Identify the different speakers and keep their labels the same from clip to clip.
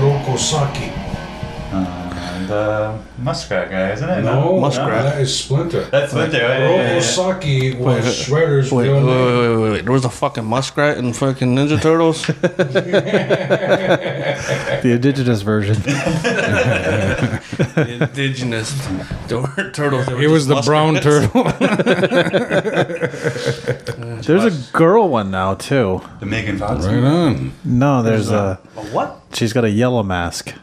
Speaker 1: Osaki.
Speaker 2: And uh, muskrat guy, isn't it?
Speaker 1: No,
Speaker 3: Muskrat.
Speaker 1: that is Splinter.
Speaker 2: That's Splinter, right? Oh, Yeah,
Speaker 1: Ro
Speaker 2: yeah, yeah.
Speaker 1: Osaki was
Speaker 3: Wait,
Speaker 1: Shredder's
Speaker 3: Wait,
Speaker 1: real
Speaker 3: wait,
Speaker 1: name.
Speaker 3: wait, wait, wait, wait. There was a fucking muskrat in fucking Ninja Turtles?
Speaker 4: The indigenous version.
Speaker 3: the indigenous. There weren't turtles.
Speaker 4: It was the brown turtle. There's a girl one now too.
Speaker 2: The Megan Fox.
Speaker 1: Right on.
Speaker 4: No, there's a.
Speaker 2: A what?
Speaker 4: She's got a yellow mask.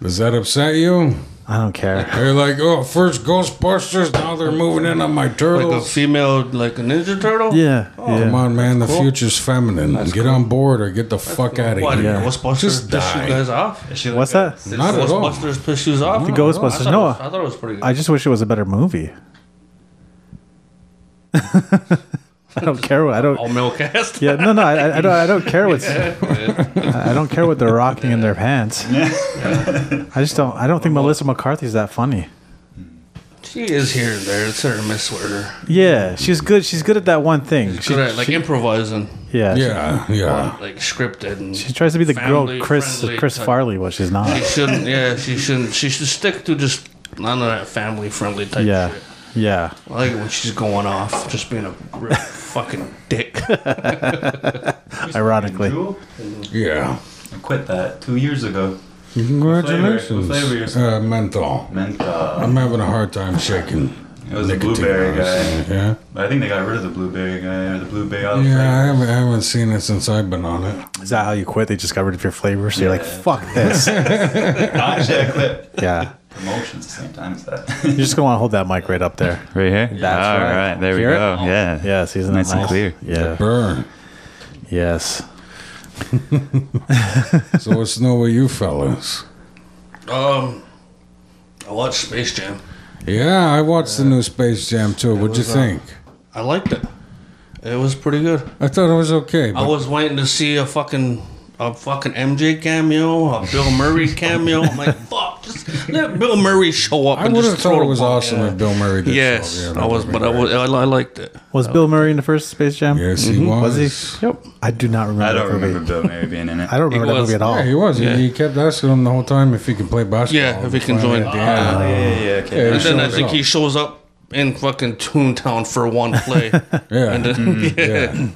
Speaker 1: Does that upset you?
Speaker 4: I don't care.
Speaker 1: They're like, oh, first Ghostbusters, now they're moving in on my
Speaker 3: Like a
Speaker 1: turtles.
Speaker 3: female, like a Ninja Turtle?
Speaker 4: Yeah,
Speaker 3: Oh,
Speaker 1: Come
Speaker 4: yeah.
Speaker 1: on, man, the future's feminine. get on board or get the fuck out of
Speaker 3: What?
Speaker 1: here.
Speaker 4: Yeah.
Speaker 3: Ghostbusters
Speaker 1: Just
Speaker 3: piss
Speaker 1: die.
Speaker 3: you guys off?
Speaker 2: Is she like
Speaker 4: What's
Speaker 2: a-
Speaker 4: that?
Speaker 3: Did
Speaker 1: Not at all.
Speaker 3: Ghostbusters piss you off? The
Speaker 4: Ghostbusters.
Speaker 3: Oh, I thought,
Speaker 4: No,
Speaker 3: it was, I thought it was pretty good.
Speaker 4: I just wish it was a better movie. I don't care what I
Speaker 3: All
Speaker 4: don't.
Speaker 3: male cast.
Speaker 4: Yeah, no, no, I, I don't. I don't care what's. I don't care what they're rocking in their pants. I just don't. I don't think Melissa McCarthy's that funny.
Speaker 3: She is here and there. It's her and miss with her.
Speaker 4: Yeah, she's good. She's good at that one thing. She,
Speaker 3: Good at like improvising,
Speaker 4: yeah, she-
Speaker 1: Yeah, yeah.
Speaker 3: like scripted. And
Speaker 4: She tries to be the girl
Speaker 3: family
Speaker 4: Chris
Speaker 3: friendly
Speaker 4: Chris
Speaker 3: type.
Speaker 4: Farley, but she's not.
Speaker 3: She shouldn't. Yeah, she shouldn't. She should stick to just none of that family friendly type.
Speaker 4: Yeah,
Speaker 3: Shit.
Speaker 4: yeah.
Speaker 3: I like it when she's going off, just being a real fucking dick.
Speaker 4: Ironically,
Speaker 2: Jewel?
Speaker 1: Yeah.
Speaker 2: I quit that two years ago.
Speaker 1: Congratulations.
Speaker 2: What flavor is-
Speaker 1: Uh, menthol.
Speaker 2: Meant uh,
Speaker 1: I'm having a hard time shaking.
Speaker 2: it was a
Speaker 1: nicotine
Speaker 2: blueberry guy.
Speaker 1: honestly. Yeah.
Speaker 2: But I think they got rid of the blueberry guy or the blueberry olive
Speaker 1: Yeah, I
Speaker 2: flavor.
Speaker 1: haven't, I haven't seen it since I've been on it.
Speaker 4: is that how you quit? They just got rid of your flavor, so you're like,
Speaker 2: Yeah.
Speaker 4: "Fuck this."
Speaker 2: Actually, I quit
Speaker 4: yeah,
Speaker 2: promotions at the same time as that.
Speaker 4: you're just gonna want to hold that mic right up there.
Speaker 2: right here?
Speaker 4: That's
Speaker 2: All
Speaker 4: right.
Speaker 2: right, there we
Speaker 4: Hear it?
Speaker 2: go. Yeah.
Speaker 4: Yes, isn't that
Speaker 2: Nice and clear.
Speaker 4: Yeah.
Speaker 1: Burn.
Speaker 4: Yes.
Speaker 1: So what's new with you fellas?
Speaker 3: um, I watched Space Jam.
Speaker 1: Yeah, I watched the new Space Jam too. What'd you
Speaker 3: was, uh,
Speaker 1: think?
Speaker 3: I liked it. It was pretty good.
Speaker 1: I thought it was okay.
Speaker 3: I
Speaker 1: But
Speaker 3: was waiting to see a fucking a fucking MJ cameo, a Bill Murray cameo. I'm like, fuck, just let Bill Murray show up.
Speaker 1: I
Speaker 3: and
Speaker 1: would
Speaker 3: just
Speaker 1: have thought
Speaker 3: throw
Speaker 1: it was
Speaker 3: the ball.
Speaker 1: awesome if Bill Murray did.
Speaker 3: Yes,
Speaker 1: show up. Yeah,
Speaker 3: I was,
Speaker 1: that'd be
Speaker 3: but I,
Speaker 1: great.
Speaker 3: was, I, I liked it.
Speaker 4: Was Bill Murray in the first Space Jam?
Speaker 1: Yes,
Speaker 3: Mm-hmm.
Speaker 1: he was.
Speaker 4: Was he? Yep. I do not remember.
Speaker 2: I don't
Speaker 4: that movie.
Speaker 2: remember Bill Mary being in it.
Speaker 4: I don't remember
Speaker 3: He
Speaker 4: that
Speaker 3: was.
Speaker 4: movie at all.
Speaker 1: Yeah, he was. He-
Speaker 3: Yeah.
Speaker 1: He, kept asking him the whole time if he could play basketball.
Speaker 3: Yeah, if he can
Speaker 1: Finally
Speaker 3: join. Ah,
Speaker 1: at the end.
Speaker 2: Oh, yeah, yeah, yeah. Okay.
Speaker 1: Yeah,
Speaker 3: And then I
Speaker 1: shows
Speaker 3: think
Speaker 1: up.
Speaker 3: he shows up in fucking Toontown for one play.
Speaker 1: yeah,
Speaker 3: and then, Mm-hmm.
Speaker 1: yeah.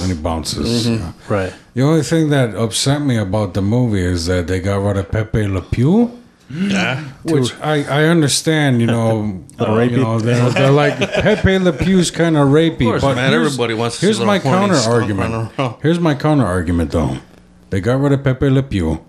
Speaker 1: And he bounces. Yeah.
Speaker 4: Right.
Speaker 1: The only thing that upset me about the movie is that they got rid of Pepe Le Pew.
Speaker 3: yeah.
Speaker 1: Which I, I understand, you know,
Speaker 4: Little
Speaker 1: you
Speaker 4: rapey.
Speaker 1: know they're, they're like Pepe Le Pew's kind of rapey.
Speaker 3: course,
Speaker 1: but
Speaker 3: man,
Speaker 1: here's-
Speaker 3: everybody wants to see
Speaker 1: Here's
Speaker 3: little
Speaker 1: my
Speaker 3: horny
Speaker 1: counter
Speaker 3: stump
Speaker 1: argument.
Speaker 3: running around.
Speaker 1: Here's my counter argument though. They got rid of Pepe Le Pew,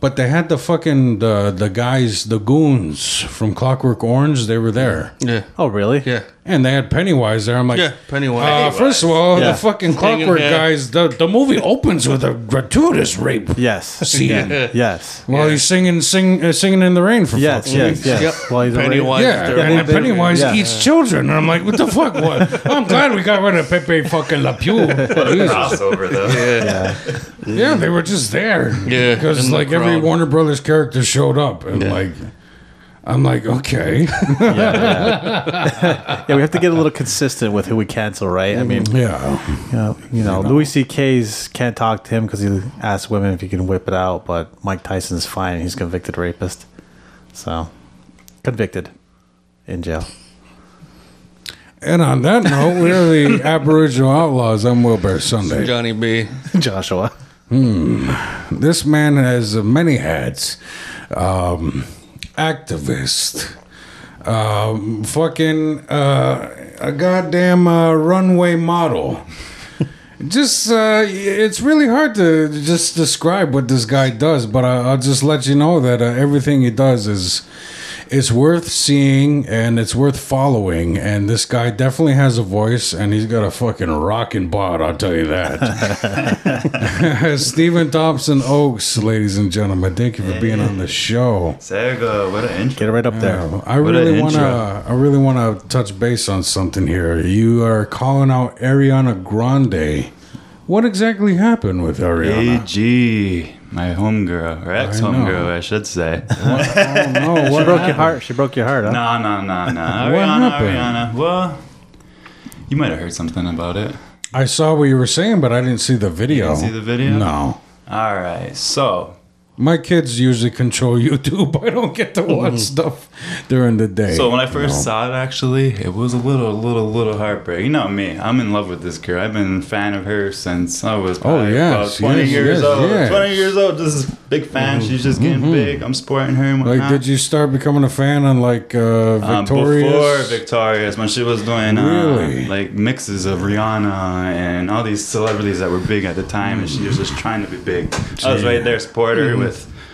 Speaker 1: but they had the fucking the the guys the goons from Clockwork Orange. They were there,
Speaker 3: yeah,
Speaker 4: Oh, really?
Speaker 3: yeah,
Speaker 1: and they had Pennywise there. I'm like,
Speaker 3: yeah. Pennywise.
Speaker 1: Uh, first of all,
Speaker 4: Yeah.
Speaker 1: the fucking
Speaker 3: Hanging
Speaker 1: Clockwork
Speaker 3: head.
Speaker 1: guys. The the movie opens with a gratuitous rape
Speaker 4: Yes.
Speaker 1: scene.
Speaker 3: Yeah.
Speaker 4: Yes.
Speaker 1: While he's singing, sing, uh, singing in the rain for
Speaker 4: Yes.
Speaker 1: fuck's sake.
Speaker 4: Yes. Yes.
Speaker 3: Yep.
Speaker 4: Well, he's already-
Speaker 3: Pennywise.
Speaker 1: Yeah,
Speaker 3: They're
Speaker 1: and
Speaker 3: all
Speaker 1: then Pennywise
Speaker 4: Yeah.
Speaker 1: eats children. And I'm like, what the fuck? What? I'm glad we got rid of Pepe fucking La Pew.
Speaker 2: crossover though.
Speaker 3: Yeah.
Speaker 1: yeah, they were just there.
Speaker 3: Yeah, in
Speaker 1: because
Speaker 3: the
Speaker 1: like every
Speaker 3: crowd.
Speaker 1: Warner Brothers character showed up, and like, I'm like, okay,
Speaker 4: Yeah, we have to get a little consistent with who we cancel, right? I
Speaker 3: Mm-hmm.
Speaker 4: mean,
Speaker 1: yeah,
Speaker 4: you know, you know Louis C.K.'s can't talk to him because he asks women if he can whip it out, but Mike Tyson's fine. He's a convicted rapist, so convicted in jail.
Speaker 1: And on that note, we're the Aboriginal Outlaws. I'm Wilbur Sunday.
Speaker 3: Johnny B.
Speaker 4: Joshua.
Speaker 1: This man has many hats. Um, activist. Um, fucking uh, a goddamn uh, runway model. Just, uh, it's really hard to just describe what this guy does, but I, I'll just let you know that uh, everything he does is, it's worth seeing and it's worth following. And this guy definitely has a voice, and he's got a fucking rocking bod. I'll tell you that. Stephen Thompson Oaks, ladies and gentlemen, thank you for being on the show.
Speaker 2: Sergo, what an intro.
Speaker 4: Get it right up there.
Speaker 1: Yeah, I
Speaker 2: What an
Speaker 1: really want
Speaker 2: intro.
Speaker 1: to. I really want to touch base on something here. You are calling out Ariana Grande. What exactly happened with Ariana?
Speaker 2: AG, my homegirl, or ex homegirl,
Speaker 1: know.
Speaker 2: I should say.
Speaker 1: I don't know.
Speaker 4: She
Speaker 1: What
Speaker 4: broke your heart. She broke your heart, huh?
Speaker 2: no, no, no, no.
Speaker 1: What
Speaker 2: Ariana,
Speaker 1: happened?
Speaker 2: Ariana. Well, you might have heard something about it.
Speaker 1: I saw what you were saying, but I didn't see the video.
Speaker 2: see the video?
Speaker 1: No.
Speaker 2: All right, so
Speaker 1: My kids usually control YouTube. I don't get to watch stuff during the day.
Speaker 2: Mm-hmm. So when I first saw it, actually, it was a little, little, little heartbreak. You know me. I'm in love with this girl. I've been a fan of her since I was probably
Speaker 1: Oh, yes,
Speaker 2: about 20
Speaker 1: yes,
Speaker 2: years
Speaker 1: yes,
Speaker 2: old.
Speaker 1: yes. Mm-hmm.
Speaker 2: 20 years old. This is big fan. She's just getting big. I'm supporting her. And
Speaker 1: like,
Speaker 2: whatnot.
Speaker 1: did you start becoming a fan on like uh,
Speaker 2: Um,
Speaker 1: Victorious?
Speaker 2: before Victorious, when she was doing uh,
Speaker 1: Really?
Speaker 2: like mixes of Rihanna and all these celebrities that were big at the time, and she was just trying to be big. I was right there, support her with.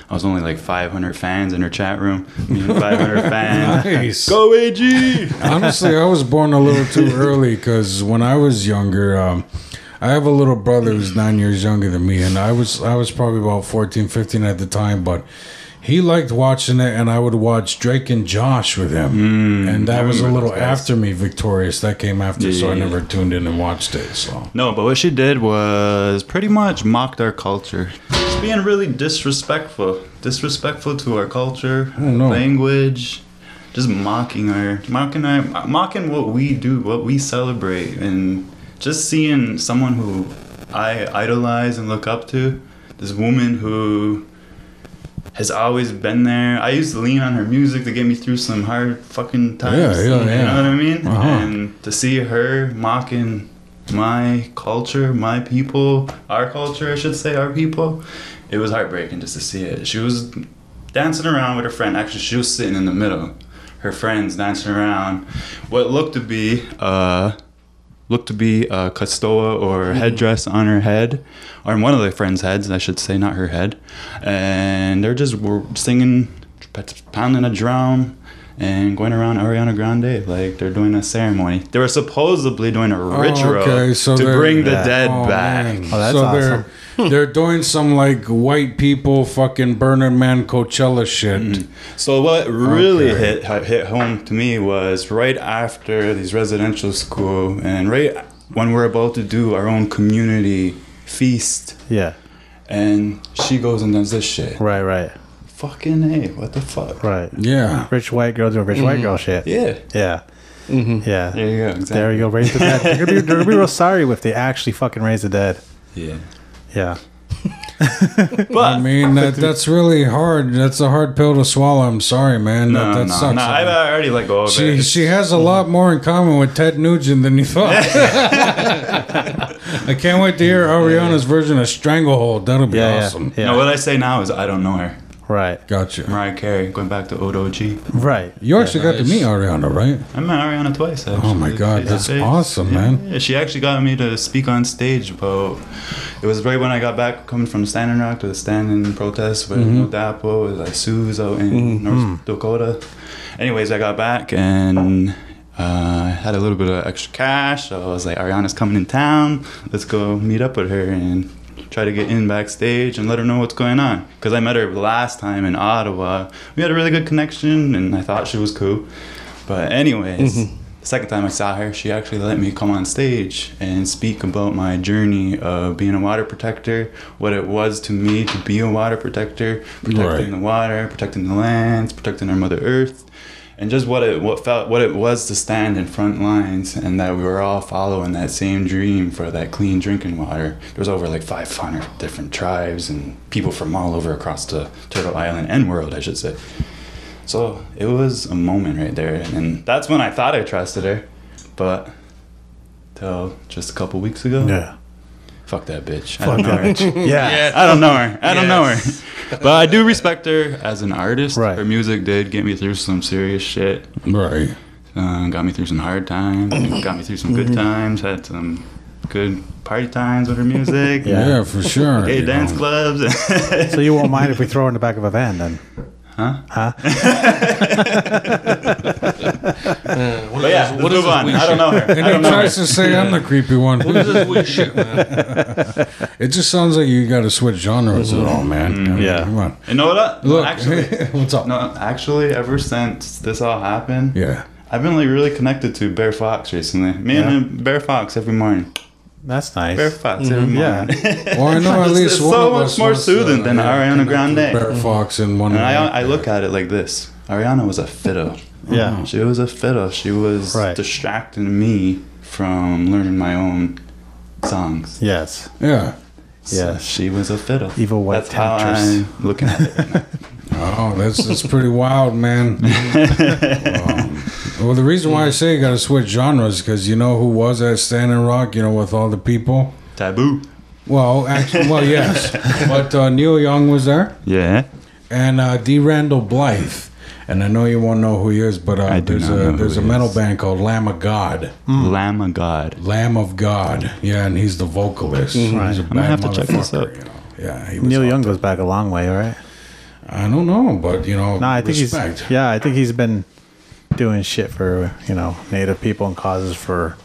Speaker 2: I was only like 500 fans in her chat room. Me and 500 fans.
Speaker 1: Nice.
Speaker 2: Go AG!
Speaker 1: Honestly, I was born a little too early because when I was younger, um, I have a little brother who's nine years younger than me, and I was I was probably about 14, 15 at the time, but he liked watching it, and I would watch Drake and Josh with him, and that
Speaker 2: Mm, I
Speaker 1: was a
Speaker 2: remember
Speaker 1: little
Speaker 2: those guys.
Speaker 1: after me. Victorious that came after, so I
Speaker 2: Yeah.
Speaker 1: never tuned in and watched it. So
Speaker 2: No, but what she did was pretty much mocked our culture. Just being really disrespectful. Disrespectful to our culture,
Speaker 1: don't know.
Speaker 2: language. Just mocking our mocking our mocking what we do, what we celebrate and just seeing someone who I idolize and look up to, this woman who has always been there. I used to lean on her music to get me through some hard fucking times.
Speaker 1: Yeah, yeah,
Speaker 2: You
Speaker 1: yeah.
Speaker 2: know what I mean?
Speaker 1: Uh-huh.
Speaker 2: And to see her mocking my culture, my people, our culture, I should say, our people, it was heartbreaking just to see it. She was dancing around with her friend. Actually, she was sitting in the middle. Her friends dancing around what looked to be uh, looked to be a castola or headdress on her head, or on one of the friends' heads, I should say, not her head. And they're just were singing, p- pounding a drum, and going around Ariana Grande like they're doing a ceremony. They were supposedly doing a ritual
Speaker 1: Oh, okay, so
Speaker 2: Oh, to
Speaker 1: they're-
Speaker 2: bring the
Speaker 4: Yeah.
Speaker 2: dead
Speaker 1: Oh,
Speaker 2: back.
Speaker 1: man.
Speaker 4: Oh, that's
Speaker 1: so they're they're doing some like white people fucking Burner Man Coachella shit.
Speaker 2: Mm. So what really
Speaker 1: Okay.
Speaker 2: hit hit hit home to me was right after these residential school and right when we're about to do our own community feast
Speaker 4: Yeah.
Speaker 2: and she goes and does this shit.
Speaker 4: Right. Right.
Speaker 2: Fucking hey, what the fuck?
Speaker 4: Right.
Speaker 1: Yeah.
Speaker 4: Rich white girl doing rich white girl shit.
Speaker 2: Yeah.
Speaker 4: Yeah. Yeah.
Speaker 2: There you go.
Speaker 4: There
Speaker 2: Exactly.
Speaker 4: you go. Raise the dead. They're gonna, be, they're gonna be real sorry if they actually fucking raise the dead.
Speaker 2: Yeah.
Speaker 4: Yeah.
Speaker 2: But
Speaker 1: I mean, that, that's really hard. That's a hard pill to swallow. I'm sorry, man.
Speaker 2: no,
Speaker 1: that that
Speaker 2: no,
Speaker 1: sucks.
Speaker 2: no. I, I already let go of
Speaker 1: she
Speaker 2: it.
Speaker 1: she has a lot more in common with Ted Nugent than you thought. I can't wait to hear Ariana's version of Stranglehold. That'll be
Speaker 4: Yeah.
Speaker 1: awesome.
Speaker 4: Yeah.
Speaker 2: No,
Speaker 4: yeah.
Speaker 2: what I say now is I don't know her.
Speaker 4: Right.
Speaker 1: Gotcha.
Speaker 2: Mariah Carey going back to Odo G.
Speaker 4: Right.
Speaker 1: You actually got to
Speaker 3: nice.
Speaker 1: meet Ariana, right?
Speaker 2: I met Ariana twice. Actually.
Speaker 1: Oh my God,
Speaker 2: Face to
Speaker 1: that's
Speaker 2: face.
Speaker 1: awesome,
Speaker 2: Yeah,
Speaker 1: man.
Speaker 2: yeah, she actually got me to speak on stage about. It was right when I got back coming from Standing Rock to the standing protest with
Speaker 1: Mm-hmm.
Speaker 2: No Dapo, with like Sue's out in North Dakota. Anyways, I got back and. Uh, I had a little bit of extra cash, so I was like, Ariana's coming in town. Let's go meet up with her and try to get in backstage and let her know what's going on. Because I met her last time in Ottawa. We had a really good connection, and I thought she was cool. But anyways, the second time I saw her, she actually let me come on stage and speak about my journey of being a water protector, what it was to me to be a water protector, protecting
Speaker 1: Right.
Speaker 2: the water, protecting the lands, protecting our Mother Earth, and just what it what felt what it was to stand in front lines and that we were all following that same dream for that clean drinking water. There was over like 500 different tribes and people from all over across the Turtle Island and world, I should say. So it was a moment right there, and that's when I thought I trusted her, but till just a couple weeks ago,
Speaker 4: Yeah.
Speaker 2: fuck that bitch. I
Speaker 4: Fuck
Speaker 2: don't know her.
Speaker 4: that. Yeah.
Speaker 2: I don't know her. I don't know her. But I do respect her as an artist.
Speaker 4: Right.
Speaker 2: Her music did get me through some serious shit.
Speaker 1: Right.
Speaker 2: Uh, got me through some hard times. got me through some good
Speaker 4: Mm-hmm.
Speaker 2: times. Had some good party times with her music.
Speaker 4: Yeah.
Speaker 1: Yeah, for sure.
Speaker 2: Gay
Speaker 1: you
Speaker 2: dance
Speaker 1: know.
Speaker 2: clubs.
Speaker 4: So you won't mind if we throw her in the back of a van then?
Speaker 3: Yeah, what
Speaker 2: but
Speaker 3: is
Speaker 2: yeah,
Speaker 3: this-
Speaker 2: let's move
Speaker 3: what is this
Speaker 2: on.
Speaker 3: weird
Speaker 2: I don't
Speaker 3: shit?
Speaker 2: know her.
Speaker 1: And
Speaker 2: I
Speaker 1: he
Speaker 2: don't know her.
Speaker 1: tries to say I'm the creepy one.
Speaker 3: What is this weird shit, man?
Speaker 1: It just sounds like you got to switch genres at all, man. I mean,
Speaker 4: Yeah.
Speaker 1: Come on.
Speaker 2: You know what?
Speaker 1: Look,
Speaker 2: Mm-hmm. Actually,
Speaker 1: what's up?
Speaker 2: no, actually, ever since this all happened,
Speaker 1: Yeah.
Speaker 2: I've been like really connected to Bear Fox recently. Me and him, Bear Fox every morning.
Speaker 4: That's
Speaker 2: Bear
Speaker 4: nice.
Speaker 2: Fox every morning.
Speaker 4: Yeah.
Speaker 1: Well, I know at
Speaker 2: It's-
Speaker 1: least
Speaker 2: it's
Speaker 1: one
Speaker 2: so
Speaker 1: of
Speaker 2: much
Speaker 1: us
Speaker 2: more
Speaker 1: was,
Speaker 2: soothing than Ariana
Speaker 1: connected with
Speaker 2: Grande.
Speaker 1: Bear Fox and one.
Speaker 2: And
Speaker 1: of
Speaker 2: I, I look at it like this Ariana was a fiddle.
Speaker 4: Yeah.
Speaker 2: She was a fiddle. She was
Speaker 4: Right.
Speaker 2: distracting me from learning my own songs.
Speaker 4: Yes.
Speaker 1: Yeah.
Speaker 4: Yeah.
Speaker 2: she was a fiddle.
Speaker 4: Evil white
Speaker 2: That's how
Speaker 4: temptress.
Speaker 2: I'm looking at it. right now.
Speaker 1: Oh, that's that's pretty wild, man. Um, well, the reason why I say you got to switch genres because you know who was at Standing Rock, you know, with all the people.
Speaker 2: Taboo.
Speaker 1: Well, actually, well, yes, but uh, Neil Young was there
Speaker 2: Yeah.
Speaker 1: and uh, D. Randall Blythe. And I know you won't know who he is, but uh,
Speaker 2: I do
Speaker 1: there's
Speaker 2: not
Speaker 1: a
Speaker 2: know who
Speaker 1: there's a
Speaker 2: he
Speaker 1: metal
Speaker 2: is.
Speaker 1: band called Lamb of God,
Speaker 4: Mm.
Speaker 2: Lamb of God.
Speaker 1: Lamb of God. Yeah, and he's the vocalist. He's a
Speaker 2: Mm-hmm. I'm gonna
Speaker 1: bad
Speaker 2: have to check this
Speaker 1: motherfucker,
Speaker 2: out.
Speaker 1: you know. Yeah, he was
Speaker 4: Neil
Speaker 1: out
Speaker 4: Young goes back a long way, right?
Speaker 1: I don't know, but you know,
Speaker 4: No, I think
Speaker 1: respect.
Speaker 4: he's yeah, I think he's been doing shit for you know Native people and causes for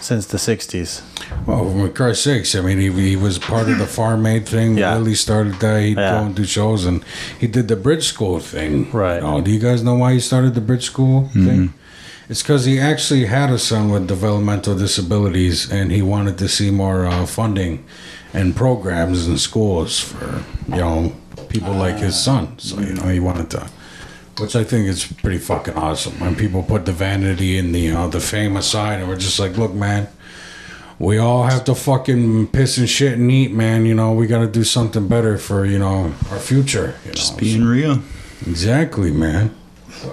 Speaker 4: since the '60s.
Speaker 1: Well, for Christ's sakes, I mean, he, he was part of the farm aid thing.
Speaker 4: Yeah.
Speaker 1: Really started that. He'd
Speaker 4: Yeah.
Speaker 1: go and do shows, and he did the bridge school thing.
Speaker 4: Right.
Speaker 1: Oh, do you guys know why he started the bridge school thing? It's because he actually had a son with developmental disabilities, and he wanted to see more uh, funding and programs in schools for you know people like his son. So you know, he wanted to. Which I think is pretty fucking awesome. When people put the vanity and the you know, the fame aside, and we're just like, look, man, we all have to fucking piss and shit and eat, man. You know, we got to do something better for you know our future. You know?
Speaker 2: Being real.
Speaker 1: exactly, man.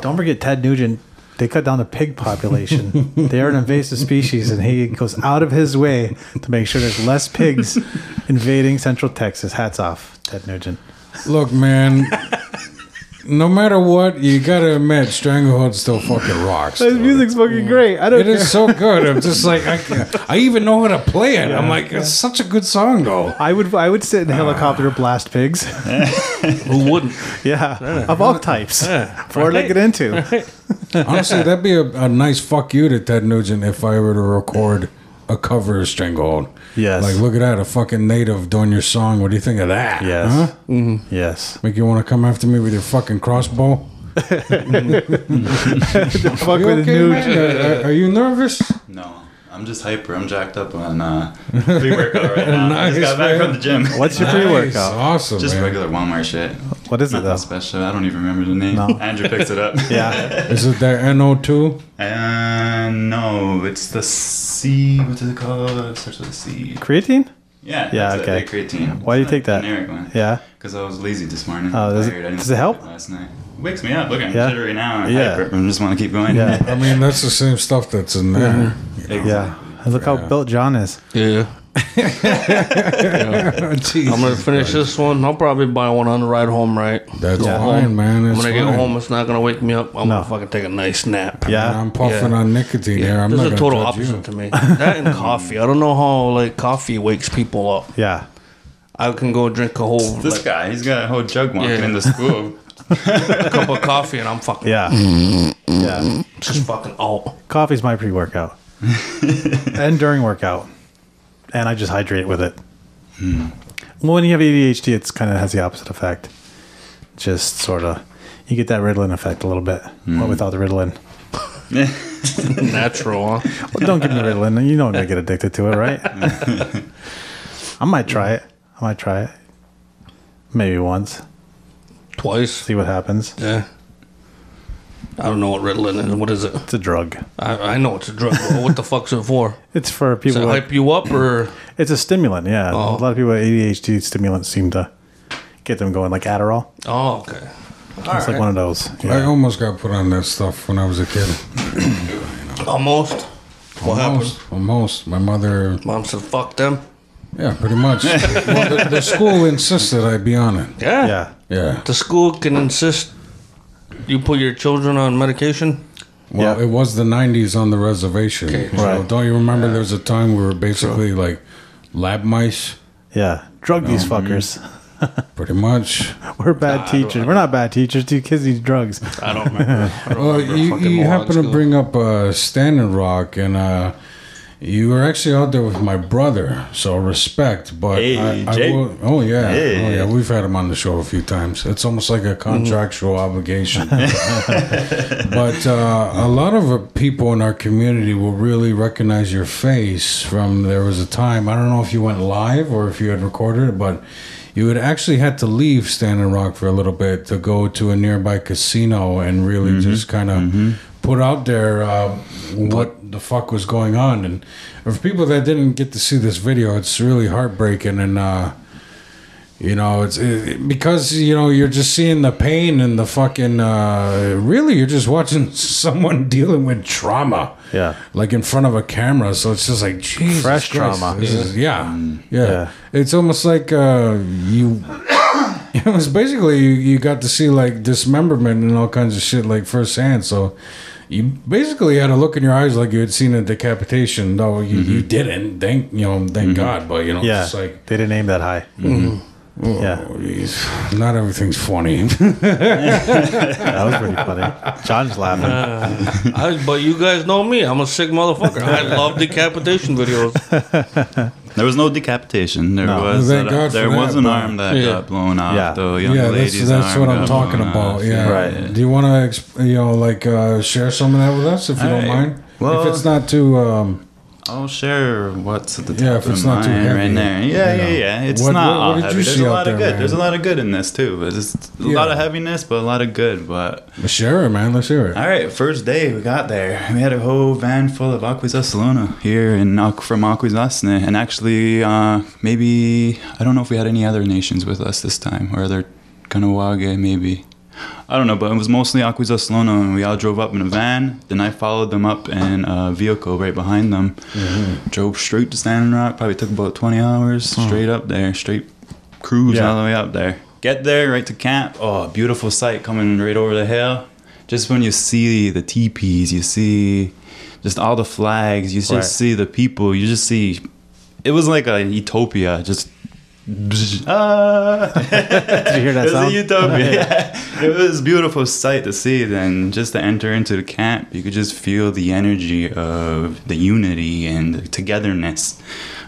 Speaker 4: Don't forget Ted Nugent. They cut down the pig population. they are an invasive species, and he goes out of his way to make sure there's less pigs invading Central Texas. Hats off, Ted Nugent.
Speaker 1: Look, man. no matter what, you gotta admit, Stranglehold still fucking rocks.
Speaker 4: His
Speaker 1: dude.
Speaker 4: music's fucking great. I don't.
Speaker 1: It is so good. I'm just like I, can't, I even know how to play it. I'm like, it's such a good song though.
Speaker 4: I would. I would sit in a helicopter and blast pigs.
Speaker 3: Who wouldn't?
Speaker 4: yeah, of all types.
Speaker 3: Yeah,
Speaker 4: Or
Speaker 3: right.
Speaker 4: they get into.
Speaker 1: Honestly, that'd be a, a nice fuck you to Ted Nugent if I were to record a cover of Stranglehold.
Speaker 4: Yes.
Speaker 1: Like, look at that, a fucking native doing your song. What do you think of that?
Speaker 4: Yes.
Speaker 1: Huh?
Speaker 4: Yes.
Speaker 1: Make you want to come after me with your fucking crossbow?
Speaker 4: Fuck
Speaker 1: You
Speaker 4: with
Speaker 1: okay,
Speaker 4: Nugent.
Speaker 1: man? Are, are you nervous?
Speaker 2: No, I'm just hyper. I'm jacked up on uh, pre-workout right now. I
Speaker 1: Nice,
Speaker 2: just got back
Speaker 1: man.
Speaker 2: from the gym.
Speaker 4: What's your
Speaker 1: Nice.
Speaker 4: pre-workout?
Speaker 1: Awesome,
Speaker 2: Just
Speaker 1: man.
Speaker 2: regular Walmart shit.
Speaker 4: What is it
Speaker 2: Nothing
Speaker 4: though?
Speaker 2: special. I don't even remember the name.
Speaker 4: No.
Speaker 2: Andrew picks it up.
Speaker 4: Yeah.
Speaker 1: Is it that NO2?
Speaker 2: Uh, no, it's the C. What's it called? It starts with a C.
Speaker 4: Creatine?
Speaker 2: Yeah.
Speaker 4: Yeah,
Speaker 2: that's
Speaker 4: okay.
Speaker 2: It, the creatine.
Speaker 4: Why do you
Speaker 2: It's
Speaker 4: take
Speaker 2: not a
Speaker 4: that?
Speaker 2: Generic one.
Speaker 4: Yeah.
Speaker 2: Because I was lazy this morning.
Speaker 4: Oh, does it-
Speaker 2: Tired. I didn't
Speaker 4: does it
Speaker 2: sleep
Speaker 4: help?
Speaker 2: Last night. Wakes me up. Look, I'm
Speaker 4: Yeah.
Speaker 2: jittery now. I'm
Speaker 4: Yeah.
Speaker 2: hyper. I just want to keep going.
Speaker 4: Yeah. Um,
Speaker 1: I mean, that's the same stuff that's in
Speaker 4: Mm-hmm.
Speaker 1: there.
Speaker 2: Exactly.
Speaker 4: Yeah. And look how built John is.
Speaker 3: Yeah.
Speaker 1: Oh, Jeez.
Speaker 3: I'm gonna finish this one. I'll probably buy one on the ride home. Right.
Speaker 1: that's
Speaker 4: Yeah.
Speaker 1: fine, man. It's
Speaker 3: when I get
Speaker 1: fine.
Speaker 3: home, it's not gonna wake me up. I'm
Speaker 4: No.
Speaker 3: gonna fucking take a nice nap.
Speaker 1: And
Speaker 4: Yeah.
Speaker 1: I'm puffing
Speaker 3: Yeah.
Speaker 1: on nicotine here. I'm
Speaker 3: this
Speaker 1: not
Speaker 3: is a
Speaker 1: gonna
Speaker 3: total
Speaker 1: judge
Speaker 3: opposite
Speaker 1: you.
Speaker 3: to me. That and coffee. I don't know how like coffee wakes people up.
Speaker 4: Yeah.
Speaker 3: I can go drink a whole
Speaker 2: This
Speaker 3: like,
Speaker 2: guy, he's got a whole jug walking
Speaker 3: Yeah.
Speaker 2: into school.
Speaker 3: cup of coffee and I'm fucking
Speaker 4: Yeah. Yeah.
Speaker 3: just fucking out.
Speaker 4: Coffee's my pre-workout. and during workout. And I just hydrate with it. Hmm. Well, when you have ADHD, it's kind of has the opposite effect. Just sort of, you get that Ritalin effect a little bit, but without the Ritalin.
Speaker 3: Natural, huh?
Speaker 4: Well, don't give me Ritalin. You know I'm gonna get addicted to it, right? I might try it. I might try it. Maybe once.
Speaker 3: Twice.
Speaker 4: See what happens.
Speaker 3: Yeah. I don't know what Ritalin is. What is it?
Speaker 4: It's a drug.
Speaker 3: I, I know it's a drug, but what the fuck's it for?
Speaker 4: It's for
Speaker 3: Does
Speaker 4: people.
Speaker 3: it
Speaker 4: with-
Speaker 3: hype you up or
Speaker 4: it's a stimulant. Yeah,
Speaker 3: Oh.
Speaker 4: a lot of people with ADHD stimulants seem to get them going, like Adderall.
Speaker 3: Oh, okay.
Speaker 4: it's like one of those.
Speaker 1: I
Speaker 4: Yeah.
Speaker 1: almost got put on that stuff when I was a kid.
Speaker 3: Almost. What happened?
Speaker 1: almost, almost. My mother,
Speaker 3: Mom said, fuck them.
Speaker 1: yeah, pretty much. well, the, the school insisted I be on it.
Speaker 3: Yeah.
Speaker 4: Yeah.
Speaker 1: Yeah.
Speaker 3: The school can insist you put your children on medication.
Speaker 1: Well,
Speaker 4: Yeah.
Speaker 1: it was the '90s on the reservation. So
Speaker 4: Right.
Speaker 1: Don't you remember? There was a time we were basically like lab mice,
Speaker 4: Yeah. Drug these fuckers.
Speaker 1: pretty much.
Speaker 4: We're bad teachers. We're not bad teachers. Dude, kids need drugs.
Speaker 3: I don't remember. I don't
Speaker 1: Well,
Speaker 3: remember
Speaker 1: you,
Speaker 3: fucking
Speaker 1: you
Speaker 3: moron
Speaker 1: happen to
Speaker 3: school.
Speaker 1: bring up uh, Standing Rock, and uh, you were actually out there with my brother, so respect. But
Speaker 2: Hey,
Speaker 1: I, I
Speaker 2: Jake.
Speaker 1: will, oh yeah,
Speaker 2: Hey.
Speaker 1: oh yeah, we've had him on the show a few times. It's almost like a contractual obligation. but uh, a lot of uh, people in our community will really recognize your face from there was a time. I don't know if you went live or if you had recorded it, but you had actually had to leave Standing Rock for a little bit to go to a nearby casino and really just kind of put out there uh, what the fuck was going on. And for people that didn't get to see this video, it's really heartbreaking. And uh, you know, it's it, because you know you're just seeing the pain and the fucking. Uh, really, you're just watching someone dealing with trauma.
Speaker 4: Yeah.
Speaker 1: Like in front of a camera, so it's just like Jesus
Speaker 4: Fresh
Speaker 1: Christ,
Speaker 4: trauma.
Speaker 1: this is- yeah, yeah,
Speaker 4: Yeah.
Speaker 1: It's almost like uh, you. It was basically you, you got to see like dismemberment and all kinds of shit like firsthand. So you basically had a look in your eyes like you had seen a decapitation. No, you, you didn't. Thank you know, thank God. But you know,
Speaker 4: Mm-hmm. Yeah,
Speaker 1: it's like
Speaker 4: they didn't aim that high. Yeah,
Speaker 1: oh, geez, not everything's funny.
Speaker 4: that was pretty funny. John's laughing.
Speaker 3: Uh, I, but you guys know me. I'm a sick motherfucker. I love decapitation videos.
Speaker 2: There was no decapitation. There
Speaker 4: No.
Speaker 2: was
Speaker 1: Thank
Speaker 2: a-
Speaker 1: God for
Speaker 2: there was
Speaker 1: that,
Speaker 2: an
Speaker 1: but-
Speaker 2: arm that
Speaker 3: Yeah.
Speaker 2: got blown off
Speaker 4: Yeah.
Speaker 2: though. Young
Speaker 1: yeah, that's,
Speaker 2: lady's
Speaker 1: that's what
Speaker 2: arm
Speaker 1: I'm
Speaker 2: got
Speaker 1: talking
Speaker 2: blown
Speaker 1: about.
Speaker 2: off,
Speaker 1: Yeah.
Speaker 4: Right.
Speaker 1: Do you want to, exp- you know, like uh, share some of that with us if you don't
Speaker 2: Alright.
Speaker 1: mind?
Speaker 2: Well-
Speaker 1: if it's not too, um,
Speaker 2: I'll share what's at the top
Speaker 1: Yeah, if
Speaker 2: of
Speaker 1: it's
Speaker 2: my
Speaker 1: not too
Speaker 2: mind
Speaker 1: heavy,
Speaker 2: right there. Yeah,
Speaker 1: you know.
Speaker 2: yeah, yeah. It's
Speaker 1: What-
Speaker 2: not
Speaker 1: what-
Speaker 2: all
Speaker 1: what did
Speaker 2: heavy.
Speaker 1: you
Speaker 2: There's
Speaker 1: see
Speaker 2: a
Speaker 1: out
Speaker 2: lot
Speaker 1: there,
Speaker 2: of good.
Speaker 1: man?
Speaker 2: There's a lot of good in this too. It's just a lot
Speaker 1: Yeah.
Speaker 2: of heaviness, but a lot of good. But
Speaker 1: share it, man. Let's hear it.
Speaker 2: all right, first day we got there, we had a whole van full of Aquizasalona here in Ak- from Akwesasne, and actually, uh, maybe I don't know if we had any other nations with us this time or other Kanawage maybe. I don't know, but it was mostly Aquizasalona, and we all drove up in a van. Then I followed them up in a vehicle right behind them. Drove straight to Standing Rock. Probably took about 20 hours straight up there, straight cruise
Speaker 4: Yeah.
Speaker 2: all the way up there. Get there, right to camp. Oh, beautiful sight coming right over the hill. Just when you see the teepees, you see just all the flags, you just
Speaker 4: Right.
Speaker 2: see the people, you just see. It was like a utopia, just. Ah.
Speaker 4: Did you hear that
Speaker 2: It was
Speaker 4: sound?
Speaker 2: a utopia. Yeah. It was a beautiful sight to see. Then just to enter into the camp, you could just feel the energy of the unity and the togetherness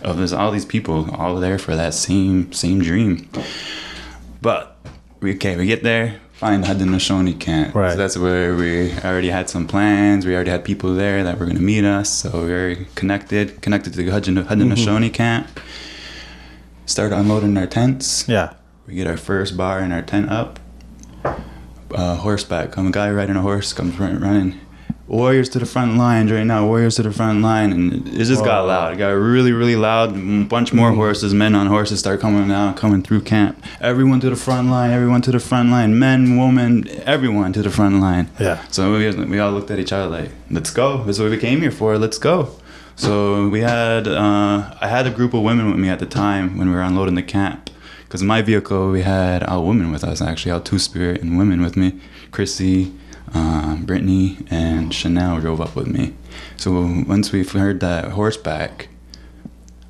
Speaker 2: of this, all these people all there for that same same dream. But we, okay, we get there, find Haudenosaunee camp.
Speaker 4: Right.
Speaker 2: So that's where we already had some plans. We already had people there that were going to meet us. So we are connected, connected to the Hauden-
Speaker 4: Mm-hmm.
Speaker 2: Haudenosaunee camp. Started unloading our tents.
Speaker 4: Yeah,
Speaker 2: We get our first bar and our tent up. Uh, horseback, come a guy riding a horse comes run- running. Warriors to the front line right now. Warriors to the front line, and it just got loud. It got really, really loud. A bunch more horses, men on horses, start coming out, coming through camp. Everyone to the front line. Everyone to the front line. Men, women, everyone to the front line.
Speaker 4: Yeah.
Speaker 2: So we, we all looked at each other like, "Let's go. This is what we came here for. Let's go." So we had uh, I had a group of women with me at the time when we were unloading the camp. Because in my vehicle, we had all women with us, actually, all Two Spirit and women with me. Chrissy, um, Brittany, and Chanel drove up with me. So once we heard that horseback,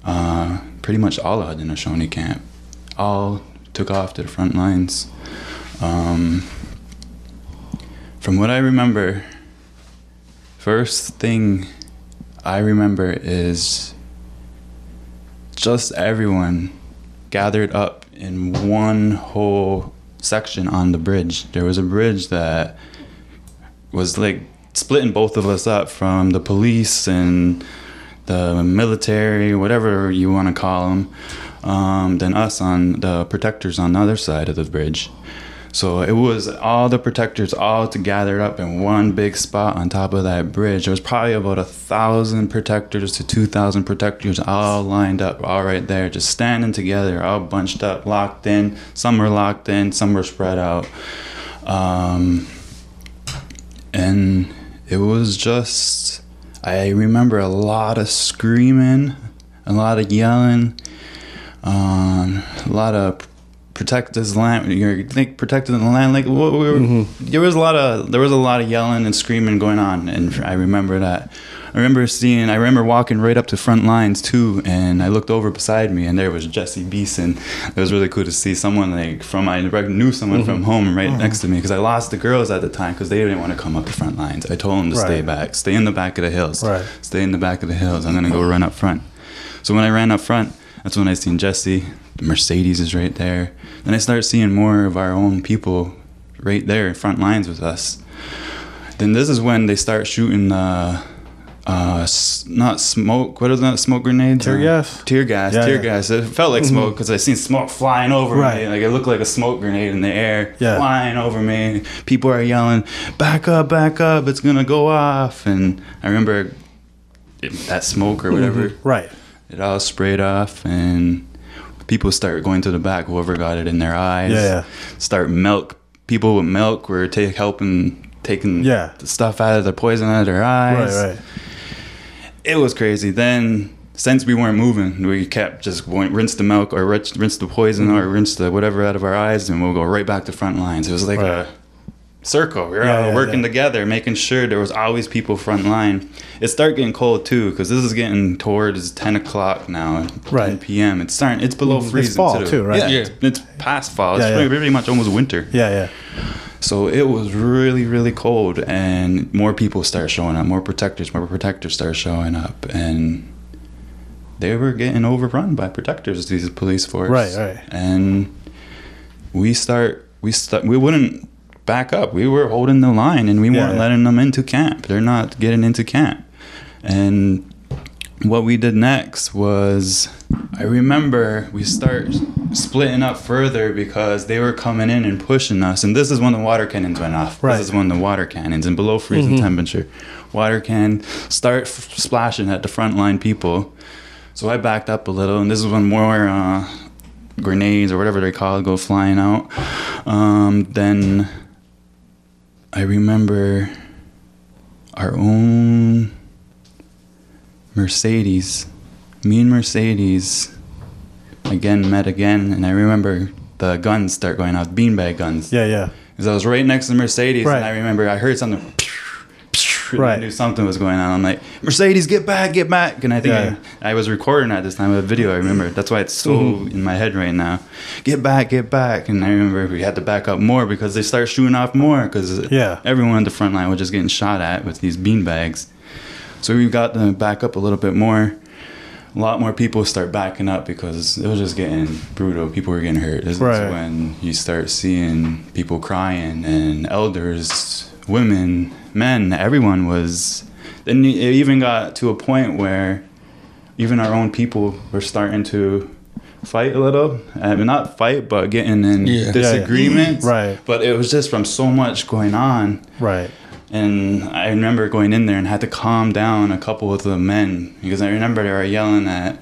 Speaker 2: uh, pretty much all out in Shawnee camp, all took off to the front lines. Um, from what I remember, first thing I remember is just everyone gathered up in one whole section on the bridge. There was a bridge that was like splitting both of us up from the police and the military, whatever you want to call them, um, than us on the protectors on the other side of the bridge. So it was all the protectors all to gathered up in one big spot on top of that bridge. There was probably about a thousand protectors to two thousand protectors all lined up, all right there, just standing together, all bunched up, locked in. Some were locked in, some were spread out. Um, and it was just I remember a lot of screaming, a lot of yelling, um, a lot of protect this land. You think protecting the land like what we were, there was a lot of there was a lot of yelling and screaming going on, and I remember that. I remember seeing. I remember walking right up to front lines too, and I looked over beside me, and there was Jesse Beeson. It was really cool to see someone like from I rec- knew someone from home right next to me because I lost the girls at the time because they didn't want to come up the front lines. I told them to stay
Speaker 4: Right.
Speaker 2: back, stay in the back of the hills,
Speaker 4: Right.
Speaker 2: stay in the back of the hills. I'm gonna go run up front. So when I ran up front, that's when I seen Jesse. The Mercedes is right there. Then I started seeing more of our own people right there, front lines with us. Then this is when they start shooting the. Uh, s- not smoke. What is that? Smoke grenades.
Speaker 4: Tear
Speaker 2: Uh,
Speaker 4: gas?
Speaker 2: Tear gas.
Speaker 4: Yeah,
Speaker 2: tear
Speaker 4: yeah.
Speaker 2: gas. It felt like smoke because I seen smoke flying over
Speaker 4: Right.
Speaker 2: me. Like it looked like a smoke grenade in the air,
Speaker 4: Yeah.
Speaker 2: flying over me. People are yelling, "Back up! Back up! It's gonna go off!" And I remember that smoke or whatever.
Speaker 4: Right.
Speaker 2: It all sprayed off, and people start going to the back. Whoever got it in their eyes,
Speaker 4: Yeah, yeah.
Speaker 2: start milk. People with milk were take helping taking
Speaker 4: Yeah.
Speaker 2: the stuff out of the poison out of their eyes.
Speaker 4: Right, right.
Speaker 2: It was crazy. Then since we weren't moving, we kept just going rinse the milk or rinse, rinse the poison
Speaker 4: Mm-hmm.
Speaker 2: or rinse the whatever out of our eyes, and we'll go right back to front lines. It was like
Speaker 4: Right.
Speaker 2: a circle. We were
Speaker 4: Yeah,
Speaker 2: all
Speaker 4: yeah,
Speaker 2: working
Speaker 4: yeah.
Speaker 2: together, making sure there was always people front line. It started getting cold too, because this is getting towards ten o'clock now,
Speaker 4: Right. Mm,
Speaker 2: 10 p.m. It's starting. It's below freezing
Speaker 4: fall, too, right?
Speaker 2: Yeah,
Speaker 3: Yeah.
Speaker 2: It's, it's past fall.
Speaker 4: Yeah,
Speaker 2: it's
Speaker 4: yeah.
Speaker 2: pretty, pretty much almost winter.
Speaker 4: Yeah, yeah.
Speaker 2: So it was really, really cold, and more people started showing up. More protectors, more protectors started showing up, and they were getting overrun by protectors. These police force,
Speaker 4: Right, right.
Speaker 2: And we start, we st- we wouldn't back up. We were holding the line, and we
Speaker 4: Yeah,
Speaker 2: weren't
Speaker 4: yeah.
Speaker 2: letting them into camp. They're not getting into camp, and what we did next was I remember we start splitting up further because they were coming in and pushing us. And this is when the water cannons went off.
Speaker 4: Right.
Speaker 2: This is when the water cannons and below freezing temperature, water can start f- splashing at the frontline people. So I backed up a little, and this is when more uh, grenades or whatever they call it go flying out. Um, then I remember our own Mercedes. Me and Mercedes again met again, and I remember the guns start going off, beanbag guns.
Speaker 4: Yeah, yeah.
Speaker 2: Because I was right next to Mercedes,
Speaker 4: Right.
Speaker 2: and I remember I heard something. and I
Speaker 4: Right.
Speaker 2: knew something was going on. I'm like, Mercedes, get back, get back. And I think
Speaker 4: Yeah.
Speaker 2: I, I was recording at this time a video. I remember that's why it's so
Speaker 4: Mm-hmm.
Speaker 2: in my head right now. Get back, get back. And I remember we had to back up more because they started shooting off more because
Speaker 4: Yeah.
Speaker 2: everyone on the front line was just getting shot at with these beanbags. So we got to back up a little bit more. A lot more people start backing up because it was just getting brutal. People were getting hurt. This
Speaker 4: Right.
Speaker 2: is when you start seeing people crying and elders, women, men, everyone was. Then it even got to a point where even our own people were starting to fight a little. I mean, not fight, but getting in
Speaker 3: Yeah. Yeah, yeah.
Speaker 2: disagreements.
Speaker 4: Right.
Speaker 2: But it was just from so much going on.
Speaker 4: Right.
Speaker 2: And I remember going in there and had to calm down a couple of the men because I remember they were yelling at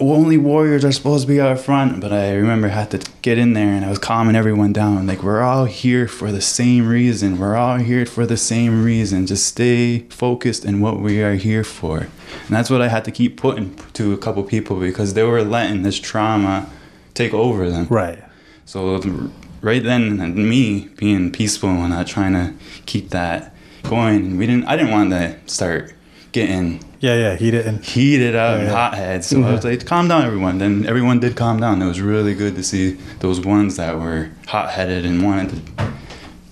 Speaker 2: only warriors are supposed to be out front. But I remember I had to get in there and I was calming everyone down. Like, we're all here for the same reason. We're all here for the same reason. Just stay focused in what we are here for. And that's what I had to keep putting to a couple people because they were letting this trauma take over them.
Speaker 4: Right.
Speaker 2: So th- right then, and me being peaceful and not trying to keep that going, we didn't. I didn't want to start getting
Speaker 4: Yeah, yeah. He didn't.
Speaker 2: heated up and
Speaker 4: Yeah.
Speaker 2: hotheads. So I was like, calm down, everyone. Then everyone did calm down. It was really good to see those ones that were hot headed and wanted to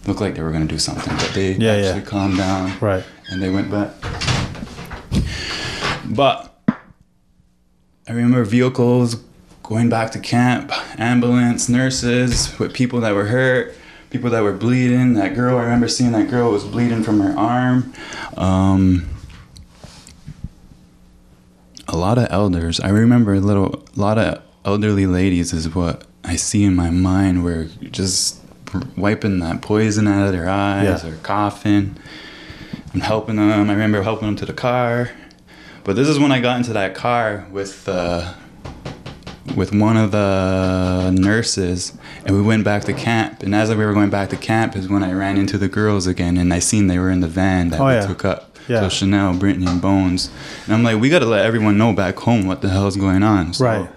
Speaker 2: look like they were going to do something, but they
Speaker 4: Yeah, yeah.
Speaker 2: actually calmed down.
Speaker 4: Right.
Speaker 2: And they went back. But I remember vehicles going back to camp, ambulance, nurses with people that were hurt, people that were bleeding. That girl, I remember seeing that girl was bleeding from her arm. Um, a lot of elders. I remember a little, a lot of elderly ladies is what I see in my mind where just wiping that poison out of their eyes
Speaker 4: Yeah.
Speaker 2: or coughing. I'm helping them. I remember helping them to the car. But this is when I got into that car with uh, with one of the nurses, and we went back to camp. And as we were going back to camp, is when I ran into the girls again, and I seen they were in the van that
Speaker 4: Oh,
Speaker 2: we
Speaker 4: yeah.
Speaker 2: took up.
Speaker 4: Yeah.
Speaker 2: So Chanel, Brittany, and Bones. And I'm like, we gotta let everyone know back home what the hell's going on. So
Speaker 4: Right.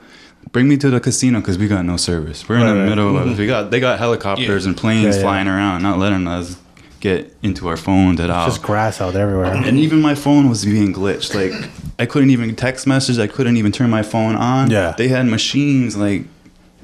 Speaker 2: Bring me to the casino because we got no service. We're in
Speaker 4: Right,
Speaker 2: the
Speaker 4: right. Mm-hmm.
Speaker 2: middle of we got they got helicopters
Speaker 3: Yeah.
Speaker 2: and planes
Speaker 4: Yeah, yeah.
Speaker 2: flying around, not letting us get into our phones at all.
Speaker 4: Just
Speaker 1: Oh.
Speaker 4: grass out everywhere.
Speaker 2: And even my phone was being glitched. Like I couldn't even text message. I couldn't even turn my phone on.
Speaker 4: Yeah.
Speaker 2: They had machines like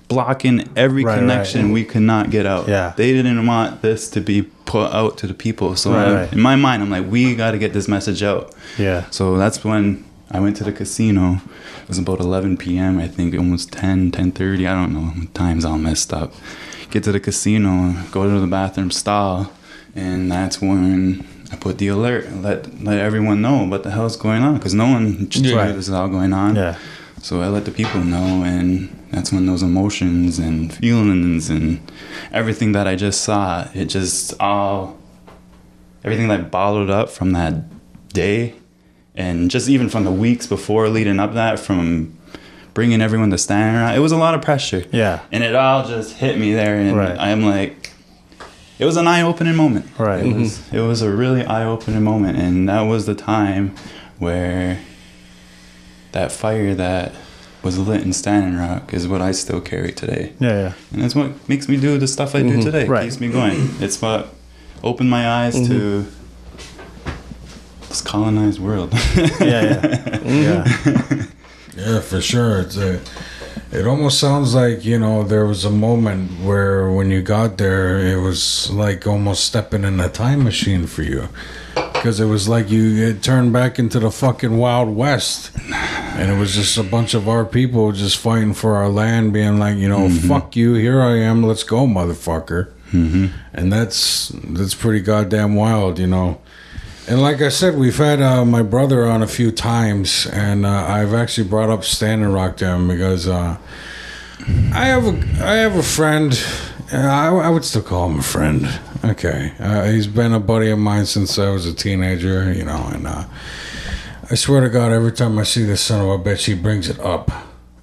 Speaker 2: blocking every
Speaker 4: Right,
Speaker 2: connection
Speaker 4: right.
Speaker 2: we could not get out.
Speaker 4: Yeah.
Speaker 2: They didn't want this to be put out to the people. So
Speaker 4: Right,
Speaker 2: I-
Speaker 4: right.
Speaker 2: in my mind, I'm like, we got to get this message out.
Speaker 4: Yeah.
Speaker 2: So that's when I went to the casino. It was about 11 p.m. I think, almost 10, 10.30. I don't know. Time's all messed up. Get to the casino, go to the bathroom stall, and that's when I put the alert and let, let everyone know what the hell's going on because no one just knew
Speaker 4: Right.
Speaker 2: this is all going on.
Speaker 4: Yeah.
Speaker 2: So I let the people know, and that's when those emotions and feelings and everything that I just saw, it just all, everything that bottled up from that day, and just even from the weeks before leading up that from bringing everyone to stand around it was a lot of pressure
Speaker 4: Yeah.
Speaker 2: and it all just hit me there and
Speaker 4: Right.
Speaker 2: i'm like it was an eye-opening moment
Speaker 4: Right.
Speaker 2: it, was, it was a really eye-opening moment and that was the time where that fire that was lit in Standing Rock is what I still carry today.
Speaker 4: Yeah,
Speaker 2: And that's what makes me do the stuff I do today.
Speaker 4: Mm-hmm. Right.
Speaker 2: Keeps me going. It's what opened my eyes to this colonized world.
Speaker 4: Mm-hmm. yeah, yeah, yeah. yeah.
Speaker 1: Yeah, for sure. It's a, it almost sounds like, you know, there was a moment where when you got there, it was like almost stepping in a time machine for you. Because it was like you it turned back into the fucking Wild West. And it was just a bunch of our people just fighting for our land, being like, you know, fuck you, here I am, let's go, motherfucker. And that's that's pretty goddamn wild, you know. And like I said, we've had uh, my brother on a few times, and uh, I've actually brought up Standing Rock to him because uh, I have a I have a friend. uh, I, I would still call him a friend. Okay, uh, he's been a buddy of mine since I was a teenager, you know. And uh, I swear to God, every time I see this son of a bitch, he brings it up.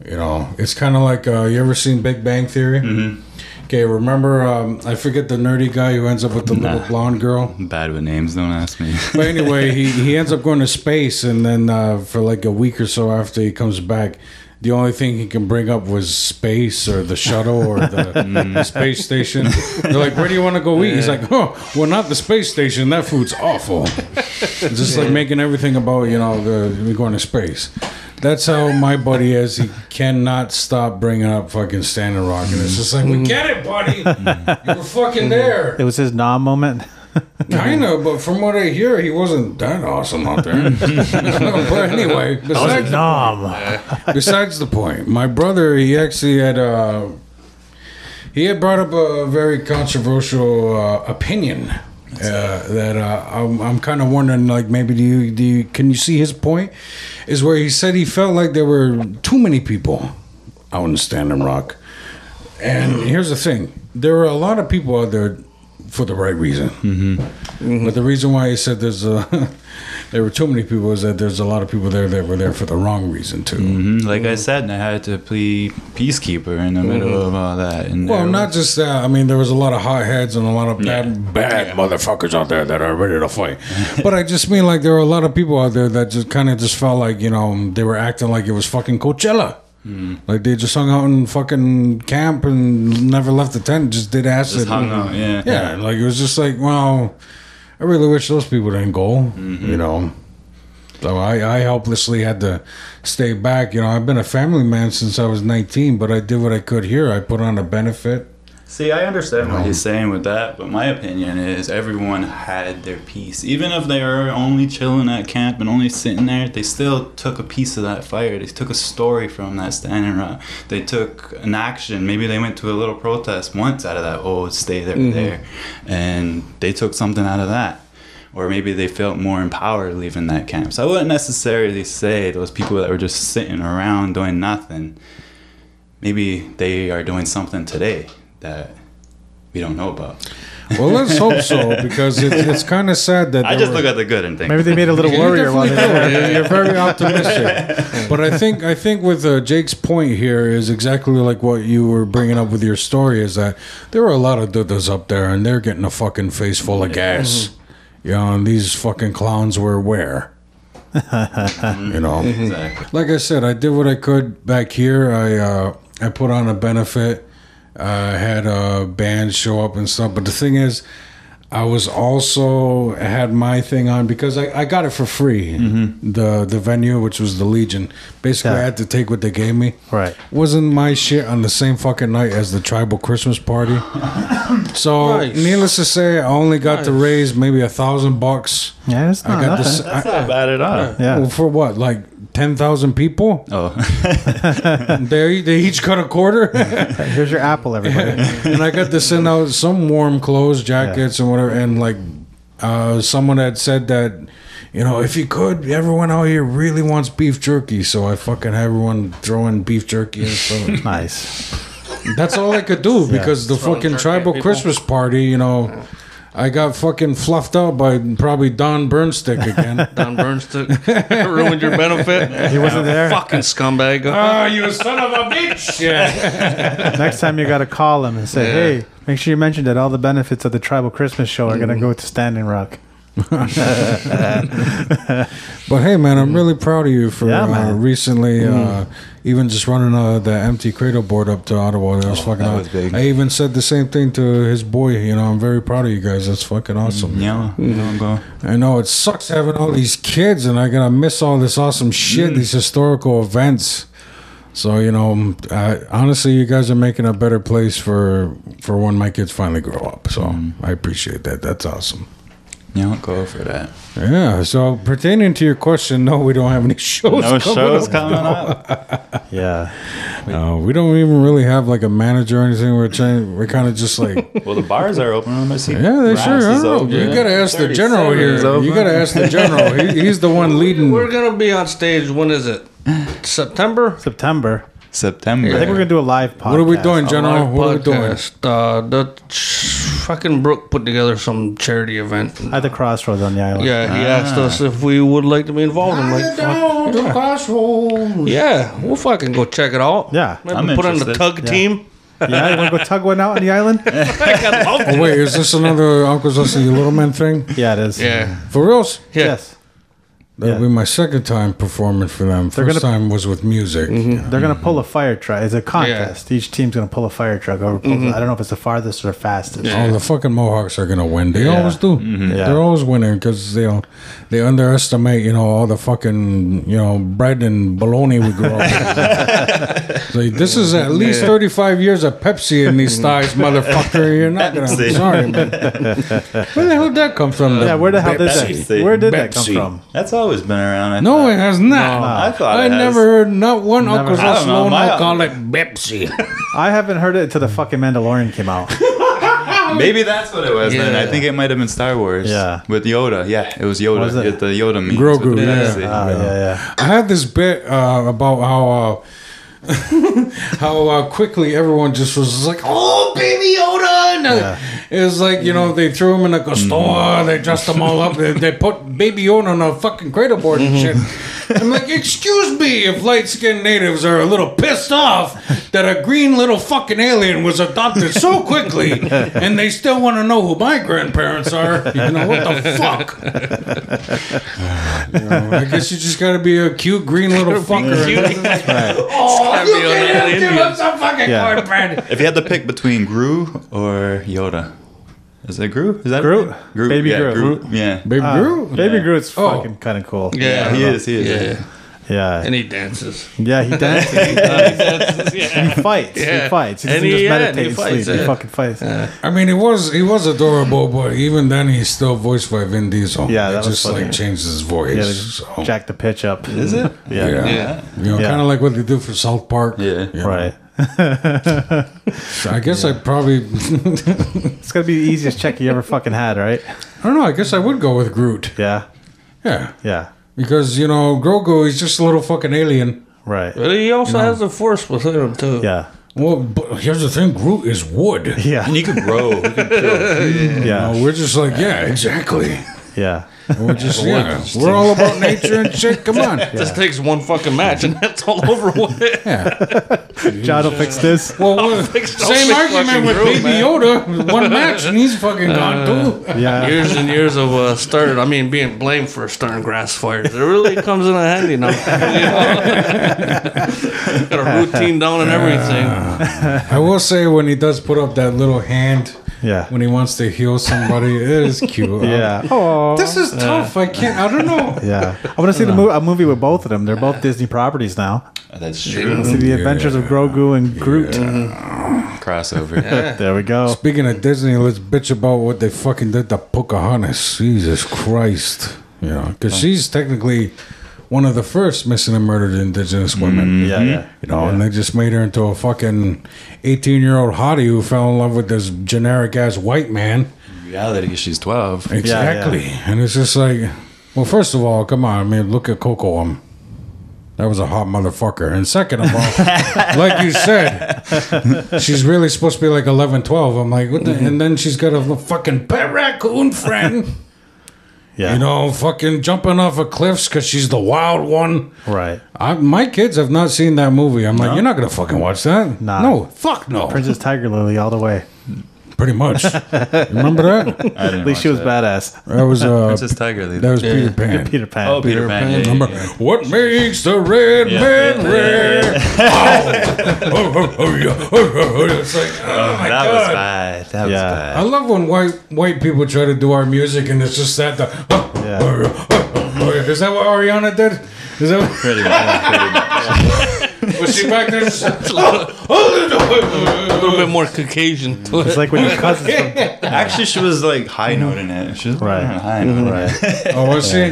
Speaker 1: You know, it's kind of like uh, you ever seen Big Bang Theory? Mm-hmm. Okay, remember um, I forget the nerdy guy who ends up with the little blonde girl.
Speaker 2: I'm bad with names, don't ask me.
Speaker 1: But anyway, he, he ends up going to space, and then uh, for like a week or so after he comes back, the only thing he can bring up was space or the shuttle or the space station. They're like, "Where do you want to go eat?" He's like, "Oh, well, not the space station. That food's awful." It's just like making everything about you know the we're going to space. That's how my buddy is. He cannot stop bringing up fucking Standing Rock, and it's just like, "We get it, buddy. You were fucking there."
Speaker 4: It was his nom moment.
Speaker 1: Kind of, but from what I hear, he wasn't that awesome out there. but anyway, besides,
Speaker 4: Nom.
Speaker 1: besides the point, my brother, he actually had uh, he had brought up a very controversial uh, opinion uh, that uh, I'm, I'm kind of wondering, like maybe do you, do you can you see his point? Is where he said he felt like there were too many people out in Standing Rock, and here's the thing: there are a lot of people out there for the right reason. Mm-hmm. But the reason why he said there's a there were too many people is that there's a lot of people there that were there for the wrong reason too.
Speaker 2: Mhm, like I said, I had to play peacekeeper in the middle
Speaker 4: Mm-hmm.
Speaker 2: of all that. And
Speaker 1: Well,
Speaker 2: there
Speaker 1: not just that. I mean, there was a lot of hotheads and a lot of bad, bad
Speaker 2: Yeah.
Speaker 1: motherfuckers out there that are ready to fight. but I just mean like there were a lot of people out there that just kind of just felt like you know they were acting like it was fucking Coachella. Mm. Like they just hung out in fucking camp and never left the tent, just did acid.
Speaker 2: just hung out. Yeah.
Speaker 1: Yeah, and, like it was just like, well, I really wish those people didn't go.
Speaker 2: Mm-hmm.
Speaker 1: You know, so I, I helplessly had to stay back. You know, I've been a family man since I was 19, but I did what I could here. I put on a benefit.
Speaker 2: See, I understand what he's saying with that, but my opinion is everyone had their piece. Even if they were only chilling at camp and only sitting there, they still took a piece of that fire. They took a story from that standing rock. They took an action. Maybe they went to a little protest once out of that old stay that were there, and they took something out of that. Or maybe they felt more empowered leaving that camp. So I wouldn't necessarily say those people that were just sitting around doing nothing maybe they are doing something today that we don't know about.
Speaker 1: Well, let's hope so because it, it's kind of sad that
Speaker 2: I
Speaker 1: there
Speaker 2: just
Speaker 1: were-
Speaker 2: look at the good and think.
Speaker 4: Maybe they made a little
Speaker 1: You
Speaker 4: warrior while they
Speaker 1: definitely
Speaker 4: were
Speaker 1: could. You're very optimistic, but I think I think with uh, Jake's point here is exactly like what you were bringing up with your story is that there are a lot of dudas up there and they're getting a fucking face full of gas, you know, and these fucking clowns were where, you know.
Speaker 2: exactly.
Speaker 1: Like I said, I did what I could back here. I uh, I put on a benefit. I had a band show up and stuff. But the thing is, I was also had my thing on because I, I got it for free. The the venue, which was the Legion, basically I
Speaker 4: Mm-hmm. Yeah.
Speaker 1: had to take what they gave me.
Speaker 4: Right.
Speaker 1: Wasn't my shit on the same fucking night as the tribal Christmas party. so
Speaker 3: Nice.
Speaker 1: needless to say, I only got to raise maybe a thousand bucks.
Speaker 4: Yeah, it's not
Speaker 1: I got
Speaker 4: nothing.
Speaker 1: this. I,
Speaker 2: That's not bad at all.
Speaker 4: Yeah.
Speaker 1: well, for what? Like ten thousand people?
Speaker 2: Oh,
Speaker 1: They they each cut a quarter,
Speaker 4: Here's your apple, everybody.
Speaker 1: and I got to send out some warm clothes, jackets, and whatever. And like, uh, someone had said that, you know, if you could, everyone out here really wants beef jerky. So I fucking had everyone throwing beef jerky. And stuff.
Speaker 4: Nice.
Speaker 1: That's all I could do because the
Speaker 3: Throwing
Speaker 1: fucking
Speaker 3: jerky at
Speaker 1: tribal
Speaker 3: people.
Speaker 1: Christmas party, you know. I got fucking fluffed out by probably Don Burnstick again.
Speaker 3: Don Burns took ruined your benefit.
Speaker 4: He wasn't there.
Speaker 3: Fucking scumbag.
Speaker 1: Ah, you son of a bitch! Yeah.
Speaker 4: Next time you got to call him and say,
Speaker 3: Yeah.
Speaker 4: "Hey, make sure you mention that all the benefits of the Tribal Christmas show are going to go to Standing Rock."
Speaker 1: But hey, man,
Speaker 2: Mm.
Speaker 1: I'm really proud of you for
Speaker 4: Yeah,
Speaker 1: uh,
Speaker 4: man.
Speaker 1: recently, uh, even just running uh, the empty cradle board up to Ottawa. That was fucking.
Speaker 2: Oh, that
Speaker 1: aw-
Speaker 2: was big.
Speaker 1: I even said the same thing to his boy. You know, I'm very proud of you guys. That's fucking awesome.
Speaker 2: Mm, Yeah, you know, bro.
Speaker 1: I know it sucks having all these kids, and I gotta miss all this awesome shit,
Speaker 2: Mm.
Speaker 1: these historical events. So you know, I, honestly, you guys are making a better place for for when my kids finally grow up. So
Speaker 2: Mm.
Speaker 1: I appreciate that. That's awesome.
Speaker 2: Yeah, go for that.
Speaker 1: Yeah. So pertaining to your question, no, we don't have any shows.
Speaker 2: No
Speaker 1: coming
Speaker 2: shows
Speaker 1: up.
Speaker 2: coming up.
Speaker 4: Yeah,
Speaker 1: No, we don't even really have like a manager or anything. We're trying. We're kind of just like.
Speaker 2: Well, the bars are open. I'm gonna see.
Speaker 1: Yeah, they
Speaker 2: Rouse
Speaker 1: sure
Speaker 2: is
Speaker 1: are.
Speaker 2: open.
Speaker 1: You gotta ask the general
Speaker 2: 37
Speaker 1: here.
Speaker 2: is open.
Speaker 1: You gotta ask the general. He, he's the one leading.
Speaker 3: We're gonna be on stage. When is it? September.
Speaker 4: September.
Speaker 2: September.
Speaker 4: I think we're going to do a live podcast.
Speaker 1: What are we doing, general?
Speaker 3: Live
Speaker 1: What are we doing?
Speaker 3: podcast. Uh, the ch- fucking Brooke put together some charity event.
Speaker 4: At the crossroads on the island.
Speaker 3: Yeah, he asked us if we would like to be involved. I'm like, fuck, yeah, we'll fucking go check it out.
Speaker 4: Yeah.
Speaker 3: Maybe
Speaker 2: I'm
Speaker 3: put on the
Speaker 2: interested.
Speaker 3: tug team.
Speaker 4: Yeah, you want to go tug one out on the island?
Speaker 3: I love
Speaker 1: Oh,
Speaker 3: it.
Speaker 1: wait, is this another Uncle Justin, you little man thing?
Speaker 4: Yeah, it is.
Speaker 3: Yeah.
Speaker 1: For reals?
Speaker 3: yeah.
Speaker 4: Yes.
Speaker 1: That'll
Speaker 4: Yeah.
Speaker 1: be my second time performing for them. 1st
Speaker 4: gonna-
Speaker 1: time was with music.
Speaker 4: They're going to pull a fire truck. It's a contest. Each team's going to pull a fire truck over.
Speaker 3: Mm-hmm.
Speaker 4: I don't know if it's the farthest or the fastest.
Speaker 1: Oh, the fucking Mohawks are gonna win. They
Speaker 4: Yeah.
Speaker 1: always do.
Speaker 4: Yeah.
Speaker 1: They're always winning because they know, they underestimate you know all the fucking you know bread and bologna we grew up. with. like, this is at least thirty five years of Pepsi in these thighs, motherfucker. You're not gonna.
Speaker 2: Pepsi.
Speaker 1: Sorry, man. Where the hell did that come from?
Speaker 4: Yeah, where the hell did
Speaker 2: Pepsi.
Speaker 4: that? Where did that come
Speaker 1: Pepsi.
Speaker 4: from?
Speaker 2: That's always been around. I
Speaker 1: no,
Speaker 2: thought.
Speaker 1: it has not.
Speaker 2: I thought
Speaker 1: I
Speaker 2: it has.
Speaker 1: never heard not one
Speaker 4: Never.
Speaker 1: Uncle
Speaker 4: I
Speaker 2: don't know,
Speaker 1: Sloan
Speaker 2: my-
Speaker 1: call it Pepsi.
Speaker 4: I haven't heard it until the fucking Mandalorian came out.
Speaker 2: Maybe that's what it was. Then
Speaker 3: Yeah.
Speaker 2: I think it might have been Star Wars.
Speaker 4: Yeah.
Speaker 2: with Yoda. Yeah, it was Yoda.
Speaker 4: Was it?
Speaker 2: It's The Yoda meme.
Speaker 1: Grogu, yeah.
Speaker 4: Ah, yeah, yeah.
Speaker 1: I had this bit uh, about how uh, how uh, quickly everyone just was like, "Oh, baby Yoda!" And, uh, It was like you know they threw him in like a store, they dressed him all up, they, they put baby Yoda on a fucking cradle board and shit. I'm like, excuse me, if light skinned natives are a little pissed off that a green little fucking alien was adopted so quickly, and they still want to know who my grandparents are. You know what the fuck? I guess you just gotta be a cute green little fucker. Oh,
Speaker 3: It's gotta be an alien.
Speaker 1: some fucking
Speaker 4: Yeah.
Speaker 1: cornbread.
Speaker 2: If you had to pick between Gru or Yoda, is it Gru? Is that
Speaker 4: Groot.
Speaker 2: Gru?
Speaker 4: Baby
Speaker 2: yeah,
Speaker 4: Groot.
Speaker 2: Yeah.
Speaker 1: Baby
Speaker 4: Ah,
Speaker 1: Groot?
Speaker 4: Baby
Speaker 2: Yeah.
Speaker 4: Groot's
Speaker 1: Oh.
Speaker 4: fucking kind of cool.
Speaker 3: Yeah.
Speaker 2: Yeah, he is. He is.
Speaker 3: Yeah.
Speaker 4: Yeah.
Speaker 3: And he dances.
Speaker 4: Yeah, he dances. He,
Speaker 3: yeah.
Speaker 4: fights. He
Speaker 3: Yeah.
Speaker 4: fights. He doesn't
Speaker 3: And he-
Speaker 4: just
Speaker 3: yeah,
Speaker 4: meditate
Speaker 3: he
Speaker 4: and
Speaker 3: fights,
Speaker 4: sleep. He
Speaker 3: yeah.
Speaker 4: fucking fights.
Speaker 1: I mean, he was he was adorable, but even then, he's still voiced by Vin Diesel.
Speaker 4: Yeah, that
Speaker 1: They
Speaker 4: was
Speaker 1: just
Speaker 4: funny.
Speaker 1: like changed his voice.
Speaker 4: Yeah, they
Speaker 1: so,
Speaker 4: jack the pitch up.
Speaker 2: Is it?
Speaker 1: yeah.
Speaker 3: Yeah.
Speaker 1: you know,
Speaker 4: Yeah.
Speaker 1: kind of like what they do for South Park.
Speaker 2: Yeah.
Speaker 1: You know,
Speaker 4: Right.
Speaker 1: so I guess I probably I
Speaker 4: It's gonna be the easiest check you ever fucking had, right?
Speaker 1: don't know. I guess I would go with Groot.
Speaker 4: Yeah.
Speaker 1: Yeah,
Speaker 4: Yeah.
Speaker 1: because you know Grogu, he's just a little fucking alien.
Speaker 4: Right.
Speaker 3: But he also has the force within him too.
Speaker 4: Yeah.
Speaker 1: Well, but here's the thing: Groot is wood.
Speaker 4: Yeah.
Speaker 2: And you could grow. You could grow.
Speaker 4: Yeah.
Speaker 1: Uh, we're just like, yeah, exactly.
Speaker 4: Yeah.
Speaker 1: We're just yeah, we're all about nature and shit. Come on,
Speaker 3: This takes one fucking match and that's all over with.
Speaker 4: John will fix this.
Speaker 1: Well, we're-
Speaker 3: fix those
Speaker 1: same
Speaker 3: fucking
Speaker 1: argument with
Speaker 3: room,
Speaker 1: Baby
Speaker 3: man.
Speaker 1: Yoda. One match and he's fucking gone too.
Speaker 4: Yeah.
Speaker 3: Years and years of uh, starting, I mean, being blamed for starting grass fires. It really comes in handy now. Got a routine down and everything.
Speaker 1: I will say when he does put up that little hand,
Speaker 4: Yeah.
Speaker 1: when he wants to heal somebody, it is cute. Um,
Speaker 4: Yeah. Oh.
Speaker 1: this is tough. I can't. I don't know.
Speaker 4: Yeah. I want to see the movie, a movie with both of them. They're both Disney properties now.
Speaker 2: That's true.
Speaker 4: See the adventures of Grogu and Groot.
Speaker 2: Crossover.
Speaker 4: There we go.
Speaker 1: Speaking of Disney, let's bitch about what they fucking did to Pocahontas. Jesus Christ. You know, because she's technically one of the first missing and murdered indigenous women.
Speaker 4: Mm, Yeah. Yeah.
Speaker 1: You know, and they just made her into a fucking 18 year old hottie who fell in love with this generic ass white man.
Speaker 2: In reality, she's 12.
Speaker 1: Exactly. And it's just like, well, first of all, come on. I mean, look at Coco. Um, That was a hot motherfucker. And second of all, like you said, she's really supposed to be like 11, 12. I'm like, what
Speaker 4: Mm-hmm.
Speaker 1: the? And then she's got a fucking pet raccoon friend,
Speaker 4: Yeah.
Speaker 1: you know, fucking jumping off of cliffs because she's the wild one.
Speaker 4: Right.
Speaker 1: I, my kids have not seen that movie. I'm like, you're not gonna fucking watch that.
Speaker 4: Nah.
Speaker 1: No, fuck no.
Speaker 4: Princess Tiger Lily all the way.
Speaker 1: Pretty much. Remember that?
Speaker 2: I didn't
Speaker 4: At least she
Speaker 2: watch
Speaker 4: was
Speaker 2: that.
Speaker 4: badass.
Speaker 1: That was uh,
Speaker 2: Princess Tiger. Lady.
Speaker 1: that was Peter Pan.
Speaker 4: Peter Pan.
Speaker 2: oh, Peter,
Speaker 1: Peter
Speaker 2: Pan.
Speaker 1: Pan.
Speaker 2: yeah,
Speaker 1: Remember
Speaker 2: yeah, yeah.
Speaker 1: what makes the red
Speaker 2: Yeah,
Speaker 1: man
Speaker 2: yeah,
Speaker 1: red? Oh. Oh, oh, oh, yeah. Oh, oh, oh. It's like, oh my
Speaker 2: Um, that was
Speaker 1: god.
Speaker 2: bad. That
Speaker 4: Yeah.
Speaker 2: was bad.
Speaker 1: I love when white white people try to do our music and it's just that the. oh,
Speaker 4: Yeah.
Speaker 1: Is that what Ariana did? Is that what,
Speaker 2: Pretty bad. Pretty bad.
Speaker 1: was she back there? Just,
Speaker 3: A little bit more Caucasian to it.
Speaker 4: It's like when your cousins.
Speaker 2: Actually, she was like high noting it. She was
Speaker 4: Right.
Speaker 2: right. high noting it.
Speaker 4: Right.
Speaker 1: oh, was she?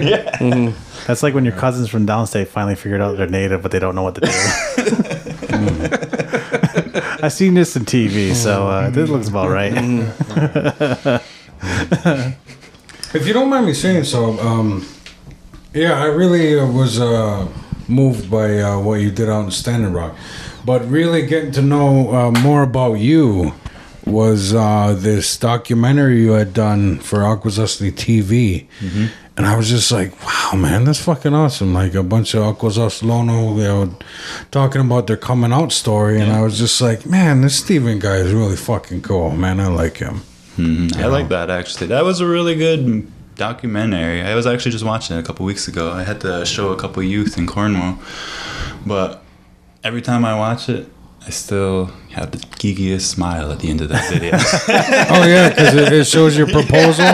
Speaker 4: That's like when your cousins from downstate finally figured out they're native, but they don't know what to do. I seen this in TV, so uh, this looks about right.
Speaker 1: If you don't mind me saying so, um, yeah, I really uh, was uh, moved by uh, what you did out in Standing Rock, but really getting to know uh, more about you was uh, this documentary you had done for Aquazusty TV. And I was just like, wow, man, that's fucking awesome. Like a bunch of Aquazustlono, they were talking about their coming out story. And I was just like, man, this Steven guy is really fucking cool, man. I like him.
Speaker 2: I like that actually. That was a really good documentary. I was actually just watching it a couple weeks ago. I had to show a couple youth in Cornwall, but every time I watch it, I still have the geekiest smile at the end of that video.
Speaker 1: Oh, yeah, because it, it shows your proposal.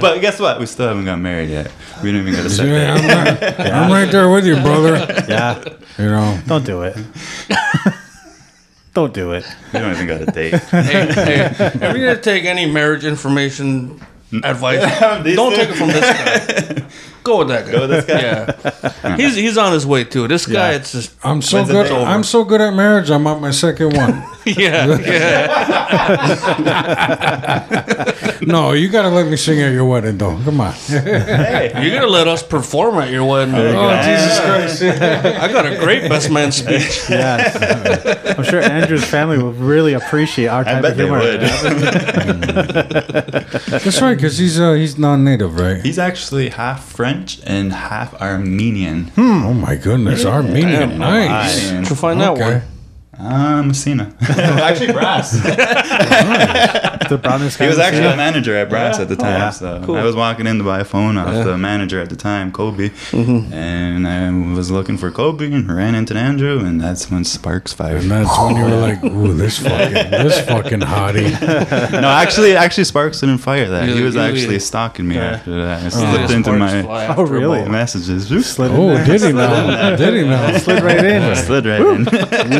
Speaker 2: but guess what? We still haven't got married yet. We didn't even get a set
Speaker 1: Yeah,
Speaker 2: date.
Speaker 1: I'm, right, I'm right there with you, brother.
Speaker 4: Yeah,
Speaker 1: You know,
Speaker 4: don't do it. don't do it.
Speaker 2: We don't even got a date.
Speaker 3: hey, hey, if you're gonna take any marriage information advice,
Speaker 2: These
Speaker 3: don't
Speaker 2: two.
Speaker 3: take it from this guy. Go with that guy. Go with
Speaker 2: this guy?
Speaker 3: Yeah, he's he's on his way too. This guy, it's just
Speaker 1: I'm so
Speaker 2: When's the
Speaker 1: good.
Speaker 2: day over?
Speaker 1: I'm so good at marriage. I'm on my second one.
Speaker 3: yeah, yeah.
Speaker 1: no, you gotta let me sing at your wedding, though. Come on.
Speaker 3: You're gonna let us perform at your wedding.
Speaker 1: oh, Jesus Christ!
Speaker 3: I got a great best man speech.
Speaker 4: Yeah, I'm sure Andrew's family will really appreciate our type
Speaker 2: I bet
Speaker 4: of
Speaker 2: they
Speaker 4: humor.
Speaker 2: would.
Speaker 1: That's right, because he's uh, he's non-native, right?
Speaker 2: He's actually half French and half Armenian.
Speaker 3: Hmm.
Speaker 1: oh my goodness, Armenian,
Speaker 3: Damn,
Speaker 1: nice.
Speaker 2: I
Speaker 3: Did
Speaker 2: am
Speaker 3: you find that
Speaker 1: Okay.
Speaker 3: one?
Speaker 2: uh, Messina. actually, Brass.
Speaker 4: The brownest
Speaker 2: He was
Speaker 4: guys,
Speaker 2: actually
Speaker 4: yeah.
Speaker 2: the manager at Brass at the time.
Speaker 4: yeah.
Speaker 2: So I was walking in to buy a phone off the manager at the time, Kobe,
Speaker 4: Mm-hmm.
Speaker 2: and I was looking for Kobe and ran into Andrew, and that's when sparks
Speaker 1: And
Speaker 2: fired.
Speaker 1: that's when you were like, "Ooh, this fucking, this fucking hottie."
Speaker 2: no, actually, actually sparks didn't fire that. He
Speaker 3: You-
Speaker 2: was
Speaker 3: you-
Speaker 2: actually stalking me after that. I slipped
Speaker 3: Just
Speaker 2: into
Speaker 3: Oh, sparks
Speaker 2: my
Speaker 3: fly
Speaker 4: Oh,
Speaker 3: after a
Speaker 4: really?
Speaker 3: ball.
Speaker 2: messages.
Speaker 4: Slid in
Speaker 1: Oh,
Speaker 4: there.
Speaker 1: did he now? Did he now?
Speaker 4: Slid right in.
Speaker 2: Slid right in.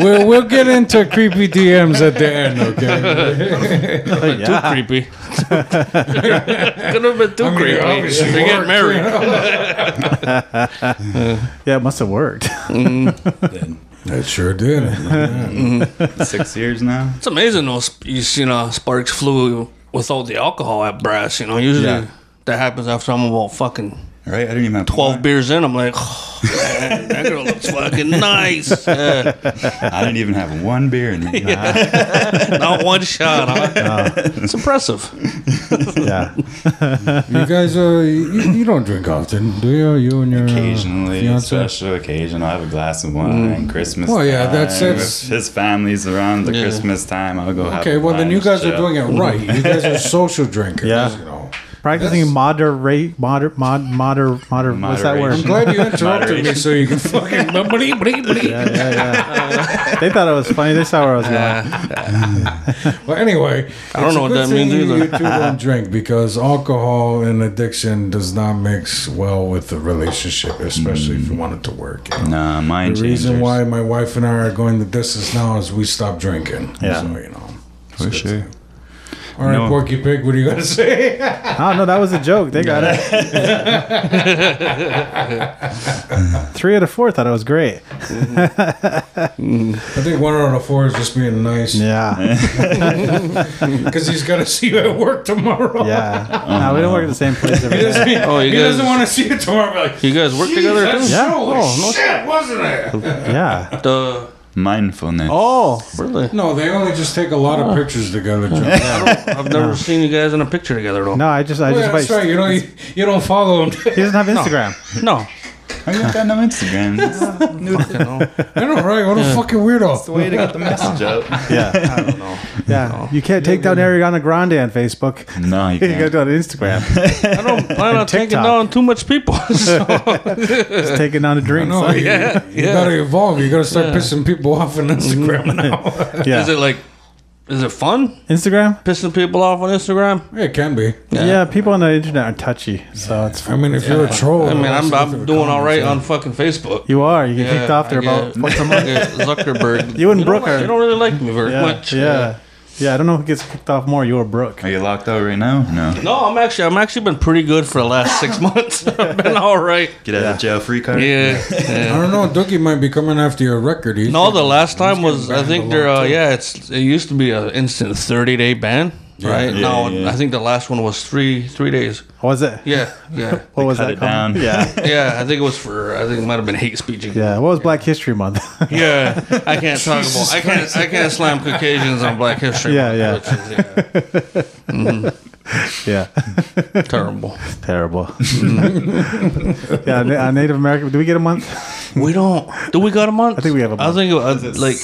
Speaker 1: We'll, we'll get into creepy DMs at the end, okay?
Speaker 4: Yeah.
Speaker 3: Too creepy. Could have been too
Speaker 1: I mean,
Speaker 3: creepy.
Speaker 1: obviously
Speaker 3: They get
Speaker 1: worked,
Speaker 3: married.
Speaker 1: you know?
Speaker 4: yeah, it must have worked.
Speaker 1: That sure did.
Speaker 2: Six years now.
Speaker 3: It's amazing those you see, you know sparks flew with all the alcohol at brass. You know, usually
Speaker 2: Yeah.
Speaker 3: that happens after I'm about fucking
Speaker 2: Right? I didn't even have
Speaker 3: twelve beers in. I'm like, oh, man, that girl looks fucking nice. Yeah,
Speaker 2: I didn't even have one beer in me.
Speaker 3: not one shot. Huh? It's impressive.
Speaker 4: Yeah.
Speaker 1: You guys, uh, you, you don't drink often, do you? You and your uh,
Speaker 2: Occasionally,
Speaker 1: fiance? Mm.
Speaker 2: special occasion, I'll have a glass of wine. Christmas.
Speaker 1: Well, yeah,
Speaker 2: time.
Speaker 1: that's- that's-
Speaker 2: If his family's around the
Speaker 3: Yeah.
Speaker 2: Christmas time. I'll go. have
Speaker 1: Okay,
Speaker 2: a
Speaker 1: well then
Speaker 2: wine
Speaker 1: you
Speaker 2: and
Speaker 1: guys are
Speaker 2: chill.
Speaker 1: doing it right. You guys are social drinkers.
Speaker 4: Yeah.
Speaker 1: You know.
Speaker 4: Practicing moderate, moder, mod, moder, moder. What's that word?
Speaker 1: I'm glad you interrupted me
Speaker 2: Moderation.
Speaker 1: so you can fucking.
Speaker 4: Yeah, yeah, yeah. they thought it was funny. They saw where I was going.
Speaker 1: Well, anyway,
Speaker 3: I don't
Speaker 1: it's a
Speaker 3: know what
Speaker 1: good
Speaker 3: that
Speaker 1: thing
Speaker 3: means
Speaker 1: you-
Speaker 3: either.
Speaker 1: You two don't drink because alcohol and addiction does not mix well with the relationship, especially
Speaker 3: Mm.
Speaker 1: if you want it to work. you know.
Speaker 2: Nah, mind
Speaker 1: The
Speaker 2: changers.
Speaker 1: reason why my wife and I are going the distance now is we stopped drinking.
Speaker 4: Yeah.
Speaker 1: So you know.
Speaker 2: for sure.
Speaker 1: All right,
Speaker 2: No.
Speaker 1: Porky Pig, what do you got to say?
Speaker 4: Oh no, that was a joke. They got it. Three out of four thought it was great.
Speaker 1: I think one out of four is just being nice
Speaker 4: Yeah,
Speaker 1: because he's got to see you at work tomorrow.
Speaker 4: yeah. No, we don't work at the same place every
Speaker 1: He
Speaker 4: day.
Speaker 1: doesn't,
Speaker 3: Oh, you
Speaker 1: he
Speaker 3: guys-
Speaker 1: doesn't want to see you tomorrow. Like,
Speaker 3: You guys work
Speaker 1: "Geez,
Speaker 3: together
Speaker 1: that
Speaker 3: too?
Speaker 4: Yeah.
Speaker 1: show was
Speaker 4: Oh, no
Speaker 1: shit, wasn't it?
Speaker 4: Yeah.
Speaker 3: The
Speaker 2: Mindfulness.
Speaker 4: Oh,
Speaker 3: really?
Speaker 1: No, they only just take a lot of pictures together, John.
Speaker 3: I've never seen you guys in a picture together though.
Speaker 4: no, I just, I
Speaker 1: Oh,
Speaker 4: just.
Speaker 1: yeah, that's
Speaker 4: wait.
Speaker 1: right. You don't, you, you don't follow him.
Speaker 4: He doesn't have Instagram.
Speaker 3: No.
Speaker 2: I got that on Instagram. That's
Speaker 3: Fucking no.
Speaker 1: I know, right? What a fucking
Speaker 2: the
Speaker 1: weirdo.
Speaker 2: way to get the message out.
Speaker 4: Yeah,
Speaker 3: I don't know.
Speaker 4: yeah. You can't take down Ariana Grande on Facebook.
Speaker 2: No, you
Speaker 4: You got to
Speaker 2: can't.
Speaker 4: do it on Instagram.
Speaker 3: I don't plan on taking
Speaker 4: TikTok.
Speaker 3: down too much people. so-
Speaker 4: Just taking down the drinks.
Speaker 1: No, you,
Speaker 3: Yeah,
Speaker 1: you
Speaker 3: yeah.
Speaker 1: gotta evolve. You gotta start pissing people off on Instagram now.
Speaker 3: Is
Speaker 4: Yeah.
Speaker 3: it like, is it fun
Speaker 4: Instagram.
Speaker 3: pissing people off on Instagram?
Speaker 1: it can be.
Speaker 4: Yeah. people on the internet are touchy, so it's.
Speaker 1: I mean, if you're a troll,
Speaker 4: Oh,
Speaker 3: I mean, I'm,
Speaker 1: that's-
Speaker 3: I'm doing all right on fucking Facebook.
Speaker 4: You are. You get
Speaker 3: Yeah,
Speaker 4: kicked off there
Speaker 3: I get-
Speaker 4: about once a
Speaker 3: I
Speaker 4: month.
Speaker 3: get Zuckerberg.
Speaker 4: You and Brooke
Speaker 3: don't,
Speaker 4: are-
Speaker 3: You don't really like me very
Speaker 4: Yeah,
Speaker 3: much.
Speaker 4: yeah, yeah. I don't know who gets kicked off more, you or Brooke.
Speaker 2: Are you locked out right now? No.
Speaker 3: No, I'm actually I'm actually been pretty good for the last six months. I've been all right.
Speaker 2: Get out of jail free card.
Speaker 3: Yeah. yeah.
Speaker 1: I don't know. Dookie might be coming after your record. He's
Speaker 3: No, the last time was I
Speaker 1: banned a
Speaker 3: think
Speaker 1: lot,
Speaker 3: there. Uh,
Speaker 1: too.
Speaker 3: yeah, it's it used to be an instant thirty day ban. Right
Speaker 2: Yeah,
Speaker 3: now,
Speaker 2: yeah.
Speaker 3: I think the last one was three three days.
Speaker 4: Was it?
Speaker 3: Yeah, yeah,
Speaker 4: What was
Speaker 2: cut
Speaker 4: that?
Speaker 2: it
Speaker 4: called?
Speaker 2: down.
Speaker 4: Yeah,
Speaker 3: yeah. I think it was for. I think it might have been hate speech.
Speaker 4: yeah. What was Black History Month?
Speaker 3: Yeah, I can't talk about. I can't. I can't slam Caucasians on Black History.
Speaker 4: Yeah, yeah.
Speaker 3: Which is, yeah.
Speaker 4: yeah,
Speaker 3: terrible.
Speaker 4: terrible. yeah, na- uh, Native American. Do we get a month?
Speaker 3: We don't. Do we got a month? I
Speaker 4: think we have a month.
Speaker 3: I think it was, uh, like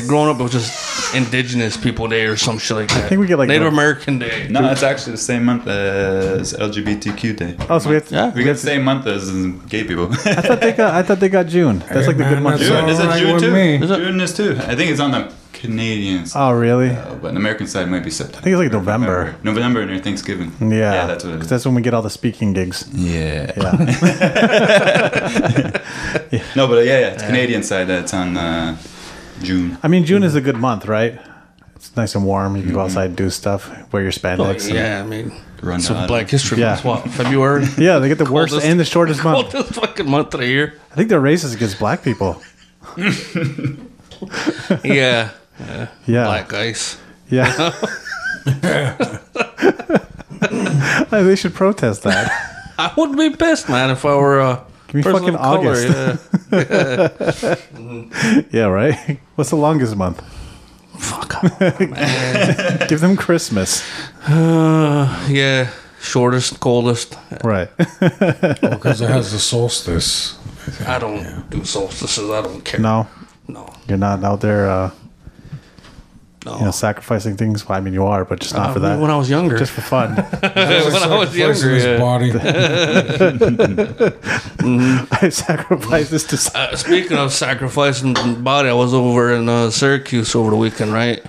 Speaker 3: like growing up it was just Indigenous People Day or some shit like that. I
Speaker 4: think we get, like,
Speaker 3: Native
Speaker 4: a-
Speaker 3: American Day.
Speaker 2: No, it's actually the same month as LGBTQ Day.
Speaker 4: Oh, so we have to,
Speaker 3: Yeah.
Speaker 2: We get the same month as gay people.
Speaker 4: I thought they got. I thought they got June. That's
Speaker 1: Hey,
Speaker 4: like the good
Speaker 1: man,
Speaker 4: month.
Speaker 1: that's
Speaker 2: June. Is it
Speaker 1: Alright
Speaker 2: June
Speaker 1: with
Speaker 2: too?
Speaker 1: me.
Speaker 3: Is it-
Speaker 2: June is too. I think it's on the Canadian side,
Speaker 4: Oh, really?
Speaker 2: but on the American side might be September. I
Speaker 4: think it's like November.
Speaker 2: November near Thanksgiving.
Speaker 4: Yeah,
Speaker 2: Yeah, that's what it
Speaker 4: 'Cause
Speaker 2: is.
Speaker 4: that's when we get all the speaking gigs.
Speaker 2: Yeah.
Speaker 4: Yeah,
Speaker 2: No, but uh, yeah, yeah, it's Canadian side that's on uh, June.
Speaker 4: I mean June is a good month, right? It's nice and warm. You can
Speaker 2: Mm-hmm.
Speaker 4: go outside and do stuff. Wear your spandex. and-
Speaker 3: yeah, I mean,
Speaker 2: Run
Speaker 3: so
Speaker 2: out.
Speaker 3: Black History
Speaker 4: Yeah.
Speaker 3: Month. What February?
Speaker 4: yeah. They get the worst
Speaker 3: Coldest-
Speaker 4: and the shortest month.
Speaker 3: Coldest fucking month of the year.
Speaker 4: I think they're racist against black people.
Speaker 3: Yeah,
Speaker 4: Yeah,
Speaker 3: black ice.
Speaker 4: yeah. they should protest that.
Speaker 3: I would be pissed, man, if I were a
Speaker 4: me
Speaker 3: person
Speaker 4: fucking
Speaker 3: of color.
Speaker 4: August.
Speaker 3: Yeah.
Speaker 4: Yeah, right. What's the longest month?
Speaker 3: Fuck. off.
Speaker 4: Give them Christmas.
Speaker 3: Uh, yeah, shortest, coldest.
Speaker 4: Right.
Speaker 1: Because it has the solstice.
Speaker 3: I don't do solstices. I don't care.
Speaker 4: no,
Speaker 3: no,
Speaker 4: you're not out there, uh,
Speaker 3: no.
Speaker 4: you know,
Speaker 1: Oh.
Speaker 4: sacrificing things. Well, I mean, you are, but just
Speaker 1: Uh,
Speaker 4: not for that.
Speaker 3: When I was younger.
Speaker 4: just for fun.
Speaker 3: when I was
Speaker 1: Sacrifices
Speaker 3: younger.
Speaker 1: his
Speaker 3: yeah.
Speaker 1: body.
Speaker 4: I sacrificed this to. sa-
Speaker 3: Uh, speaking of sacrificing body, I was over in uh, Syracuse over the weekend, right?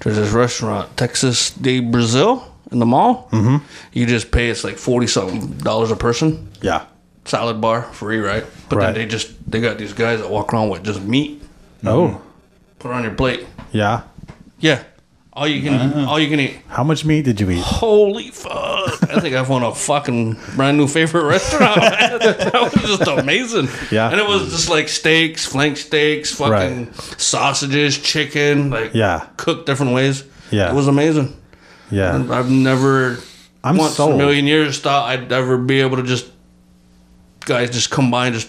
Speaker 3: There's this restaurant, Texas de Brazil, in the mall. Mm-hmm. You just pay it's like forty something dollars a person.
Speaker 4: Yeah.
Speaker 3: Salad bar, free, right? But
Speaker 4: Right.
Speaker 3: then they just they got these guys that walk around with just meat,
Speaker 4: Oh.
Speaker 3: put it on your plate.
Speaker 4: Yeah.
Speaker 3: Yeah, all you can all you can eat.
Speaker 4: How much meat did you eat?
Speaker 3: Holy fuck! I think I found a fucking brand new favorite restaurant. man. that was just amazing.
Speaker 4: Yeah.
Speaker 3: and it was just like steaks, flank steaks, fucking sausages, chicken, like
Speaker 4: Yeah.
Speaker 3: cooked different ways.
Speaker 4: Yeah.
Speaker 3: it was amazing.
Speaker 4: Yeah.
Speaker 3: I've never
Speaker 4: I'm
Speaker 3: once in
Speaker 4: sold.
Speaker 3: a million years thought I'd ever be able to just guys just come by and just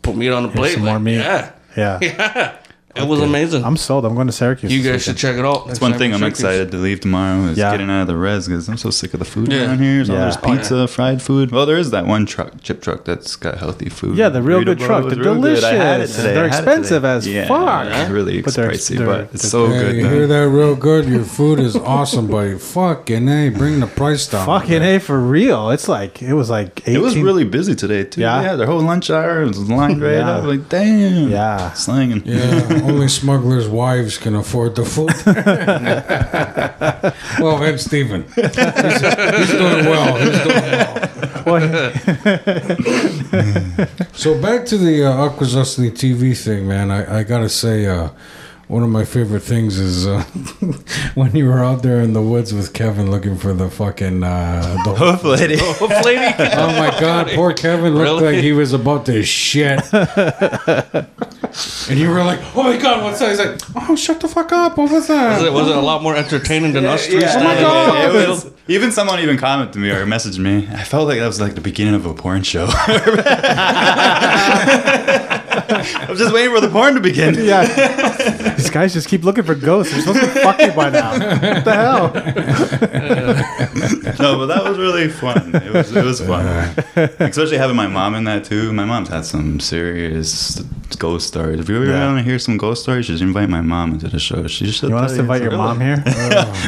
Speaker 3: put meat on the plate.
Speaker 4: some
Speaker 3: like,
Speaker 4: more meat.
Speaker 3: Yeah,
Speaker 4: Yeah.
Speaker 3: yeah. It was amazing.
Speaker 4: I'm sold. I'm going to Syracuse.
Speaker 3: you
Speaker 4: this
Speaker 3: guys should check it out.
Speaker 2: That's one thing I'm excited to leave tomorrow is
Speaker 4: Yeah.
Speaker 2: getting out of the res because I'm so sick of the food
Speaker 3: Yeah.
Speaker 2: down here. There's all
Speaker 4: Yeah.
Speaker 2: this
Speaker 4: Oh, yeah.
Speaker 2: pizza, fried food. Well, there is that one truck, chip truck that's got healthy food.
Speaker 4: Yeah, the real good
Speaker 2: Burrito
Speaker 4: truck.
Speaker 2: Bros,
Speaker 4: They're
Speaker 2: real good. I had it
Speaker 4: delicious.
Speaker 2: today.
Speaker 4: They're
Speaker 2: I had it
Speaker 4: expensive
Speaker 2: today.
Speaker 4: as
Speaker 2: Yeah,
Speaker 4: fuck.
Speaker 2: It's really
Speaker 4: But they're-
Speaker 2: pricey,
Speaker 4: they're-
Speaker 2: but it's
Speaker 4: they're-
Speaker 2: so
Speaker 1: Yeah,
Speaker 2: Oh, good.
Speaker 1: you
Speaker 2: man.
Speaker 1: hear that real good? Your food is awesome, buddy. Fucking hey, bring the price down.
Speaker 4: Fucking A for real. It's like, it was like 18.
Speaker 2: It was really busy today too.
Speaker 4: Yeah?
Speaker 2: Yeah, their whole lunch hour was lined right
Speaker 4: Yeah.
Speaker 2: up. Like, damn.
Speaker 4: Yeah.
Speaker 2: slanging.
Speaker 1: Yeah, only smugglers' wives can afford the food. well, and Stephen, he's, he's doing well. He's doing well.
Speaker 4: Well,
Speaker 1: So back to the uh, Aquazusny TV thing, man. I, I gotta say, uh, one of my favorite things is uh, when you were out there in the woods with Kevin looking for the fucking uh, the
Speaker 2: Hoof lady.
Speaker 3: Hoof lady.
Speaker 1: Oh my god, poor Kevin looked
Speaker 3: Really?
Speaker 1: like he was about to shit. and you were like, "Oh my god, what's that?" He's like, "Oh, shut the fuck up! What was that?"
Speaker 3: It was a lot more entertaining than us three.
Speaker 2: Yeah,
Speaker 1: Oh my
Speaker 2: it-
Speaker 1: God.
Speaker 2: it was- even someone even commented to me or messaged me. I felt like that was like the beginning of a porn show. I'm just waiting for the porn to begin.
Speaker 4: Yeah. These guys just keep looking for ghosts. They're supposed to fuck you by now. What the hell?
Speaker 2: No, but that was really fun. It was it was fun, especially having my mom in that too. My mom's had some serious ghost stories. If you ever
Speaker 4: Yeah.
Speaker 2: want to hear some ghost stories, just invite my mom into the show. She should.
Speaker 4: You want us to invite your mom here?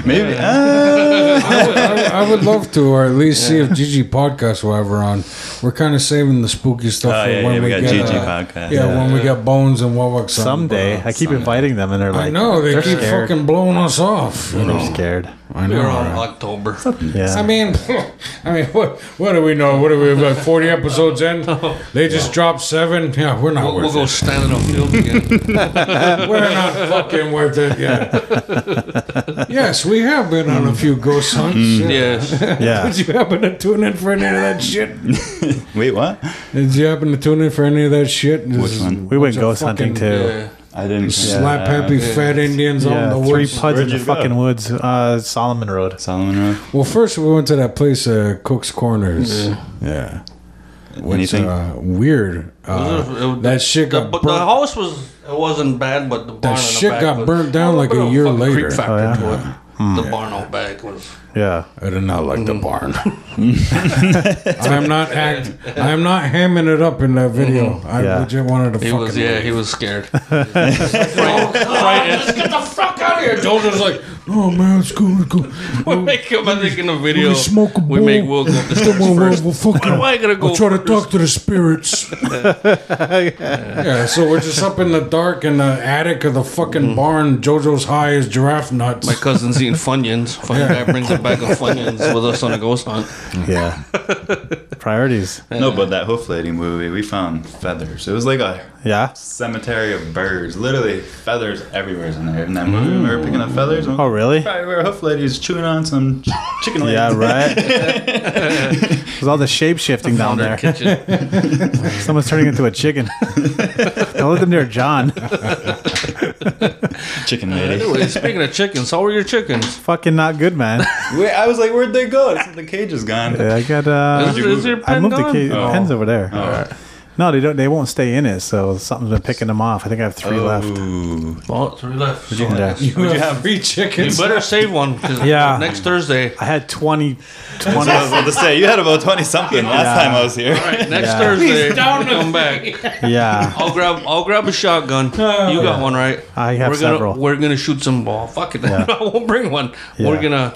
Speaker 2: Maybe. Uh,
Speaker 1: I, would, I, would- I would love to, or at least see if Gigi podcast will ever on. We're kind of saving the spooky stuff
Speaker 2: Oh,
Speaker 1: for
Speaker 2: yeah,
Speaker 1: when
Speaker 2: yeah,
Speaker 1: we,
Speaker 2: we got
Speaker 1: get
Speaker 2: Gigi
Speaker 1: uh,
Speaker 2: podcast.
Speaker 1: Yeah,
Speaker 2: Yeah.
Speaker 1: when we got Bones and Warwick some-
Speaker 4: Someday. I keep inviting them and they're like,
Speaker 1: I know they
Speaker 4: they're
Speaker 1: keep
Speaker 4: scared.
Speaker 1: fucking Oh. blowing us off. You
Speaker 4: They're
Speaker 1: know,
Speaker 4: scared.
Speaker 1: I
Speaker 3: We
Speaker 1: know.
Speaker 3: were on
Speaker 1: right?
Speaker 3: October.
Speaker 4: Yeah.
Speaker 1: I mean, I mean, what what do we know? What are we about forty episodes in? They just dropped seven. Yeah, we're not
Speaker 3: We'll,
Speaker 1: worth
Speaker 3: we'll go
Speaker 1: it.
Speaker 3: stand in a field again.
Speaker 1: We're not fucking worth it. Yeah. yes, we have been on a few ghost hunts.
Speaker 3: yes.
Speaker 4: yeah.
Speaker 1: Did you happen to tune in for any of that shit?
Speaker 2: Ah. wait, what?
Speaker 1: Did you happen to tune in for any of that shit?
Speaker 2: Which one?
Speaker 4: We went
Speaker 1: Bunch of
Speaker 4: ghost hunting
Speaker 1: fucking-
Speaker 4: too.
Speaker 3: Yeah.
Speaker 2: I didn't
Speaker 1: Slap
Speaker 2: Yeah.
Speaker 1: happy fat Indians
Speaker 4: Yeah,
Speaker 1: out in the
Speaker 4: three
Speaker 1: woods.
Speaker 4: puds in
Speaker 2: Where'd
Speaker 4: the
Speaker 2: you go?
Speaker 4: fucking woods. Uh, Solomon Road.
Speaker 2: Solomon Road.
Speaker 1: well, first we went to that place, uh, Cook's Corners. Yeah. Which,
Speaker 2: Anything?
Speaker 1: uh, weird. Uh,
Speaker 3: It was- it was-
Speaker 1: that shit
Speaker 3: the,
Speaker 1: got
Speaker 3: but the
Speaker 1: burnt.
Speaker 3: house was it wasn't bad, but the barn in
Speaker 1: shit
Speaker 3: the back
Speaker 1: got
Speaker 3: was-
Speaker 1: burnt down
Speaker 3: Had
Speaker 1: like
Speaker 3: bit
Speaker 1: a
Speaker 3: of
Speaker 1: year
Speaker 3: fucking
Speaker 1: later.
Speaker 3: Creep factor
Speaker 4: Oh, yeah?
Speaker 3: to it. The barn out back was.
Speaker 4: Yeah.
Speaker 1: I did not like the barn. I'm not act. I'm not hamming it up in that video. I
Speaker 4: Yeah.
Speaker 1: legit wanted to
Speaker 3: He
Speaker 1: fucking.
Speaker 3: was yeah, he was scared.
Speaker 1: Let's get the fuck out of here. Joel's like, oh man, it's cool, it's cool.
Speaker 3: we make him. I think in the video
Speaker 1: me smoke a
Speaker 3: we make
Speaker 1: bowl.
Speaker 3: Will go up the
Speaker 1: Well,
Speaker 3: stairs
Speaker 1: well,
Speaker 3: first.
Speaker 1: well, fuck
Speaker 3: Why do
Speaker 1: it.
Speaker 3: I gotta go
Speaker 1: I'll try to
Speaker 3: first?
Speaker 1: talk to the spirits. yeah, so we're just up in the dark in the attic of the fucking barn. Jojo's high as giraffe nuts.
Speaker 3: Mm. My cousin's eating Funyuns. Fucking guy brings a bag of Funyuns with us on a ghost hunt.
Speaker 4: Yeah. Priorities.
Speaker 2: No, but that hoof lady movie, we found feathers. It was like a
Speaker 4: Yeah.
Speaker 2: cemetery of birds. Literally, feathers everywhere in there. In that movie, we were picking up feathers.
Speaker 4: Oh, really?
Speaker 2: Probably where hoof ladies chewing on some ch- chicken legs.
Speaker 4: Yeah, right. There's all the shape shifting down
Speaker 3: Their
Speaker 4: there.
Speaker 3: kitchen.
Speaker 4: Someone's turning into a chicken. Don't let them near John.
Speaker 2: Chicken lady.
Speaker 3: Anyway, speaking of chickens, how were your chickens?
Speaker 4: Fucking not good, man.
Speaker 2: Wait, I was like, where'd they go? It's like the cage is gone.
Speaker 4: Yeah, I got. Uh,
Speaker 3: Is, is your pen
Speaker 4: I moved the
Speaker 3: gone?
Speaker 4: cage,
Speaker 2: Oh.
Speaker 4: pens over there.
Speaker 2: Oh.
Speaker 4: No, they don't. They won't stay in it. So something's been picking them off. I think I have
Speaker 2: Oh,
Speaker 4: three left.
Speaker 2: Ooh.
Speaker 3: Well, three left. So
Speaker 4: Yeah.
Speaker 1: you
Speaker 2: What'd you
Speaker 1: have
Speaker 2: have?
Speaker 1: three
Speaker 3: You
Speaker 1: chickens.
Speaker 3: better save one because
Speaker 4: Yeah.
Speaker 3: next Thursday.
Speaker 4: I had 20,
Speaker 2: That's
Speaker 4: 20
Speaker 2: what I was about to say. You had about 20 something last
Speaker 4: Yeah.
Speaker 2: time I was here.
Speaker 3: Next
Speaker 4: Yeah.
Speaker 3: Thursday, come back.
Speaker 4: yeah.
Speaker 3: I'll grab. I'll grab a shotgun. you got one, right?
Speaker 4: I have
Speaker 3: we're gonna,
Speaker 4: several.
Speaker 3: We're gonna shoot some ball. Fuck it.
Speaker 4: Yeah.
Speaker 3: I won't bring one.
Speaker 4: Yeah.
Speaker 3: We're gonna.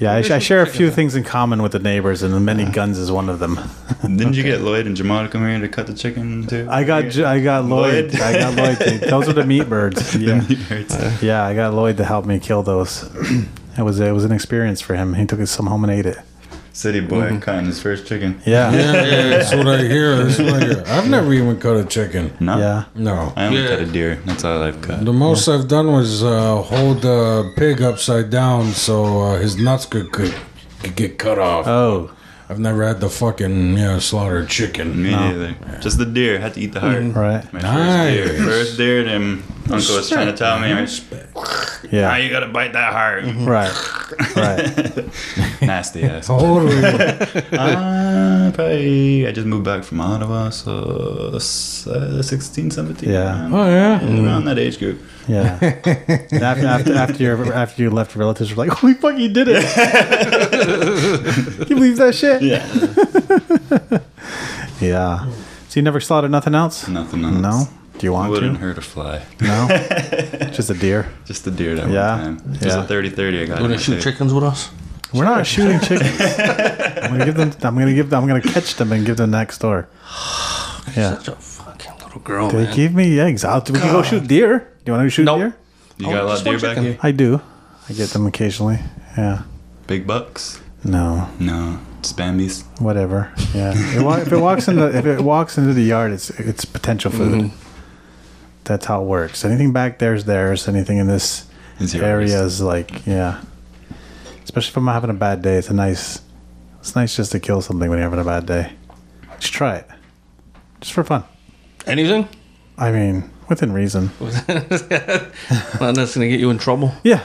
Speaker 4: Yeah, I, I share a few things in common with the neighbors, and the many guns is one of them.
Speaker 2: Didn't you get Lloyd and Jamal to come here to cut the chicken too?
Speaker 4: I got J- I got Lloyd.
Speaker 2: Lloyd.
Speaker 4: I got Lloyd. to- Those are the meat birds. Yeah,
Speaker 2: It hurts.
Speaker 4: yeah. I got Lloyd to help me kill those. It was it was an experience for him. He took some home and ate it.
Speaker 2: City boy cutting his first chicken.
Speaker 4: Mm-hmm. Yeah, yeah.
Speaker 1: yeah, that's what I hear. That's what I hear. I've never even cut a chicken.
Speaker 2: No.
Speaker 1: No.
Speaker 2: I only
Speaker 3: Yeah.
Speaker 2: cut a deer. That's all I've cut.
Speaker 1: The most I've done was uh, hold the pig upside down so uh, his nuts could, could, could get cut off.
Speaker 3: Uh.
Speaker 4: Oh,
Speaker 1: I've never had the fucking yeah, slaughtered chicken.
Speaker 2: Me neither. Just the deer. Had to eat the heart.
Speaker 4: Mm. right.
Speaker 2: My
Speaker 1: Nice.
Speaker 2: first deer. First deer. And uncle was trying to tell me. Now
Speaker 4: Yeah,
Speaker 2: you gotta bite that heart.
Speaker 3: Mm-hmm.
Speaker 4: right, right.
Speaker 2: Nasty ass.
Speaker 1: How old were you?
Speaker 2: uh, probably. I just moved back from Ottawa, so s- uh, 16, 17.
Speaker 4: Yeah.
Speaker 2: around-
Speaker 1: Oh yeah.
Speaker 2: Around that age group.
Speaker 4: Yeah. And after after after, your, after you left, relatives were like, "Holy fuck, you did it! Can you believe that shit?"
Speaker 2: Yeah.
Speaker 4: Yeah. So you never slaughtered nothing else?
Speaker 2: Nothing else.
Speaker 4: No. Do you
Speaker 2: I
Speaker 4: want
Speaker 2: wouldn't
Speaker 4: to?
Speaker 2: hurt a fly.
Speaker 4: No. Just a deer.
Speaker 2: Just the deer that
Speaker 4: Yeah.
Speaker 2: one time. Just
Speaker 4: Yeah.
Speaker 2: a 30 30 I got.
Speaker 3: We're
Speaker 2: in
Speaker 3: gonna
Speaker 2: my
Speaker 3: shoot
Speaker 2: face.
Speaker 3: chickens with us.
Speaker 4: We're not shooting chickens. I'm gonna give them. I'm gonna give them. I'm gonna catch them and give them next door. Yeah.
Speaker 3: Such a fucking little girl,
Speaker 4: They
Speaker 3: man.
Speaker 4: give me eggs. I'll, we can go shoot deer. Do you want to shoot
Speaker 3: Nope.
Speaker 4: deer?
Speaker 2: You got a lot of
Speaker 3: Just one
Speaker 2: deer back
Speaker 3: Oh, chicken.
Speaker 2: here?
Speaker 4: I do. I get them occasionally. Yeah.
Speaker 2: Big bucks?
Speaker 4: No.
Speaker 2: No. Spambies.
Speaker 4: Whatever. Yeah. It wa- if it walks into if it walks into the yard, it's it's potential food. That's how it works. Anything back there's theirs. Anything in this
Speaker 2: It's yours.
Speaker 4: area is like, yeah. Especially if I'm having a bad day, it's a nice. It's nice just to kill something when you're having a bad day. Just try it, just for fun.
Speaker 3: Anything?
Speaker 4: I mean, within reason.
Speaker 3: Not that's gonna get you in trouble.
Speaker 4: Yeah,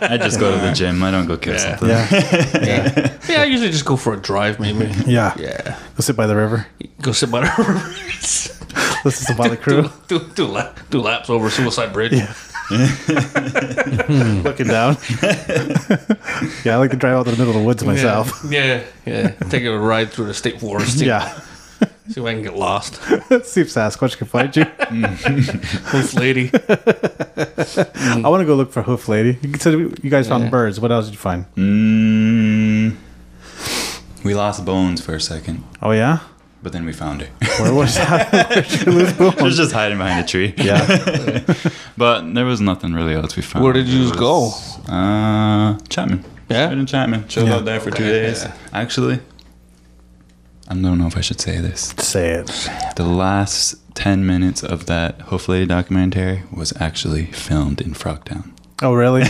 Speaker 2: I just go to the gym. I don't go kill
Speaker 3: Yeah.
Speaker 2: something.
Speaker 4: yeah,
Speaker 3: Yeah. yeah, I usually just go for a drive, maybe.
Speaker 4: yeah.
Speaker 3: Yeah.
Speaker 4: Go sit by the river.
Speaker 3: Go sit by the river.
Speaker 4: Listen to by the
Speaker 3: do,
Speaker 4: crew.
Speaker 3: do, do, lap, do laps over Suicide Bridge.
Speaker 4: Yeah. Looking down. yeah, I like to drive out to the middle of the woods myself.
Speaker 3: Yeah, yeah. Take a ride through the state forest. See,
Speaker 4: Yeah.
Speaker 3: see if I can get lost.
Speaker 4: See if Sasquatch can find you.
Speaker 3: Hoof lady.
Speaker 4: I want to go look for Hoof Lady. You said you guys found
Speaker 3: Yeah.
Speaker 4: birds. What else did you find?
Speaker 2: Mm, we lost bones for a second,
Speaker 4: Oh yeah,
Speaker 2: but then we found her.
Speaker 4: where was that?
Speaker 2: she was just hiding behind a tree.
Speaker 4: yeah,
Speaker 2: But there was nothing really else we found.
Speaker 3: Where did yous
Speaker 2: It
Speaker 3: go?
Speaker 2: was, Uh, Chapman.
Speaker 3: Yeah?
Speaker 2: Right in Chapman. Chilled
Speaker 4: Yeah.
Speaker 2: out there for two
Speaker 3: Okay,
Speaker 2: days.
Speaker 3: yeah.
Speaker 2: Actually, I don't know if I should say this.
Speaker 4: say it.
Speaker 2: The last 10 minutes of that Hoof Lady documentary was actually filmed in Frogtown.
Speaker 4: Oh really?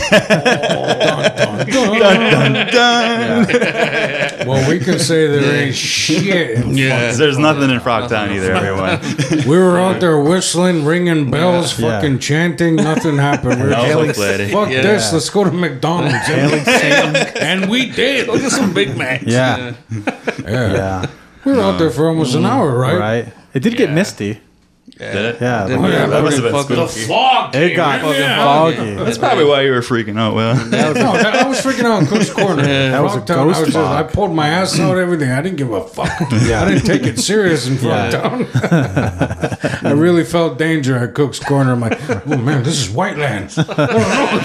Speaker 1: Well, we can say there ain't shit.
Speaker 3: Yeah.
Speaker 2: There's nothing in Frogtown either, everyone.
Speaker 1: We were out there whistling, ringing bells,
Speaker 4: Yeah.
Speaker 1: fucking chanting. Nothing happened. We were
Speaker 2: No
Speaker 1: just
Speaker 2: Hoof Lady.
Speaker 1: like, fuck
Speaker 3: Yeah.
Speaker 1: this. Let's go to McDonald's. and we did.
Speaker 3: Look at some Big Macs.
Speaker 4: Yeah.
Speaker 1: Yeah.
Speaker 4: Yeah,
Speaker 1: We were out there for almost an hour, right?
Speaker 4: right. It did get
Speaker 3: Yeah.
Speaker 4: misty.
Speaker 2: Did it?
Speaker 4: Yeah,
Speaker 3: Yeah.
Speaker 4: but
Speaker 1: yeah,
Speaker 2: that must have been
Speaker 3: Fucking
Speaker 2: spooky.
Speaker 3: fog.
Speaker 4: it got
Speaker 1: fucking
Speaker 4: foggy.
Speaker 2: That's probably why you were freaking out, Will.
Speaker 1: No, that, I was freaking out on Cook's Corner.
Speaker 4: That was a
Speaker 1: Frogtown,
Speaker 4: ghost
Speaker 1: I, was just, I
Speaker 4: fog.
Speaker 1: pulled my ass out, everything. I didn't give a fuck.
Speaker 4: Yeah.
Speaker 1: I didn't take it serious in
Speaker 4: Yeah.
Speaker 1: Frogtown. I really felt danger at Cook's Corner. I'm like, oh man, this is White Land. I don't know.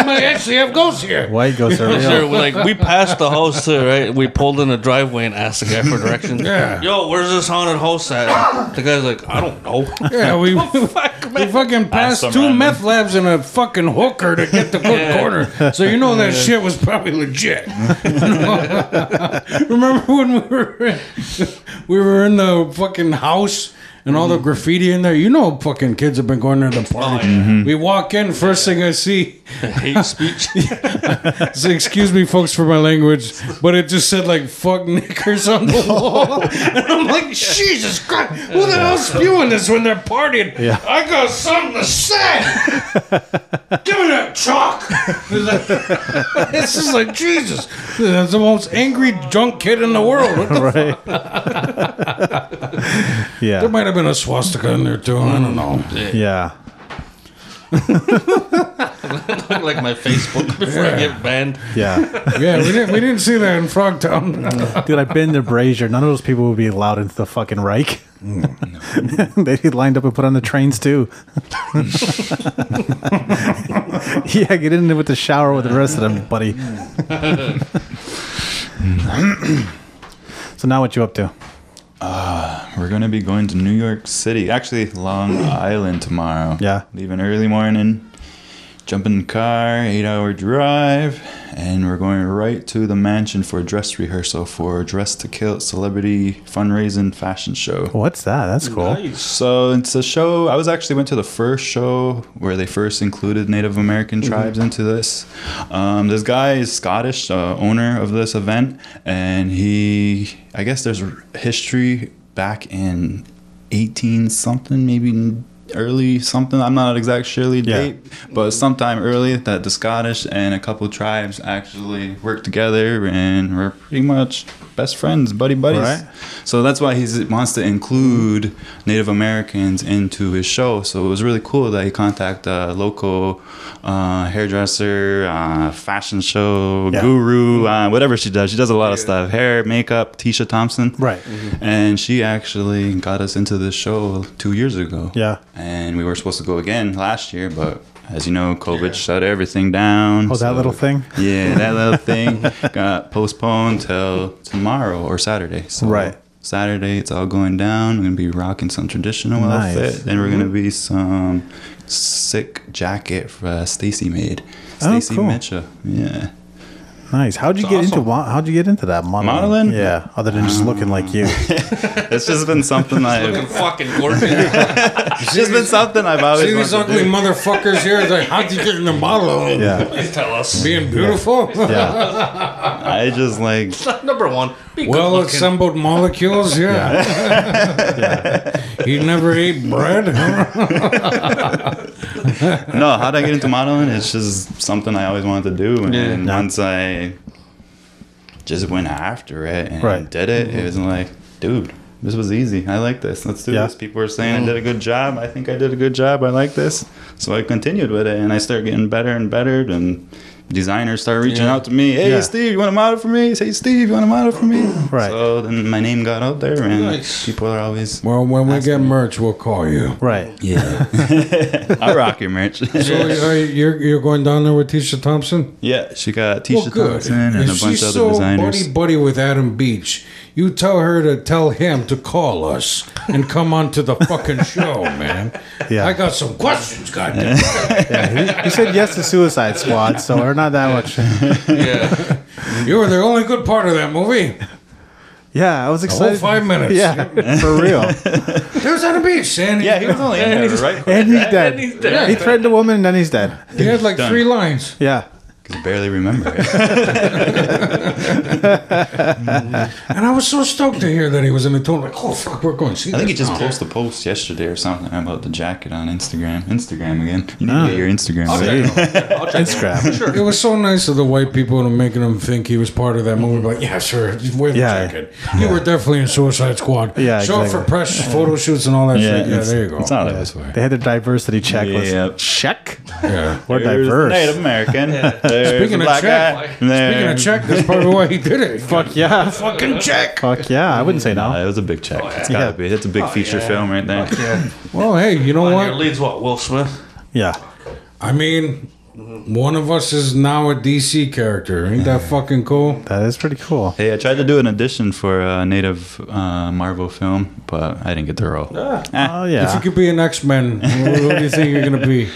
Speaker 1: they might actually have ghosts here.
Speaker 4: White ghosts are
Speaker 3: Sure,
Speaker 4: real.
Speaker 3: we're like we passed the house too, right? We pulled in a driveway and asked the guy for directions.
Speaker 1: Yeah.
Speaker 3: Yo, where's this haunted house at? The guy's like, I don't know.
Speaker 1: Yeah, we,
Speaker 3: Fuck,
Speaker 1: we
Speaker 3: man.
Speaker 1: fucking passed
Speaker 2: some
Speaker 1: two
Speaker 2: random-
Speaker 1: meth labs and a fucking hooker to get to Cook's Corner. So you know that shit was probably legit. Remember when we were we were in the fucking house and
Speaker 3: Mm-hmm.
Speaker 1: all the graffiti in there? You know, fucking kids have been going to
Speaker 3: Oh,
Speaker 1: the party. We walk in, first thing I see
Speaker 3: Mm-hmm. Hate speech.
Speaker 1: so excuse me, folks, for my language, but it just said like "fuck knickers" on the wall, and I'm like, Jesus Christ, who the hell's spewing this when they're partying?
Speaker 4: Yeah.
Speaker 1: I got something to say. Give me that chalk. this is like Jesus. That's the most angry drunk kid in the world. What the
Speaker 4: Right.
Speaker 1: there
Speaker 4: yeah.
Speaker 1: might have been a swastika in there too. I don't know.
Speaker 4: Yeah.
Speaker 3: Look like my Facebook before I get banned.
Speaker 4: Yeah.
Speaker 1: Yeah, we didn't. We didn't see that in Frogtown.
Speaker 4: Dude, I've been to Brazier. None of those people would be allowed into the fucking Reich.
Speaker 1: Mm,
Speaker 4: They'd be lined up and put on the trains too. yeah, get in there with the shower with the rest of them, buddy.
Speaker 1: Mm.
Speaker 4: so now what you up to?
Speaker 2: We're gonna be going to New York City, actually Long Island tomorrow.
Speaker 4: Yeah.
Speaker 2: leaving early morning, jump in the car, eight-hour drive, and we're going right to the mansion for a dress rehearsal for Dress to Kill celebrity fundraising fashion show.
Speaker 4: What's that? That's cool.
Speaker 2: So it's a show. I was actually went to the first show where they first included Native American tribes into this. Um, this guy is Scottish, uh, owner of this event, and he, I guess, there's history back in 18 something, maybe early something. I'm not exact surely
Speaker 4: Yeah.
Speaker 2: date, but sometime early that the Scottish and a couple tribes actually worked together and were pretty much best friends, buddy buddies.
Speaker 4: Right.
Speaker 2: So that's why he wants to include Native Americans into his show. So it was really cool that he contacted a local uh, hairdresser, uh, fashion show
Speaker 4: Yeah.
Speaker 2: guru, uh, whatever she does. She does a lot of stuff hair, makeup, Tisha Thompson.
Speaker 4: Right.
Speaker 2: And she actually got us into this show two years ago.
Speaker 4: Yeah.
Speaker 2: And we were supposed to go again last year, but as you know, COVID shut everything down.
Speaker 4: Oh, that little thing?
Speaker 2: Yeah, that little thing got postponed till tomorrow or Saturday. So
Speaker 4: Right.
Speaker 2: Saturday, it's all going down. We're gonna be rocking some traditional
Speaker 4: Nice. Mm-hmm.
Speaker 2: outfit, and we're gonna be some sick jacket for uh, Stacy made.
Speaker 4: Oh,
Speaker 2: Stacy
Speaker 4: cool.
Speaker 2: Mitchell. Yeah.
Speaker 4: nice. How'd you get into
Speaker 3: awesome.
Speaker 4: into how'd you get into that modeling?
Speaker 2: Modeling?
Speaker 4: Yeah, other than just looking like you.
Speaker 2: It's just been something I've.
Speaker 3: fucking gorgeous.
Speaker 2: It's just been something I've always.
Speaker 1: See these
Speaker 2: wanted to
Speaker 1: ugly
Speaker 2: do.
Speaker 1: motherfuckers here? It's like, how'd you get in the model?
Speaker 4: Yeah,
Speaker 3: Tell us.
Speaker 1: Being beautiful?
Speaker 4: yeah.
Speaker 2: I just like
Speaker 3: Number one. Be
Speaker 1: Well
Speaker 3: good-looking.
Speaker 1: assembled molecules, yeah. he never ate bread.
Speaker 2: no. How did I get into modeling? It's just something I always wanted to do, and
Speaker 4: Yeah.
Speaker 2: once I just went after it and
Speaker 4: Right.
Speaker 2: did it, it was like, dude, this was easy. I like this. Let's do
Speaker 4: Yeah.
Speaker 2: this. People were saying I did a good job. I think I did a good job. I like this, so I continued with it, and I started getting better and better, and. Designers started reaching
Speaker 3: Yeah.
Speaker 2: out to me. Hey,
Speaker 4: Yeah.
Speaker 2: Steve, you want to model for me? Say, Steve, you want to model for me?
Speaker 4: Right.
Speaker 2: So then my name got out there, and
Speaker 3: Nice.
Speaker 2: people are always
Speaker 1: Well, when we get merch, we'll call you.
Speaker 4: Right.
Speaker 2: Yeah. I rock your merch.
Speaker 1: So uh, you're, you're going down there with Tisha Thompson?
Speaker 2: yeah, she got
Speaker 1: Well,
Speaker 2: Tisha
Speaker 1: good.
Speaker 2: Thompson and
Speaker 1: if
Speaker 2: a bunch
Speaker 1: she's
Speaker 2: of other
Speaker 1: so
Speaker 2: designers.
Speaker 1: buddy buddy with Adam Beach, you tell her to tell him to call us and come on to the fucking show, man.
Speaker 4: Yeah.
Speaker 1: I got some questions, goddamn.
Speaker 4: You said yes to Suicide Squad, so we're not that much.
Speaker 3: yeah.
Speaker 1: you were the only good part of that movie.
Speaker 4: Yeah, I was
Speaker 1: The whole
Speaker 4: excited.
Speaker 1: five minutes.
Speaker 4: Yeah, for real.
Speaker 1: There's Adam Beach, and
Speaker 2: Yeah, he was only in there, right?
Speaker 4: And he's dead.
Speaker 3: And he's dead.
Speaker 4: He threatened a woman, and then he's dead.
Speaker 1: he had like
Speaker 2: Done.
Speaker 1: three lines.
Speaker 4: Yeah.
Speaker 2: Because barely remember it.
Speaker 1: And I was so stoked to hear that he was in the tone. Like, oh fuck, we're going to see.
Speaker 2: I think he
Speaker 1: this
Speaker 2: just
Speaker 1: now.
Speaker 2: posted a post yesterday or something about the jacket on Instagram. Instagram again. You need
Speaker 1: Ah.
Speaker 2: to get your Instagram.
Speaker 3: Okay. I'll check it out.
Speaker 4: Instagram.
Speaker 1: It was so nice of the white people to making him think he was part of that movie. Like, yeah, sure, just wear the
Speaker 4: Yeah.
Speaker 1: jacket. You were definitely in Suicide Squad.
Speaker 4: Yeah,
Speaker 1: show up
Speaker 4: exactly.
Speaker 1: for press photo shoots and all that shit. Yeah,
Speaker 2: it's-
Speaker 1: there you go.
Speaker 2: It's not like this way.
Speaker 4: They had their diversity checklist.
Speaker 2: Yeah.
Speaker 4: Check.
Speaker 1: yeah.
Speaker 4: We're
Speaker 2: There's
Speaker 4: diverse.
Speaker 2: Native American. There's
Speaker 1: Speaking
Speaker 2: Speaking
Speaker 1: of
Speaker 2: black
Speaker 1: Czech,
Speaker 2: guy.
Speaker 1: Speaking
Speaker 2: There.
Speaker 1: of check, that's probably why he did it.
Speaker 4: Fuck yeah.
Speaker 1: fucking check.
Speaker 4: Fuck yeah. I wouldn't say no.
Speaker 2: Uh, it was a big check.
Speaker 1: Oh,
Speaker 2: It's gotta
Speaker 4: Yeah.
Speaker 2: be. It's a big feature film right there.
Speaker 3: Yeah.
Speaker 1: Well, hey, you know
Speaker 3: Your
Speaker 1: what?
Speaker 3: leads what? Will Smith.
Speaker 4: Yeah.
Speaker 1: I mean, one of us is now a DC character. Ain't that fucking cool?
Speaker 4: That is pretty cool.
Speaker 2: Hey, I tried to do an audition for a native uh, Marvel film, but I didn't get the role.
Speaker 1: Ah.
Speaker 4: Oh
Speaker 1: If you
Speaker 4: yeah.
Speaker 1: could be an X Men, who do you think you're gonna be?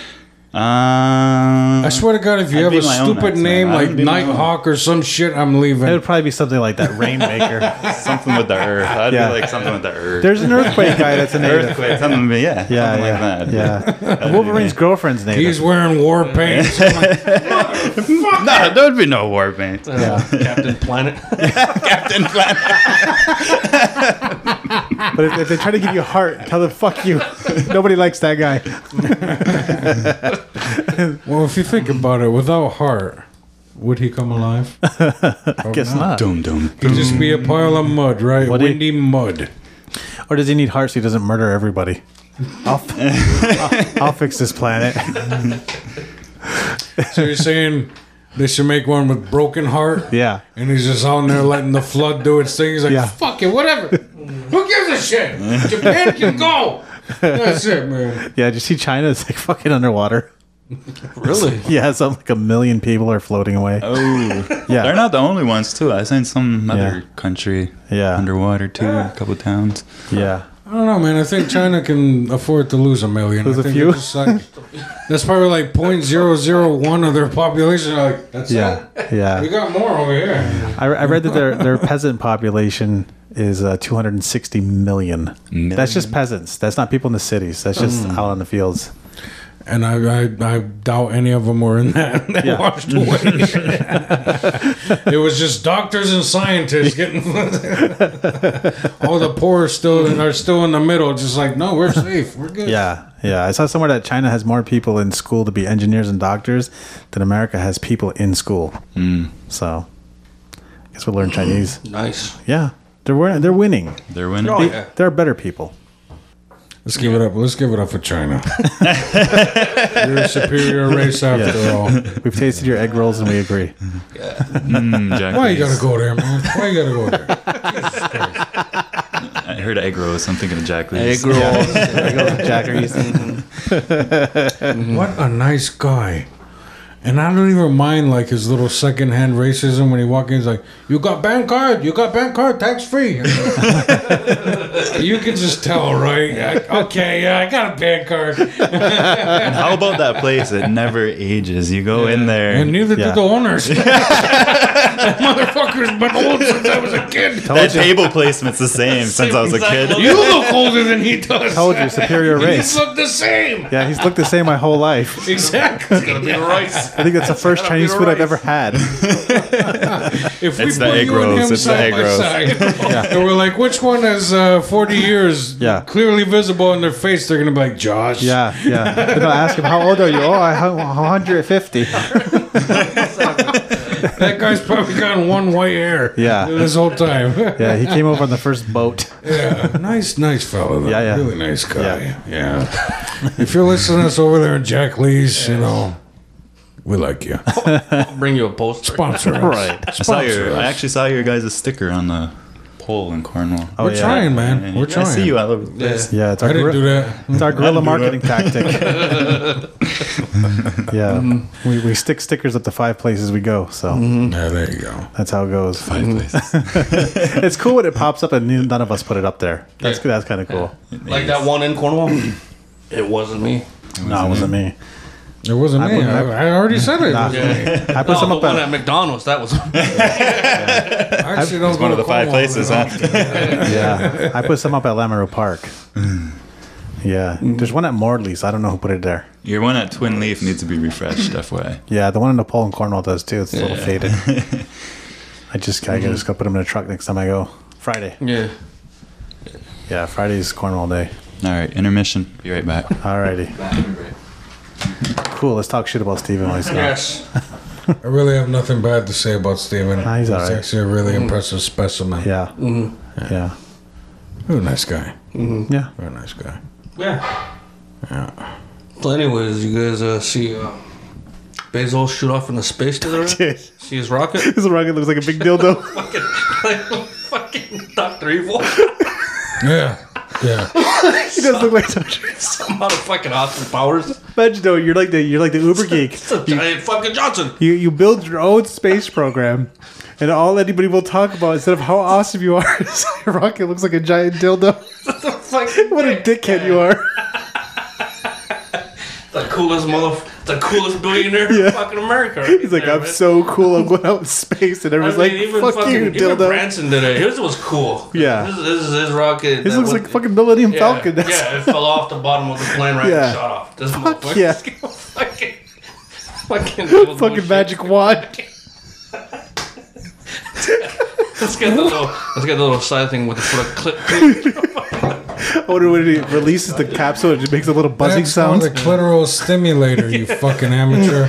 Speaker 2: Um,
Speaker 1: I swear to God, if you
Speaker 2: I'd
Speaker 1: have
Speaker 2: be
Speaker 1: a
Speaker 2: my own
Speaker 1: stupid
Speaker 2: X-Men.
Speaker 1: name
Speaker 2: I'd
Speaker 1: like
Speaker 2: be my own.
Speaker 1: Nighthawk or some shit, I'm
Speaker 4: It
Speaker 1: leaving.
Speaker 4: would probably be something like that Rainmaker.
Speaker 2: something with the earth. I'd
Speaker 4: Yeah.
Speaker 2: be like something with the earth.
Speaker 4: There's an earthquake guy that's a native.
Speaker 2: earthquake. Something, yeah,
Speaker 4: Yeah,
Speaker 2: something
Speaker 4: yeah,
Speaker 2: like that.
Speaker 4: yeah. Wolverine's girlfriend's native.
Speaker 1: He's wearing war paint. I'm like,
Speaker 2: No, there would be no war paint.
Speaker 3: Captain Planet.
Speaker 2: Captain Planet.
Speaker 4: but if, if they try to give you heart, tell them fuck you. Nobody likes that guy.
Speaker 1: well, if you think about it, without heart, would he come alive? I
Speaker 4: Guess not.
Speaker 2: Doom, doom.
Speaker 1: He'd just be a pile of mud, right?
Speaker 4: What do you-
Speaker 1: Windy mud.
Speaker 4: Or does he need heart so he doesn't murder everybody? I'll, f- I'll, I'll fix this planet.
Speaker 1: So you're saying they should make one with broken heart?
Speaker 4: Yeah.
Speaker 1: And he's just out there letting the flood do its thing. He's like,
Speaker 4: Yeah.
Speaker 1: fuck it, whatever. Who gives a shit? Japan can go. That's it, man.
Speaker 4: Yeah, did you see China? It's like fucking underwater.
Speaker 3: really?
Speaker 4: Yeah, something like a million people are floating away.
Speaker 2: Oh,
Speaker 4: yeah.
Speaker 2: they're not the only ones too. I seen some
Speaker 4: Yeah.
Speaker 2: other country
Speaker 4: Yeah.
Speaker 2: underwater too.
Speaker 1: Ah.
Speaker 2: A couple towns.
Speaker 4: yeah.
Speaker 1: I don't know, man. I think China can afford to lose a million.
Speaker 4: Lose
Speaker 1: I
Speaker 4: a
Speaker 1: think
Speaker 4: few?
Speaker 1: it's just like- that's probably like 0.001 of their population. Like, that's
Speaker 4: Yeah.
Speaker 1: it.
Speaker 4: Yeah.
Speaker 1: We got more over here.
Speaker 4: I, I read that their, their peasant population is uh, 260 million. That's just peasants. That's not people in the cities. That's just out on the fields.
Speaker 1: And I, I, I doubt any of them were in that. They
Speaker 4: Yeah.
Speaker 1: washed away. it was just doctors and scientists getting. All the poor still are still in the middle, just like no, we're safe, we're good.
Speaker 4: Yeah, yeah. I saw somewhere that China has more people in school to be engineers and doctors than America has people in school. Mm. So, I guess we'll learn Chinese.
Speaker 3: Nice.
Speaker 4: yeah, they're win- they're winning.
Speaker 2: They're winning.
Speaker 3: Oh, yeah.
Speaker 4: They're better people.
Speaker 1: Let's give it up. Let's give it up for China. You're a superior race after all.
Speaker 4: We've tasted your egg rolls and we agree.
Speaker 2: Mm, Jack
Speaker 1: Why you
Speaker 2: Reese.
Speaker 1: gotta go there, man? Why you gotta go there?
Speaker 2: I heard egg rolls. I'm thinking of Jack Lee's.
Speaker 3: Egg rolls.
Speaker 4: Egg rolls and Jack Reese.
Speaker 1: What a nice guy. And I don't even mind like his little secondhand racism when he walk in. He's like, "You got bank card? You got bank card? Tax free." you can just tell, right? Like, okay, yeah, I got a bank card,
Speaker 2: And how about that place that never ages? You go in there.
Speaker 1: and neither
Speaker 4: Yeah.
Speaker 1: did the owners. Motherfucker's been old since I was a kid.
Speaker 2: that table placement's the same since I was a
Speaker 3: exact
Speaker 2: kid.
Speaker 1: You look older than he does.
Speaker 4: Told you, superior race.
Speaker 1: You look the same.
Speaker 4: Yeah, he's looked the same my whole life.
Speaker 1: Exactly.
Speaker 3: Gotta be the rice.
Speaker 4: I think that's the first
Speaker 3: Gotta be
Speaker 4: Chinese
Speaker 3: the
Speaker 4: food I've
Speaker 3: rice.
Speaker 4: ever had.
Speaker 1: If we
Speaker 2: It's the
Speaker 1: put
Speaker 2: egg
Speaker 1: you and
Speaker 2: rolls,
Speaker 1: him
Speaker 2: it's the
Speaker 1: side
Speaker 2: egg
Speaker 1: by
Speaker 2: rolls.
Speaker 1: side, and we're like, which one is uh, 40 years
Speaker 4: Yeah.
Speaker 1: clearly visible in their face, they're going to be like, Josh.
Speaker 4: Yeah, yeah. Then I'll ask him, how old are you? Oh, I'm 150.
Speaker 1: That guy's probably got one white hair
Speaker 4: Yeah.
Speaker 1: this whole time.
Speaker 4: Yeah, he came over on the first boat.
Speaker 1: Yeah, nice, nice fellow. Though.
Speaker 4: Yeah, yeah.
Speaker 1: Really nice guy. Yeah. if you're listening to us over there in Jack Lee's, you know, we like you.
Speaker 3: Bring you a poster.
Speaker 1: Sponsor us.
Speaker 4: Right.
Speaker 1: Sponsor
Speaker 2: I saw your.
Speaker 1: us.
Speaker 2: I actually saw your guys' sticker on the pole in Cornwall.
Speaker 4: Oh,
Speaker 1: We're
Speaker 4: yeah.
Speaker 1: trying, man.
Speaker 2: And
Speaker 1: We're
Speaker 2: I
Speaker 1: trying.
Speaker 2: see you all over the
Speaker 3: Yeah.
Speaker 2: place.
Speaker 4: Yeah, it's
Speaker 1: I
Speaker 4: our,
Speaker 1: didn't do
Speaker 4: gorilla,
Speaker 1: that.
Speaker 4: it's our guerrilla
Speaker 2: do
Speaker 4: marketing tactic. yeah, we, we stick stickers up to five places we go, so
Speaker 3: Mm-hmm.
Speaker 1: Yeah, there you go.
Speaker 4: that's how it goes. Mm-hmm.
Speaker 2: places.
Speaker 4: It's cool when it pops up and none of us put it up there. That's
Speaker 3: Yeah.
Speaker 4: that's kind of cool.
Speaker 3: Like that one in Cornwall. it wasn't me.
Speaker 4: No, it wasn't me.
Speaker 1: It wasn't me.
Speaker 4: wouldn't-
Speaker 1: I, I already said it.
Speaker 4: Nah.
Speaker 1: it wasn't me.
Speaker 4: I put
Speaker 3: No,
Speaker 4: some
Speaker 3: the
Speaker 4: up
Speaker 3: one at
Speaker 4: at
Speaker 3: McDonald's. That was.
Speaker 1: I actually don't go
Speaker 2: One of
Speaker 1: to
Speaker 2: the five
Speaker 1: Cornwall
Speaker 2: places,
Speaker 1: that
Speaker 2: huh?
Speaker 4: yeah, Mm. I put some up at Lamoureux Park. Yeah, there's one at Morley's. I don't know who put it there.
Speaker 2: Your one at Twin Leaf needs to be refreshed, FYI.
Speaker 4: Yeah, the one in Nepal and Cornwall does too. It's a little faded. I just I just gotta put them in a truck next time I go. Friday.
Speaker 3: yeah.
Speaker 4: Yeah, Friday's Cornwall day.
Speaker 2: All right, intermission. Be right back.
Speaker 4: Alrighty. Cool. Let's talk shit about Steven Weiss. now.
Speaker 3: Yes.
Speaker 1: I really have nothing bad to say about Steven.
Speaker 4: Ah, he's all right.
Speaker 1: actually a really impressive specimen.
Speaker 4: Yeah. Yeah.
Speaker 1: Very nice guy.
Speaker 4: Mm-hmm. Yeah.
Speaker 1: Very nice guy.
Speaker 3: Yeah. Well, anyways, you guys uh, see uh, Bezos shoot off into space to the right?
Speaker 4: Dude,
Speaker 3: See his rocket?
Speaker 4: his rocket looks like a big dildo.
Speaker 3: fucking, like, fucking Dr. Evil.
Speaker 1: Yeah. Yeah.
Speaker 4: he does look like such.
Speaker 3: Some out of fucking Austin Powers.
Speaker 4: Imagine though, you're like the you're like the Uber geek.
Speaker 3: It's a giant fucking Johnson.
Speaker 4: You you build your own space program, and all anybody will talk about instead of how awesome you are is your rocket looks like a giant dildo.
Speaker 3: Fucking
Speaker 4: What a dickhead you are.
Speaker 3: The coolest motherf- the coolest billionaire
Speaker 4: Yeah.
Speaker 3: in fucking America. right
Speaker 4: He's like,
Speaker 3: there,
Speaker 4: I'm
Speaker 3: man.
Speaker 4: so cool. I'm going out in space, and
Speaker 3: I
Speaker 4: everyone's
Speaker 3: mean, even
Speaker 4: like, "Fuck
Speaker 3: fucking,
Speaker 4: you,
Speaker 3: even
Speaker 4: dildo."
Speaker 3: Branson did it. His was cool.
Speaker 4: Yeah.
Speaker 3: This, is- this is his rocket.
Speaker 4: This
Speaker 3: that
Speaker 4: looks
Speaker 3: went-
Speaker 4: like fucking Millennium
Speaker 3: yeah,
Speaker 4: Falcon. That's
Speaker 3: yeah, it fell off the bottom of the plane right
Speaker 4: Yeah.
Speaker 3: and shot off. This motherfucker.
Speaker 4: yeah.
Speaker 3: fucking, fucking, dildo
Speaker 4: fucking
Speaker 3: shit.
Speaker 4: magic wand.
Speaker 3: Let's get the little, let's get the little side thing with the foot clip.
Speaker 4: I wonder when it releases the capsule, it just makes a little buzzing
Speaker 1: That's called
Speaker 4: sound.
Speaker 1: a clitoral stimulator, you fucking amateur.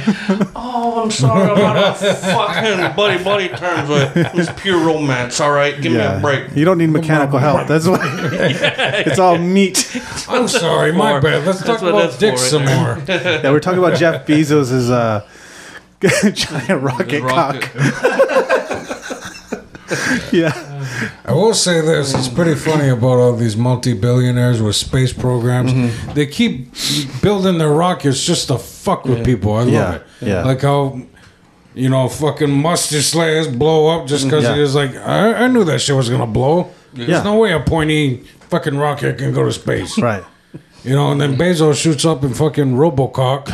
Speaker 3: Oh, I'm sorry, I'm out of fucking buddy buddy terms with it's pure romance. All right, give me a break.
Speaker 4: You don't need mechanical help. That's why it's all meat.
Speaker 1: I'm sorry, my
Speaker 3: for.
Speaker 1: bad. Let's talk
Speaker 3: That's what
Speaker 1: about
Speaker 3: that's for
Speaker 1: dicks
Speaker 3: right
Speaker 1: some
Speaker 3: there.
Speaker 1: more.
Speaker 4: Yeah, we're talking about Jeff Bezos' uh, giant rocket, cock. Yeah,
Speaker 1: I will say this: it's pretty funny about all these multi-billionaires with space programs.
Speaker 4: Mm-hmm.
Speaker 1: They keep building their rockets just to fuck with people. I love
Speaker 4: Yeah,
Speaker 1: it.
Speaker 4: yeah.
Speaker 1: Like how, you know, fucking mustard slayers blow up just because
Speaker 4: Mm, Yeah.
Speaker 1: it is like I, I knew that shit was gonna blow.
Speaker 4: Yeah.
Speaker 1: There's no way a pointy fucking rocket can go to space.
Speaker 4: right.
Speaker 1: You know, and then Bezos shoots up in fucking Robocock.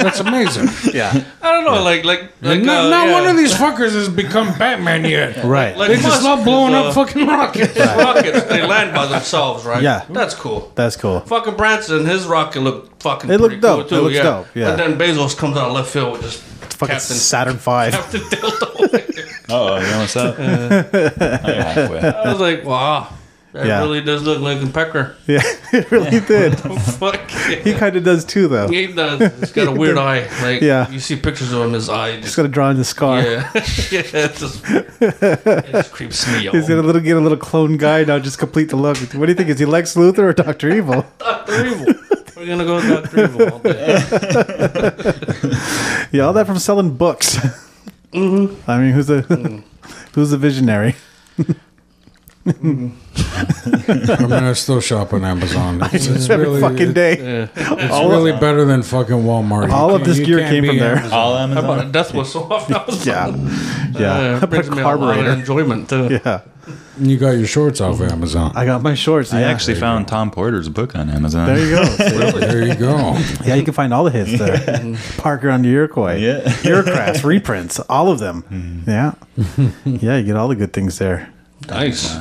Speaker 1: That's amazing.
Speaker 4: Yeah,
Speaker 3: I don't know, like like like
Speaker 1: And not
Speaker 3: uh,
Speaker 1: not
Speaker 3: yeah.
Speaker 1: one of these fuckers has become Batman yet.
Speaker 4: right.
Speaker 1: They just love blowing up
Speaker 3: uh,
Speaker 1: fucking rockets.
Speaker 3: His rockets, they land by themselves, right?
Speaker 4: Yeah.
Speaker 3: That's cool.
Speaker 4: That's cool.
Speaker 3: Fucking Branson, his rocket looked fucking
Speaker 4: It
Speaker 3: pretty
Speaker 4: looked dope. It
Speaker 3: cool too.
Speaker 4: looks
Speaker 3: yeah.
Speaker 4: dope, yeah.
Speaker 3: But then Bezos comes out of left field with just
Speaker 4: Fucking
Speaker 3: Captain
Speaker 4: Saturn Five.
Speaker 3: Captain Dildo.
Speaker 2: Oh, you almost up. Oh, you're halfway.
Speaker 3: I was like, wow. That
Speaker 4: Yeah.
Speaker 3: really does look like a pecker.
Speaker 4: Yeah, it really did.
Speaker 3: Fuck.
Speaker 4: He kind of does too, though.
Speaker 3: He does. He's got a weird eye. Like
Speaker 4: Yeah.
Speaker 3: you see pictures of him, his eye
Speaker 4: He's
Speaker 3: just
Speaker 4: gonna draw in the scar.
Speaker 3: yeah, yeah. It just, it just creeps me out.
Speaker 4: He's gonna little get a little clone guy now, just complete the look. What do you think? Is he Lex Luthor or Doctor Evil?
Speaker 3: Doctor Evil. We're gonna go with Doctor Evil all day.
Speaker 4: Yeah, all that from selling
Speaker 1: Mm-hmm. Mm.
Speaker 4: books. I mean, who's the who's the visionary?
Speaker 1: I mean, I still shop on Amazon. It's, it's
Speaker 4: every
Speaker 1: really,
Speaker 4: fucking day.
Speaker 1: It's really better than fucking Walmart.
Speaker 4: All
Speaker 1: You
Speaker 4: of
Speaker 1: can't-
Speaker 4: this
Speaker 1: you
Speaker 4: gear
Speaker 1: can't
Speaker 4: came
Speaker 1: be
Speaker 4: from there.
Speaker 1: Amazon.
Speaker 2: All
Speaker 3: How about
Speaker 2: Amazon.
Speaker 3: a death whistle off now?
Speaker 4: Yeah, yeah.
Speaker 3: Uh,
Speaker 4: I
Speaker 3: it brings
Speaker 4: put a
Speaker 3: me a lot of
Speaker 4: carburetor.
Speaker 3: enjoyment too.
Speaker 4: Yeah,
Speaker 1: You got your shorts off of Amazon.
Speaker 4: Mm-hmm. I got my shorts.
Speaker 2: I
Speaker 4: yeah.
Speaker 2: actually found Tom Porter's book on Amazon.
Speaker 4: There you go.
Speaker 1: There you go.
Speaker 4: yeah, you can find all the hits there. Parker on the Iroquois.
Speaker 2: Yeah. Hmm.
Speaker 4: Eurocrafts reprints, all of them. Yeah, yeah. You get all the good things there.
Speaker 3: Nice.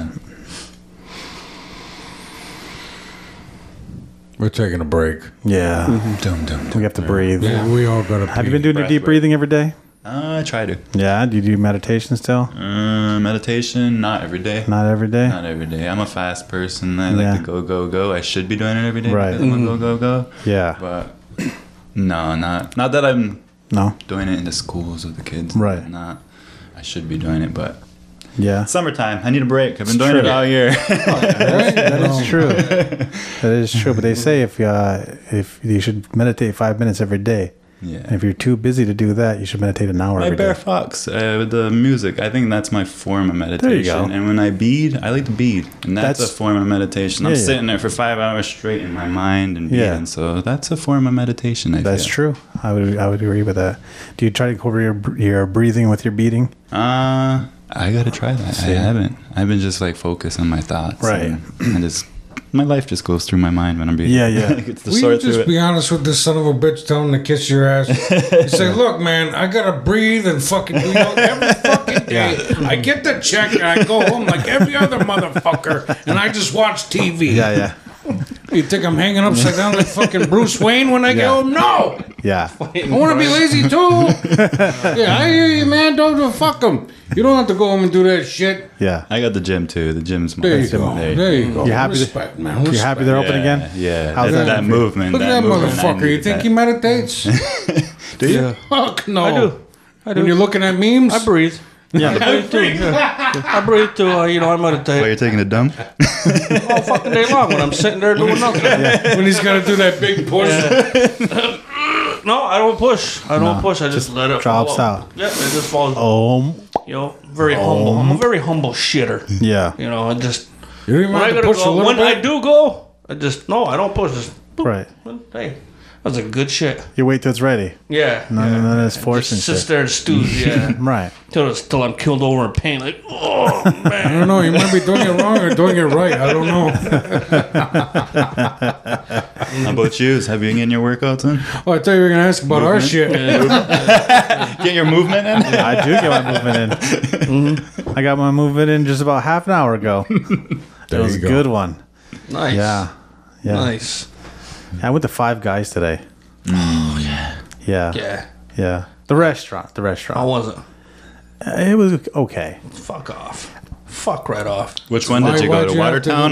Speaker 1: We're taking a break.
Speaker 4: Yeah,
Speaker 2: Dum, dum,
Speaker 4: we
Speaker 2: dum.
Speaker 4: have to breathe.
Speaker 1: We all got to.
Speaker 4: Have you been doing your
Speaker 2: Breath
Speaker 4: deep
Speaker 2: work.
Speaker 4: breathing every day?
Speaker 2: Uh, I try to.
Speaker 4: Yeah. Do you do meditation still?
Speaker 2: Uh, meditation, not every day.
Speaker 4: Not every day.
Speaker 2: Not every day. I'm a fast person. I
Speaker 4: Yeah.
Speaker 2: like to go, go, go. I should be doing it every day.
Speaker 4: Right. Mm.
Speaker 2: because I'm a go, go, go.
Speaker 4: Yeah.
Speaker 2: But no, not not that I'm
Speaker 4: No.
Speaker 2: doing it in the schools with the kids.
Speaker 4: Right.
Speaker 2: Not. I should be doing it, but
Speaker 4: Yeah.
Speaker 2: it's summertime. I need a break. I've been doing
Speaker 4: true.
Speaker 2: it all year.
Speaker 4: That is true. that is true. But they say if uh, if you should meditate five minutes every day. And
Speaker 2: yeah.
Speaker 4: if you're too busy to do that, you should meditate an hour
Speaker 2: I
Speaker 4: every day.
Speaker 2: Bear Fox uh, with the music. I think that's my form of meditation.
Speaker 4: go.
Speaker 2: And when I bead, I like to bead, and that's,
Speaker 4: That's-
Speaker 2: a form of meditation. I'm
Speaker 4: Yeah, yeah.
Speaker 2: sitting there for five hours straight in my mind and beating,
Speaker 4: Yeah.
Speaker 2: so that's a form of meditation. I
Speaker 4: That's
Speaker 2: feel.
Speaker 4: true. I would I would agree with that. Do you try to cover your your breathing with your beating?
Speaker 2: Uh, I gotta try that. I haven't. I've been just like focused on my thoughts.
Speaker 4: Right.
Speaker 2: And, and just my life just goes through my mind when I'm beating.
Speaker 4: Yeah, yeah.
Speaker 2: it's the
Speaker 1: Will you
Speaker 2: sort through
Speaker 1: just
Speaker 2: it.
Speaker 1: be honest with this son of a bitch? Tell him to kiss your ass. You say, look, man, I gotta breathe and fucking do yoga every fucking day. I get the check and I go home like every other motherfucker, and I just watch TV.
Speaker 4: yeah,
Speaker 1: You think I'm hanging upside down like fucking Bruce Wayne when I get
Speaker 4: Yeah.
Speaker 1: home? No,
Speaker 4: yeah.
Speaker 1: I want to be lazy too. Yeah, I hear you, man. Don't do- fuck him. You don't have to go home and do that shit.
Speaker 4: yeah.
Speaker 2: I got the gym too. The gym's my
Speaker 1: There you go. There you go.
Speaker 4: You're happy to-
Speaker 1: Respect, man.
Speaker 4: You're happy they're open
Speaker 2: Yeah,
Speaker 4: again?
Speaker 2: Yeah.
Speaker 4: How's
Speaker 2: that,
Speaker 4: that?
Speaker 2: that movement.
Speaker 1: Look at that
Speaker 2: movement, I
Speaker 1: motherfucker.
Speaker 2: need
Speaker 1: You think he
Speaker 2: that.
Speaker 1: meditates?
Speaker 2: Do you?
Speaker 1: Fuck no.
Speaker 3: I do. I do.
Speaker 1: When you're looking at memes,
Speaker 3: I breathe.
Speaker 4: Yeah.
Speaker 3: I breathe too. yeah. I breathe too. I, you know, I
Speaker 2: While
Speaker 3: meditate
Speaker 2: you're taking a dump?
Speaker 3: all fucking day long when I'm sitting there doing nothing.
Speaker 1: when he's gonna do that big push.
Speaker 3: No, I don't push. I don't push. I just, let it
Speaker 4: drops
Speaker 3: fall.
Speaker 4: out.
Speaker 3: Yeah, it just falls.
Speaker 4: Um.
Speaker 3: You know, very humble. I'm a very humble shitter.
Speaker 4: Oh. Yeah.
Speaker 3: You know, I just
Speaker 1: You don't even
Speaker 3: when I
Speaker 1: have to
Speaker 3: gotta
Speaker 1: push a
Speaker 3: go,
Speaker 1: little
Speaker 3: when
Speaker 1: bit.
Speaker 3: I do go, I just no, I don't push. Just boop.
Speaker 4: Right.
Speaker 3: Hey, that's a good shit.
Speaker 4: You wait till it's ready.
Speaker 3: Yeah.
Speaker 4: No, no, no. That's
Speaker 3: Just
Speaker 4: forcing
Speaker 3: sits
Speaker 4: shit.
Speaker 3: there and stews. Yeah.
Speaker 4: Right.
Speaker 3: till it's, till I'm killed over in pain. Like, oh
Speaker 1: I
Speaker 3: man.
Speaker 1: don't know. You might be doing it wrong or doing it right. I don't know.
Speaker 2: How about you? Have you been getting your workouts in?
Speaker 1: Oh, I thought you were gonna ask about our shit.
Speaker 2: Get your movement in?
Speaker 4: I do get my movement in. Mm-hmm. I got my movement in just about half an hour ago. it
Speaker 1: There
Speaker 4: was
Speaker 1: you
Speaker 4: a
Speaker 1: go.
Speaker 4: good one.
Speaker 3: Nice.
Speaker 4: Yeah. Yeah.
Speaker 3: Nice.
Speaker 4: I went to five guys today. Oh yeah. Yeah.
Speaker 3: Yeah.
Speaker 4: Yeah. The restaurant. The
Speaker 3: I
Speaker 4: restaurant.
Speaker 3: wasn't.
Speaker 4: It was okay.
Speaker 3: Fuck off. Fuck right off.
Speaker 2: Which one did you
Speaker 1: why'd
Speaker 2: go to? Watertown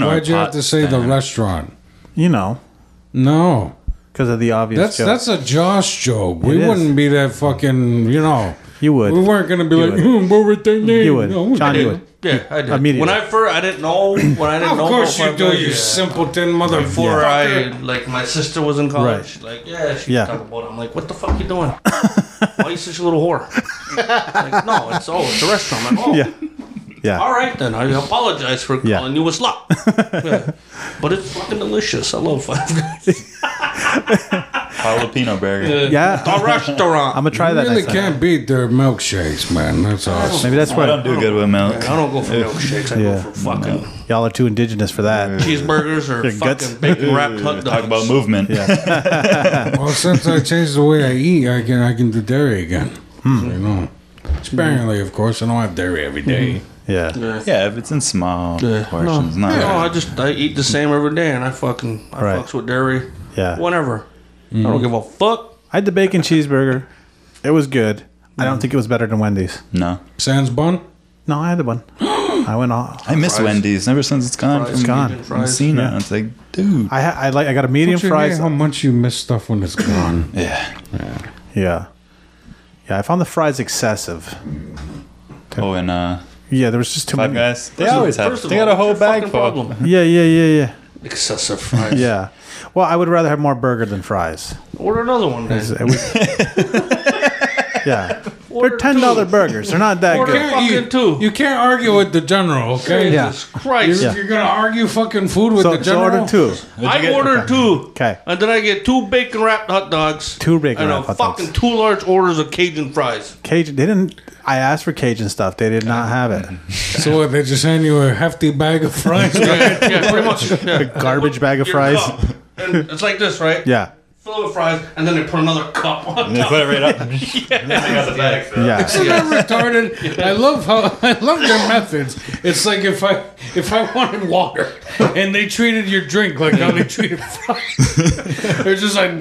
Speaker 1: have to,
Speaker 2: or
Speaker 1: Why'd you have to say the
Speaker 2: Potsdam?
Speaker 1: restaurant?
Speaker 4: You know,
Speaker 1: No,
Speaker 4: because of the obvious.
Speaker 1: that's
Speaker 4: joke.
Speaker 1: that's a Josh joke. We
Speaker 4: It is.
Speaker 1: wouldn't be that fucking. You know,
Speaker 4: you would.
Speaker 1: we weren't gonna be like,
Speaker 4: would.
Speaker 1: hmm, what was their name?
Speaker 4: You would.
Speaker 1: No, we
Speaker 4: John, you
Speaker 1: wouldn't.
Speaker 4: would.
Speaker 3: Yeah, I did.
Speaker 4: Immediately.
Speaker 3: When I first, I didn't know. When I didn't
Speaker 1: Of
Speaker 3: know.
Speaker 1: course
Speaker 3: about
Speaker 1: you
Speaker 3: my
Speaker 1: do,
Speaker 3: brother,
Speaker 1: you
Speaker 3: yeah.
Speaker 1: simpleton motherfucker.
Speaker 3: Before I, like, my sister was in college.
Speaker 4: Right.
Speaker 3: She's like, yeah, she
Speaker 4: Yeah.
Speaker 3: yeah. talking about it. I'm like, what the fuck you doing? Why you such a little whore? like, no, it's, oh, it's a restaurant. I'm like, oh,
Speaker 4: Yeah. Yeah.
Speaker 3: all right then. I apologize for
Speaker 4: Yeah.
Speaker 3: calling you a slut. Yeah. But it's fucking delicious. I love Five Guys.
Speaker 2: Jalapeno burger.
Speaker 4: Yeah.
Speaker 3: A restaurant.
Speaker 4: I'm
Speaker 3: I'm
Speaker 4: gonna try
Speaker 1: You
Speaker 4: that
Speaker 1: really
Speaker 4: next time.
Speaker 1: can't beat their milkshakes, man. That's awesome.
Speaker 4: Maybe that's
Speaker 2: I don't
Speaker 4: why
Speaker 2: do good with milk.
Speaker 3: I don't go for milkshakes. I
Speaker 4: Yeah.
Speaker 3: go for fucking
Speaker 4: y'all are too indigenous for that.
Speaker 3: cheeseburgers or
Speaker 4: Your
Speaker 3: fucking
Speaker 4: guts.
Speaker 3: bacon wrapped hot dogs.
Speaker 2: Talk about movement.
Speaker 1: Well, since I changed the way I eat, I can I can do dairy again.
Speaker 4: Hmm.
Speaker 1: So, you know, sparingly, of course. I don't have dairy every
Speaker 4: Hmm.
Speaker 1: day.
Speaker 4: Yeah.
Speaker 2: Yeah, if it's in small
Speaker 3: Yeah.
Speaker 2: portions.
Speaker 3: No,
Speaker 2: Not
Speaker 3: no, I just I eat the same every day, and I fucking I
Speaker 4: Right.
Speaker 3: fucks with dairy.
Speaker 4: Yeah.
Speaker 3: whenever. I don't give a fuck.
Speaker 4: I had the bacon cheeseburger. It was good. I
Speaker 3: Mm.
Speaker 4: don't think it was better than Wendy's.
Speaker 2: No.
Speaker 1: Sans bun.
Speaker 4: No, I had the one. I went all.
Speaker 2: I miss Wendy's ever since it's gone.
Speaker 3: Fries,
Speaker 2: from
Speaker 4: gone.
Speaker 3: vegan
Speaker 2: I've
Speaker 3: Fries.
Speaker 2: seen
Speaker 4: Yeah.
Speaker 2: it. It's like, dude.
Speaker 4: I ha- I like I got a medium
Speaker 1: Don't you hate
Speaker 4: fries.
Speaker 1: how much you miss stuff when it's gone?
Speaker 2: Yeah.
Speaker 4: Yeah. Yeah, I found the fries excessive.
Speaker 2: Oh, and uh,
Speaker 4: Yeah, there was just too
Speaker 1: Mm-hmm.
Speaker 2: Five
Speaker 4: many.
Speaker 2: Guys. They always have.
Speaker 3: First of
Speaker 2: They
Speaker 3: all,
Speaker 2: got a
Speaker 3: what's
Speaker 2: whole
Speaker 3: your
Speaker 2: bag
Speaker 3: fucking
Speaker 2: full.
Speaker 4: Yeah, yeah, yeah, yeah.
Speaker 3: Excessive fries.
Speaker 4: Yeah. Well, I would rather have more burger than fries.
Speaker 3: Order another one then.
Speaker 4: It was- yeah.
Speaker 3: Order
Speaker 4: They're ten dollar
Speaker 3: two.
Speaker 4: burgers. They're not that
Speaker 3: Order
Speaker 4: good.
Speaker 3: fucking
Speaker 1: you,
Speaker 3: two.
Speaker 1: you can't argue with the general, okay?
Speaker 4: Yeah.
Speaker 3: Jesus Christ.
Speaker 1: You're, you're gonna argue fucking food with
Speaker 4: So,
Speaker 1: the
Speaker 4: so
Speaker 1: general.
Speaker 4: order two.
Speaker 3: I
Speaker 2: get?
Speaker 3: ordered two.
Speaker 4: Okay.
Speaker 3: And then I get two bacon wrapped hot dogs.
Speaker 4: Two bacon
Speaker 3: and a
Speaker 4: wrapped hot dogs.
Speaker 3: fucking two large orders of Cajun fries.
Speaker 4: Cajun. They didn't. I asked for Cajun stuff. They did not have it.
Speaker 1: So what, they just hand you a hefty bag of fries.
Speaker 3: Yeah, yeah, pretty much. Yeah.
Speaker 4: Garbage bag of
Speaker 3: Your
Speaker 4: fries.
Speaker 3: cup. And it's like this, right?
Speaker 4: Yeah.
Speaker 3: Fill it with fries, and then they put another cup on
Speaker 2: They
Speaker 3: top.
Speaker 2: put it right up. yeah.
Speaker 4: Yeah.
Speaker 1: Isn't that retarded? I love how I love their methods. It's like if I if I wanted water and they treated your drink like how they treated fries. They're just like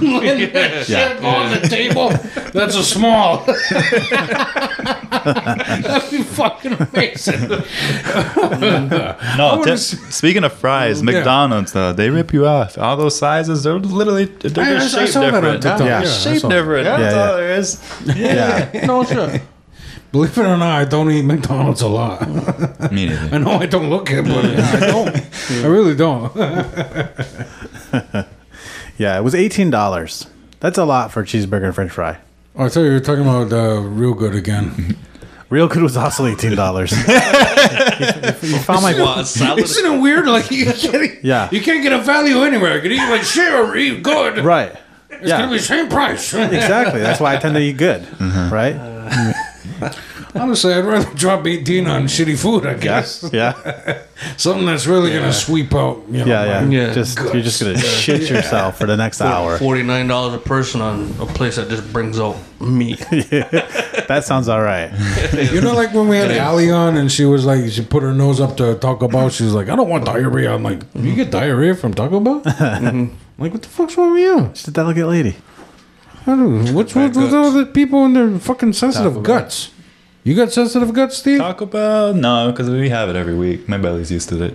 Speaker 1: laying that shit on the table. That's a small. That'd be fucking amazing.
Speaker 2: No,
Speaker 1: wanna
Speaker 2: t-
Speaker 1: s-
Speaker 2: speaking of fries, McDonald's though, they rip you off. All those sizes, they're literally they're
Speaker 1: I- I
Speaker 2: just shaped
Speaker 1: saw that on
Speaker 2: different.
Speaker 1: TikTok.
Speaker 2: They're
Speaker 1: Yeah,
Speaker 2: just
Speaker 1: I
Speaker 2: shaped
Speaker 1: saw that.
Speaker 2: different. That's
Speaker 4: Yeah,
Speaker 2: all there is.
Speaker 4: Yeah.
Speaker 3: No shit.
Speaker 1: Believe it or not, I don't eat McDonald's a lot.
Speaker 2: Me neither.
Speaker 1: I know I don't look it, but I don't. I really don't.
Speaker 4: Yeah. It was eighteen dollars. That's a lot for a cheeseburger and French fry.
Speaker 1: I thought you were talking about uh, real good again.
Speaker 4: Real good was also eighteen dollars. you found my.
Speaker 3: Well, a salad.
Speaker 1: Isn't it weird? Like you can't,
Speaker 4: Yeah.
Speaker 1: you can't get a value anywhere. You can eat like shit or eat good.
Speaker 4: Right.
Speaker 1: It's gonna be the same price.
Speaker 4: Exactly. That's why I tend to eat good, Mm-hmm. right?
Speaker 1: Honestly, I'd rather drop eighteen on shitty food. I guess
Speaker 4: Yeah,
Speaker 1: something that's really gonna sweep out. You know,
Speaker 4: yeah, yeah.
Speaker 1: my-
Speaker 3: Yeah.
Speaker 4: Just you're just gonna shit yourself for the next hour.
Speaker 3: Forty-nine dollars a person on a place that just brings out meat.
Speaker 4: That sounds all right.
Speaker 1: You know, like when we had Ali on, and she was like, she put her nose up to Taco Bell. She was like, I don't want diarrhea. I'm like, you get diarrhea from Taco Bell? I'm like, what the fuck's wrong with you?
Speaker 4: She's a delicate lady.
Speaker 1: I don't know. What's wrong with all the people and their fucking sensitive guts? You got sensitive guts, Steve?
Speaker 2: Taco Bell? No, because we have it every week. My belly's used to it.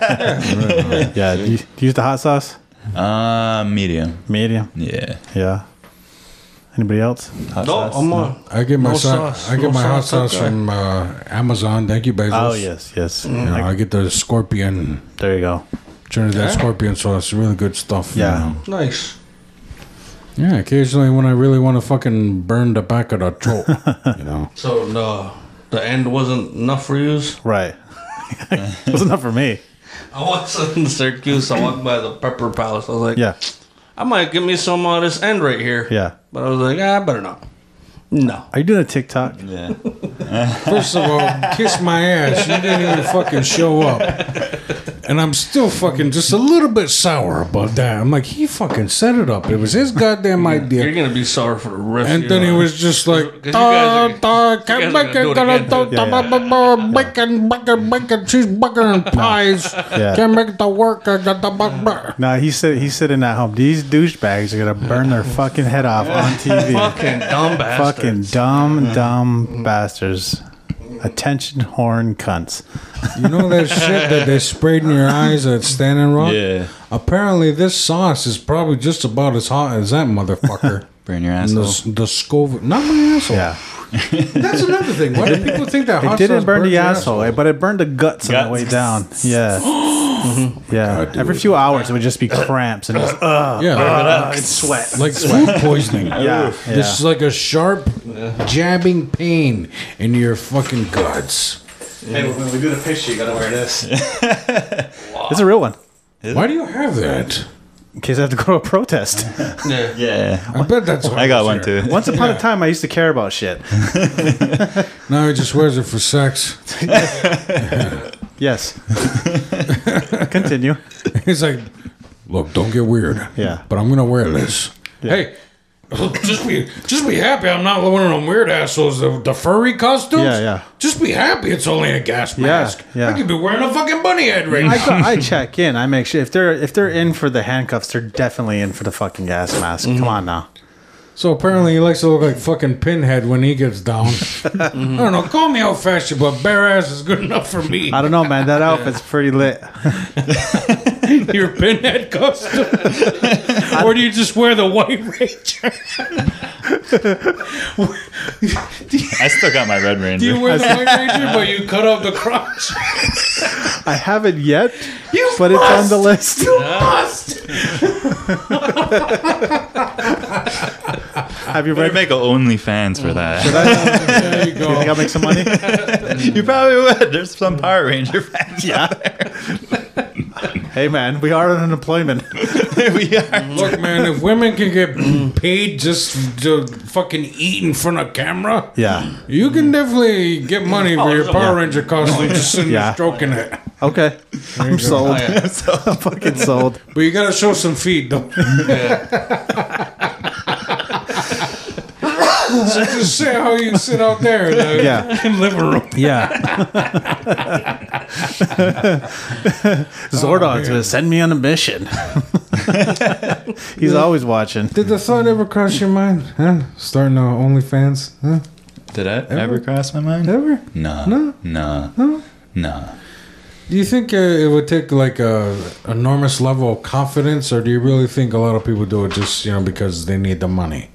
Speaker 4: Yeah. Do you, do you use the hot sauce?
Speaker 2: uh, medium.
Speaker 4: Medium.
Speaker 2: Yeah.
Speaker 4: Yeah. Anybody else?
Speaker 2: Hot
Speaker 3: No,
Speaker 2: sauce?
Speaker 3: I'm on.
Speaker 1: I get my
Speaker 3: No
Speaker 1: sa-
Speaker 3: sauce.
Speaker 1: I get
Speaker 3: No
Speaker 1: my hot
Speaker 3: sauce,
Speaker 1: sauce
Speaker 3: okay.
Speaker 1: from uh, Amazon. Thank you, Bezos.
Speaker 4: Oh yes, yes.
Speaker 1: You know, I get the scorpion
Speaker 4: There you go.
Speaker 1: Trinidad scorpion sauce. Really good stuff. you
Speaker 4: Yeah.
Speaker 1: know.
Speaker 3: Nice.
Speaker 1: Yeah. Occasionally, when I really want to fucking burn the back of the throat, you know.
Speaker 3: So the the end wasn't enough for you.
Speaker 4: Right. it was enough for me.
Speaker 3: I was in Syracuse. I walked by the Pepper Palace. I was like,
Speaker 4: Yeah.
Speaker 3: I might give me some of this end right here.
Speaker 4: Yeah.
Speaker 3: But I was like, ah, I better not. No.
Speaker 4: Are you doing a TikTok?
Speaker 2: Yeah.
Speaker 1: First of all, kiss my ass. You didn't even fucking show up, and I'm still fucking just a little bit sour about that. I'm like, he fucking set it up. It was his goddamn idea.
Speaker 3: You're gonna be sorry for the rest.
Speaker 1: And
Speaker 3: of
Speaker 1: then
Speaker 3: your
Speaker 1: he
Speaker 3: life.
Speaker 1: was just like,
Speaker 3: 'Cause you guys are-
Speaker 1: "Duh, duh,
Speaker 3: you guys are gonna do it
Speaker 1: bacon,
Speaker 3: again."
Speaker 1: bacon, bacon, bacon, cheeseburger and pies. Can't make it to work. I got the bug- bug."
Speaker 4: No, he's sit, he's sitting at home. These douchebags are gonna burn their fucking head off on TV.
Speaker 3: fucking dumb bastard.
Speaker 4: fucking dumb, dumb bastards. Attention horn cunts.
Speaker 1: You know that shit that they sprayed in your eyes at Standing Rock?
Speaker 2: Yeah.
Speaker 1: Apparently, this sauce is probably just about as hot as that motherfucker.
Speaker 2: Burn your
Speaker 1: And the,
Speaker 2: asshole.
Speaker 1: the scova. Not my asshole.
Speaker 4: Yeah.
Speaker 1: That's another thing. Why do people think that hot
Speaker 4: It
Speaker 1: sauce
Speaker 4: didn't burn
Speaker 1: burns
Speaker 4: the
Speaker 1: your
Speaker 4: asshole, eh, but it burned the guts, on the
Speaker 2: Guts.
Speaker 4: way down. Yeah. Mhm. Yeah. Every few hours, it would just be cramps and just, uh,
Speaker 1: Yeah.
Speaker 4: and sweat.
Speaker 1: like food poisoning.
Speaker 4: Yeah.
Speaker 1: This is like a sharp, jabbing pain in your fucking guts.
Speaker 4: Hey, when we do the picture, you gotta wear this. It's a real one.
Speaker 1: Why do you have that?
Speaker 4: In case I have to go to a protest.
Speaker 3: Yeah.
Speaker 2: yeah.
Speaker 1: I bet that's.
Speaker 2: I got one too.
Speaker 4: Once upon a time, I used to care about shit.
Speaker 1: Now he just wears it for sex.
Speaker 4: Yes. Continue.
Speaker 1: He's like, look, don't get weird.
Speaker 4: Yeah.
Speaker 1: But I'm gonna wear this. Hey. oh, Just be, just be happy. I'm not one of them weird assholes. The, the furry costumes.
Speaker 4: Yeah, yeah.
Speaker 1: Just be happy. It's only a gas mask.
Speaker 4: yeah.
Speaker 1: I could be wearing a fucking bunny head right
Speaker 4: I,
Speaker 1: now.
Speaker 4: go, I check in. I make sure if they're if they're in for the handcuffs, they're definitely in for the fucking gas mask. Come on now.
Speaker 1: So apparently he likes to look like fucking Pinhead when he gets down. I don't know. Call me old fashioned, but bare ass is good enough for me.
Speaker 4: I don't know, man. That outfit's pretty lit.
Speaker 1: Your Pinhead costume, or do you just wear the White Ranger?
Speaker 2: I still got my Red Ranger.
Speaker 1: Do you wear the White Ranger, but you cut off the crotch?
Speaker 4: I haven't yet,
Speaker 1: You
Speaker 4: but it's on the list.
Speaker 1: You must.
Speaker 4: Have you
Speaker 2: Better
Speaker 4: read?
Speaker 2: make a OnlyFans
Speaker 1: Mm.
Speaker 2: for that.
Speaker 1: There you
Speaker 4: you think
Speaker 1: go.
Speaker 4: I'll make some money?
Speaker 2: you probably would. There's some Power Ranger fans.
Speaker 4: yeah. hey man, we are on unemployment.
Speaker 2: we are.
Speaker 1: Look, man, if women can get paid just to fucking eat in front of camera,
Speaker 4: Yeah.
Speaker 1: you can definitely get money for your Power Ranger costume just sitting there
Speaker 4: Yeah.
Speaker 1: stroking it.
Speaker 4: Okay. I'm sold.
Speaker 3: yeah.
Speaker 4: I'm fucking sold.
Speaker 1: But you gotta show some feet, though. so just say how you sit out there in the
Speaker 4: Yeah.
Speaker 1: living room.
Speaker 4: Yeah. Zordon's
Speaker 1: man.
Speaker 4: gonna send me on a mission. He's always watching.
Speaker 1: Did the thought ever cross your mind? Huh? Starting uh, OnlyFans? Huh?
Speaker 2: Did that ever, cross my mind?
Speaker 1: Ever?
Speaker 2: Nah.
Speaker 1: No.
Speaker 2: Nah.
Speaker 1: No.
Speaker 2: Nah.
Speaker 1: Do you think uh, it would take like a enormous level of confidence, or do you really think a lot of people do it just you know because they need the money?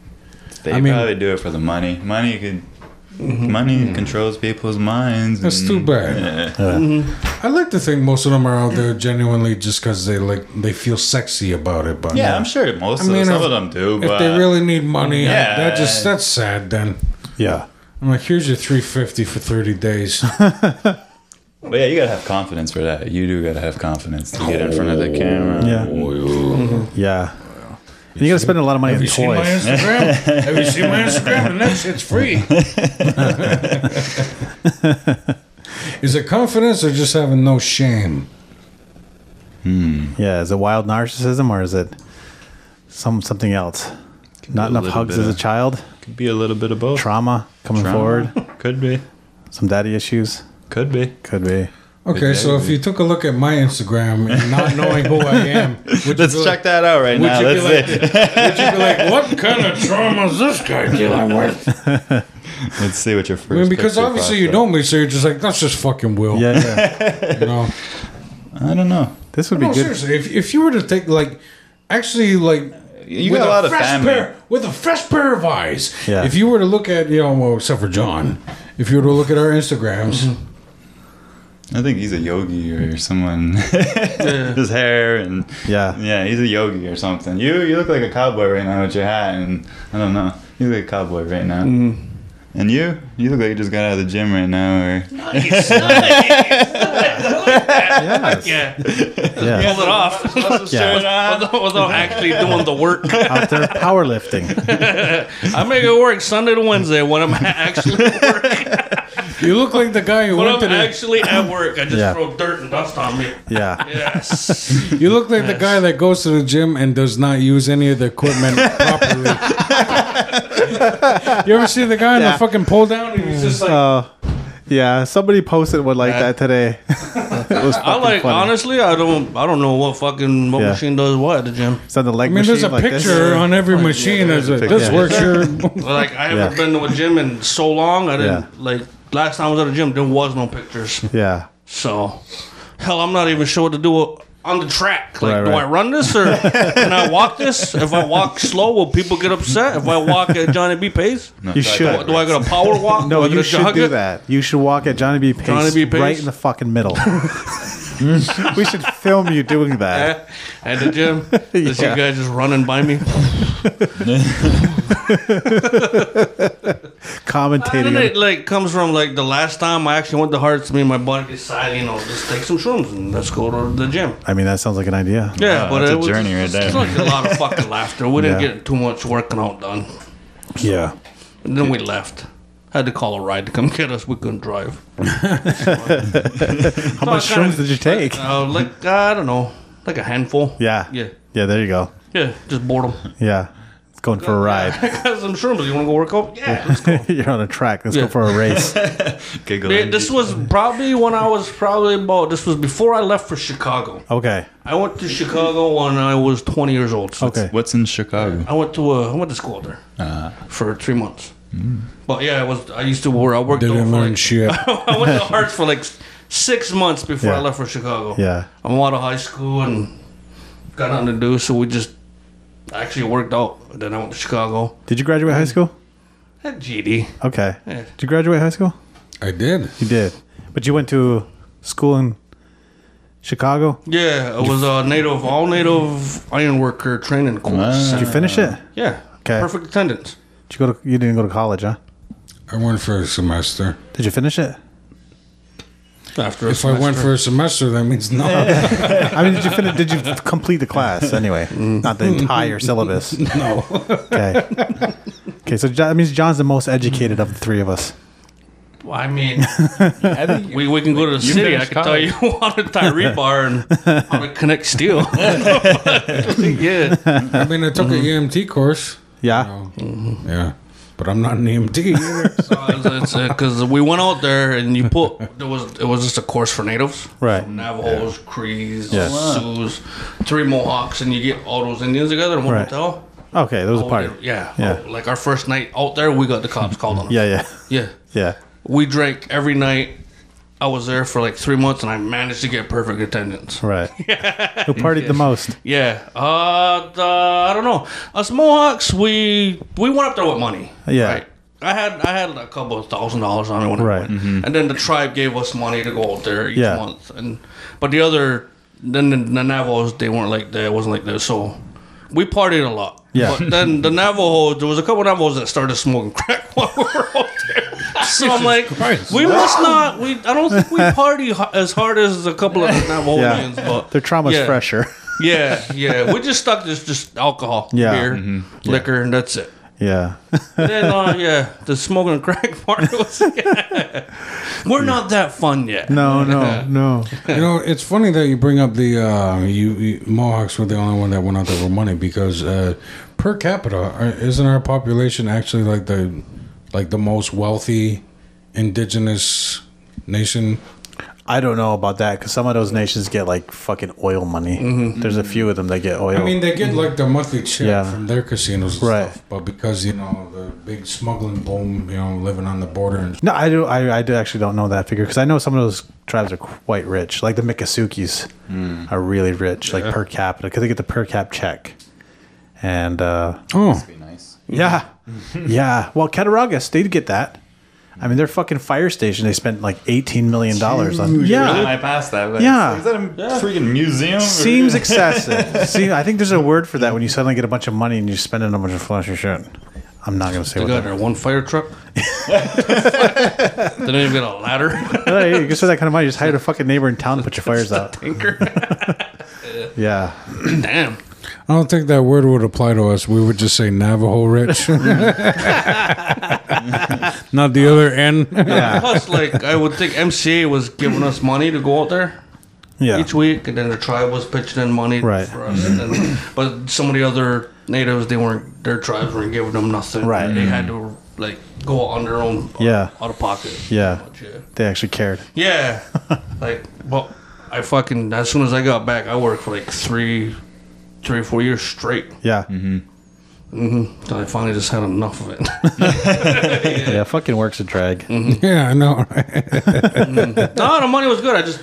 Speaker 2: They
Speaker 1: I mean- Mm-hmm.
Speaker 2: probably do it for the money. Money could. Money controls people's minds.
Speaker 1: Mm. That's
Speaker 2: and-
Speaker 1: too bad.
Speaker 2: Mm,
Speaker 1: Mm-hmm.
Speaker 2: Yeah.
Speaker 1: I like to think most of them are out there genuinely just because they like they feel sexy about it. But
Speaker 2: Yeah, I'm sure most
Speaker 1: I mean,
Speaker 2: of some
Speaker 1: if-
Speaker 2: of them do,
Speaker 1: if
Speaker 2: but
Speaker 1: they really need money, I-
Speaker 2: Yeah.
Speaker 1: that just that's sad. Then
Speaker 4: Yeah.
Speaker 1: I'm like, here's your 350 for 30 days.
Speaker 2: but yeah, you gotta have confidence for that. You do gotta have confidence to get in front of the camera.
Speaker 4: Oh,
Speaker 2: Mm-hmm.
Speaker 4: Yeah. Yeah. And you gotta spend a lot of money
Speaker 1: Have
Speaker 4: on
Speaker 1: you seen my
Speaker 4: toys.
Speaker 1: Instagram? Have you seen my Instagram? And that shit's free. Is it confidence or just having no shame?
Speaker 4: Yeah, is it wild narcissism or is it some something else? Not
Speaker 2: be a
Speaker 4: enough
Speaker 2: little
Speaker 4: hugs
Speaker 2: bit
Speaker 4: as a
Speaker 2: of-
Speaker 4: child,
Speaker 2: Could be a little bit of both.
Speaker 4: trauma coming
Speaker 2: Trauma.
Speaker 4: forward,
Speaker 2: Could be.
Speaker 4: some daddy issues.
Speaker 2: Could be.
Speaker 4: Could be.
Speaker 1: Okay, so if you took a look at my Instagram and not knowing who I am, would
Speaker 2: Let's
Speaker 1: you be
Speaker 2: check
Speaker 1: like,
Speaker 2: that out right
Speaker 1: would
Speaker 2: now.
Speaker 1: you be
Speaker 2: Let's
Speaker 1: like-
Speaker 2: see.
Speaker 1: would you be like, what kind of trauma is this guy dealing with?
Speaker 2: Let's see what your first.
Speaker 1: I mean, because
Speaker 2: picture
Speaker 1: obviously you
Speaker 2: pops
Speaker 1: know me, so you're just like, that's just fucking Will.
Speaker 4: Yeah, yeah.
Speaker 1: You know?
Speaker 2: up. I don't know.
Speaker 4: this would be
Speaker 1: No,
Speaker 4: good.
Speaker 1: seriously, if, if you were to take, like, actually, like,
Speaker 2: You
Speaker 1: with
Speaker 2: got a lot of
Speaker 1: fresh
Speaker 2: family.
Speaker 1: Pair, with a fresh pair of eyes.
Speaker 4: Yeah.
Speaker 1: If you were to look at, you know, well, except for John, if you were to look at our Instagrams,
Speaker 2: Mm-hmm. I think he's a yogi or someone. His hair and
Speaker 4: Yeah.
Speaker 2: yeah, he's a yogi or something. You you look like a cowboy right now with your hat and I don't know. You look like a cowboy right now.
Speaker 1: Mm-hmm.
Speaker 2: And you you look like you just got out of the gym right now. Or
Speaker 4: Yes.
Speaker 3: Yeah.
Speaker 4: Yeah.
Speaker 3: Pulled it off
Speaker 4: Yeah.
Speaker 3: without, without actually doing the work.
Speaker 4: Out there powerlifting.
Speaker 3: I make it work Sunday to Wednesday when I'm actually at work.
Speaker 1: you look like the guy who
Speaker 3: When
Speaker 1: went to
Speaker 3: I'm
Speaker 1: the,
Speaker 3: actually at work, I just
Speaker 4: Yeah.
Speaker 3: throw dirt and dust on me.
Speaker 4: Yeah.
Speaker 3: Yes.
Speaker 1: you look like the guy that goes to the gym and does not use any of the equipment properly. you ever see the guy in
Speaker 4: Yeah.
Speaker 1: the fucking pull down and he's just like,
Speaker 4: Uh, yeah. Somebody posted one like that today. it was
Speaker 3: I like
Speaker 4: funny.
Speaker 3: honestly, I don't, I don't know what fucking what
Speaker 4: Yeah.
Speaker 3: machine does what at the gym.
Speaker 4: It's on the leg
Speaker 1: I mean, there's a
Speaker 4: machine like this.
Speaker 1: picture on every machine. There's a,
Speaker 2: picture.
Speaker 1: this
Speaker 4: Yeah.
Speaker 1: works here.
Speaker 3: But, like I haven't
Speaker 4: Yeah.
Speaker 3: been to a gym in so long. I didn't
Speaker 4: Yeah.
Speaker 3: like last time I was at a gym. There was no pictures.
Speaker 4: Yeah.
Speaker 3: So hell, I'm not even sure what to do on the track. Like,
Speaker 4: Right,
Speaker 3: do
Speaker 4: right.
Speaker 3: I run this or can I walk this? If I walk slow, will people get upset? If I walk at Johnny B pace,
Speaker 2: No,
Speaker 4: You
Speaker 2: try
Speaker 4: should.
Speaker 2: backwards.
Speaker 3: do I got a power walk?
Speaker 4: No,
Speaker 3: do I
Speaker 4: you
Speaker 3: gotta
Speaker 4: should
Speaker 3: jog
Speaker 4: do
Speaker 3: it?
Speaker 4: that. You should walk at Johnny B. Pace,
Speaker 3: Johnny B. Pace?
Speaker 4: right in the fucking middle. we should film you doing that.
Speaker 3: Eh, At the gym, this
Speaker 4: Yeah.
Speaker 3: you guys just running by me. Eh? And
Speaker 4: Commentating.
Speaker 3: then
Speaker 4: on-
Speaker 3: it like comes from like the last time I actually went to Hearts, me and my buddy decided, you know, just take some shrooms and let's go to the gym.
Speaker 4: I mean, that sounds like an idea.
Speaker 3: Yeah,
Speaker 2: Wow,
Speaker 3: but
Speaker 2: that's
Speaker 3: it
Speaker 2: a
Speaker 3: was
Speaker 2: journey right
Speaker 3: it's
Speaker 2: there.
Speaker 3: like a lot of fucking laughter. We didn't
Speaker 4: Yeah.
Speaker 3: get too much working out done.
Speaker 4: Yeah.
Speaker 3: And then we left. Had to call a ride to come get us. We couldn't drive.
Speaker 4: How much shrooms did you take?
Speaker 3: Uh, like I don't know, like a handful.
Speaker 4: Yeah.
Speaker 3: yeah,
Speaker 4: Yeah. There you go.
Speaker 3: yeah. Just boredom.
Speaker 4: Yeah. It's going for a ride.
Speaker 3: I got some shrooms. You want to go work out? Yeah. let's go.
Speaker 4: You're on a track. Let's
Speaker 3: Yeah.
Speaker 4: go for a race.
Speaker 2: Giggle
Speaker 3: Man,
Speaker 2: and
Speaker 3: this
Speaker 2: you-
Speaker 3: was probably when I was probably about. This was before I left for Chicago.
Speaker 4: Okay.
Speaker 3: I went to Chicago when I was 20 years old. So
Speaker 4: Okay. Uh-huh.
Speaker 2: What's in Chicago?
Speaker 3: I went to uh, I went to school there for three months.
Speaker 4: Mm.
Speaker 3: But yeah, I was I used to work. I worked. out
Speaker 1: Didn't
Speaker 3: for,
Speaker 1: learn
Speaker 3: like-
Speaker 1: shit.
Speaker 3: I went to Hearts for like s- six months before I
Speaker 4: Yeah.
Speaker 3: left for Chicago.
Speaker 4: Yeah.
Speaker 3: I'm out of high school and got nothing to do, so we just actually worked out. Then I went to Chicago.
Speaker 4: Did you graduate high school?
Speaker 3: Had E GD.
Speaker 4: Okay.
Speaker 3: Yeah.
Speaker 4: Did you graduate high school?
Speaker 1: I did.
Speaker 4: You did. But you went to school in Chicago?
Speaker 3: Yeah, it was a native, all native iron worker training course.
Speaker 2: Wow.
Speaker 4: Did you finish it?
Speaker 3: Yeah.
Speaker 4: Okay.
Speaker 3: Perfect attendance.
Speaker 4: Did you go to? You didn't go to college, huh?
Speaker 1: I went for a semester.
Speaker 4: Did you finish it?
Speaker 3: After a
Speaker 1: If I went
Speaker 3: semester.
Speaker 1: for a semester, that means no.
Speaker 4: I mean, did you finish? Did you complete the class anyway? Not the entire syllabus.
Speaker 1: no.
Speaker 4: Okay. Okay, so John, that means John's the most educated of the three of us.
Speaker 3: Well, I mean,
Speaker 5: I think
Speaker 3: we, we can go to the
Speaker 5: You
Speaker 3: city. I
Speaker 5: finished
Speaker 3: can tell you on a Tyree bar and how to connect steel. yeah,
Speaker 1: I mean, I took
Speaker 3: Mm-hmm.
Speaker 1: a EMT course.
Speaker 4: Yeah.
Speaker 1: Yeah. But I'm not an EMT either.
Speaker 3: because uh, we went out there and you put there was it was just a course for natives,
Speaker 4: Right.
Speaker 3: Navajos, Crees,
Speaker 4: Yeah.
Speaker 3: Sioux, three Mohawks, and you get all those Indians together in one
Speaker 4: Right.
Speaker 3: hotel.
Speaker 4: Okay, there was a party.
Speaker 3: Yeah,
Speaker 4: Yeah.
Speaker 3: Oh, like our first night out there, we got the cops called on us.
Speaker 4: Yeah, yeah,
Speaker 3: yeah.
Speaker 4: yeah.
Speaker 3: We drank every night. I was there for like three months, and I managed to get perfect attendance.
Speaker 4: Right. Who partied the most?
Speaker 3: Yeah. Uh, the, I don't know. Us Mohawks, we we went up there with money.
Speaker 4: Yeah.
Speaker 3: I had I had a couple of thousand dollars on it when I
Speaker 4: Right.
Speaker 3: went, and then the tribe gave us money to go out there each
Speaker 4: Yeah.
Speaker 3: month, and but the other then the, the Navajos they weren't like that. It wasn't like that. So we partied a lot.
Speaker 4: Yeah.
Speaker 3: But then the Navajo, there was a couple of Navajos that started smoking crack while we were out there. So I'm like, we must not. We I don't think we party h- as hard as a couple of the Navajonians, but
Speaker 4: Their trauma's
Speaker 3: yeah.
Speaker 4: fresher.
Speaker 3: Yeah, yeah. We just stuck to just alcohol,
Speaker 4: Yeah.
Speaker 3: beer, liquor, and that's it.
Speaker 4: yeah.
Speaker 3: Then, uh, yeah, the smoking and crack part was. We're not that fun yet.
Speaker 4: No, no, no.
Speaker 1: You know, it's funny that you bring up the uh, you, you Mohawks were the only one that went out there with money because uh, per capita uh, isn't our population actually like the like the most wealthy indigenous nation?
Speaker 4: I don't know about that because some of those nations get like fucking oil money. There's a few of them that get oil.
Speaker 1: Mm-hmm. I mean, they get like the monthly check
Speaker 4: Yeah.
Speaker 1: from their casinos, and
Speaker 4: Right.
Speaker 1: Stuff, but because you know the big smuggling boom, you know, living on the border and
Speaker 4: no, I do. I, I do actually don't know that figure because I know some of those tribes are quite rich. Like the Miccosukis
Speaker 1: Mm.
Speaker 4: are really rich, like per capita, because they get the per cap check. And uh,
Speaker 1: oh,
Speaker 2: Be nice.
Speaker 4: Yeah. yeah. Well, Cattaraugus, they did get that. I mean, their fucking fire station, they spent like $18 million on. Yeah.
Speaker 2: Really? I passed that. Like,
Speaker 4: Yeah.
Speaker 2: Is that a freaking museum? or-
Speaker 4: Seems excessive. See, I think there's a word for that when you suddenly get a bunch of money and you spend it on a bunch of flashy shit. I'm not going to say
Speaker 3: We
Speaker 4: what
Speaker 3: got
Speaker 4: that
Speaker 3: our one fire truck. they don't even get a ladder.
Speaker 4: Hey, You can spend that kind of money. Just hire a fucking neighbor in town to put your fires out.
Speaker 3: Tinker.
Speaker 4: Yeah.
Speaker 3: Damn.
Speaker 1: I don't think that word would apply to us. We would just say Navajo rich, not the other N.
Speaker 3: Plus, like, I would think MCA was giving us money to go out there.
Speaker 4: Yeah.
Speaker 3: Each week, and then the tribe was pitching in money
Speaker 4: Right.
Speaker 3: for us. And then, but some of the other natives, they weren't. Their tribes weren't giving them nothing.
Speaker 4: Right.
Speaker 3: They had to like go on their own. uh,
Speaker 4: Yeah.
Speaker 3: Out of pocket.
Speaker 4: Yeah.
Speaker 3: Much, yeah.
Speaker 4: They actually cared.
Speaker 3: Yeah. like, well, I fucking as soon as I got back, I worked for like three, three or four years straight.
Speaker 4: Yeah.
Speaker 3: So I finally just had enough of it.
Speaker 4: Yeah. Fucking works a drag.
Speaker 1: yeah, I know. right?
Speaker 3: no, the money was good. I just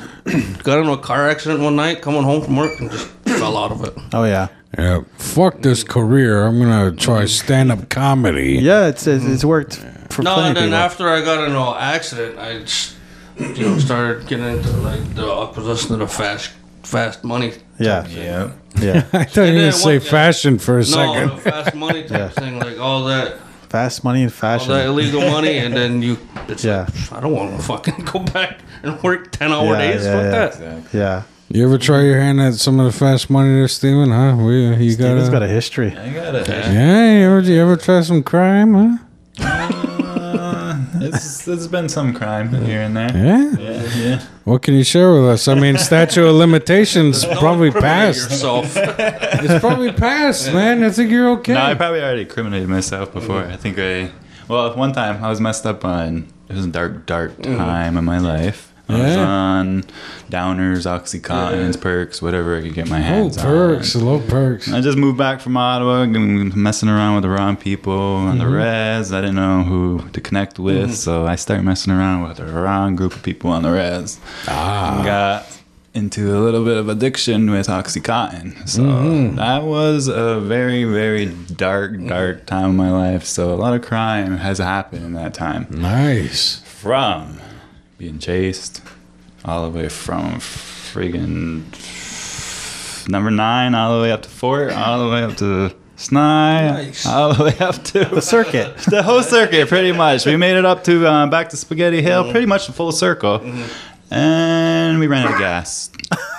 Speaker 3: got into a car accident one night, coming home from work, and just fell out of it.
Speaker 4: Oh, yeah.
Speaker 1: Yeah, fuck this career. I'm gonna try stand up comedy.
Speaker 4: Yeah. It's, it's, it's worked for
Speaker 3: No, and
Speaker 4: plenty of
Speaker 3: then
Speaker 4: people.
Speaker 3: after I got into an accident, I just, you know started getting into like the acquisition of the fast fast money.
Speaker 4: yeah.
Speaker 2: Yeah.
Speaker 4: Yeah.
Speaker 1: I thought you were
Speaker 3: then
Speaker 1: gonna say
Speaker 3: one-
Speaker 1: fashion for a
Speaker 3: No,
Speaker 1: second.
Speaker 3: the fast money type
Speaker 4: Yeah.
Speaker 3: thing, like all that,
Speaker 4: Fast money and
Speaker 3: all that
Speaker 4: fashion.
Speaker 3: illegal money, and then you, it's
Speaker 4: Yeah.
Speaker 3: like, I don't want to fucking go back and work ten hour
Speaker 4: Yeah,
Speaker 3: days.
Speaker 4: yeah,
Speaker 3: Fuck
Speaker 4: yeah.
Speaker 3: that.
Speaker 4: Yeah.
Speaker 1: You ever try your hand at some of the fast money there, Steven? Huh? We, you
Speaker 4: Dude, it's
Speaker 1: got
Speaker 4: got a history.
Speaker 2: I got it.
Speaker 1: Yeah, you ever, you ever try some crime, huh?
Speaker 2: Uh, It's, it's been some crime here and there.
Speaker 1: Yeah.
Speaker 2: Yeah. yeah.
Speaker 1: What can you share with us? I mean, statute of limitations
Speaker 3: Don't
Speaker 1: probably
Speaker 3: incriminate
Speaker 1: passed.
Speaker 3: Yourself.
Speaker 1: It's probably passed, man. I think you're okay.
Speaker 2: No, I probably already incriminated myself before. I think I. Well, one time I was messed up on. It was a dark, dark time in my life. I was
Speaker 1: Yeah.
Speaker 2: on downers, oxycontins, perks, whatever I could get my
Speaker 1: Low
Speaker 2: hands on.
Speaker 1: Oh, perks, low perks.
Speaker 2: I just moved back from Ottawa, and messing around with the wrong people and the Reds. I didn't know who to connect with, so I started messing around with the wrong group of people on the Reds. Ah. Got into a little bit of addiction with OxyContin. So that was a very, very dark, dark time in my life. So a lot of crime has happened in that time
Speaker 1: Nice.
Speaker 2: from being chased all the way from friggin' number nine all the way up to fort all the way up to Snai
Speaker 3: Nice.
Speaker 2: all the way up to
Speaker 4: The circuit.
Speaker 2: the whole circuit, pretty much. We made it up to uh, back to Spaghetti Hill, pretty much a full circle, and we ran out of gas.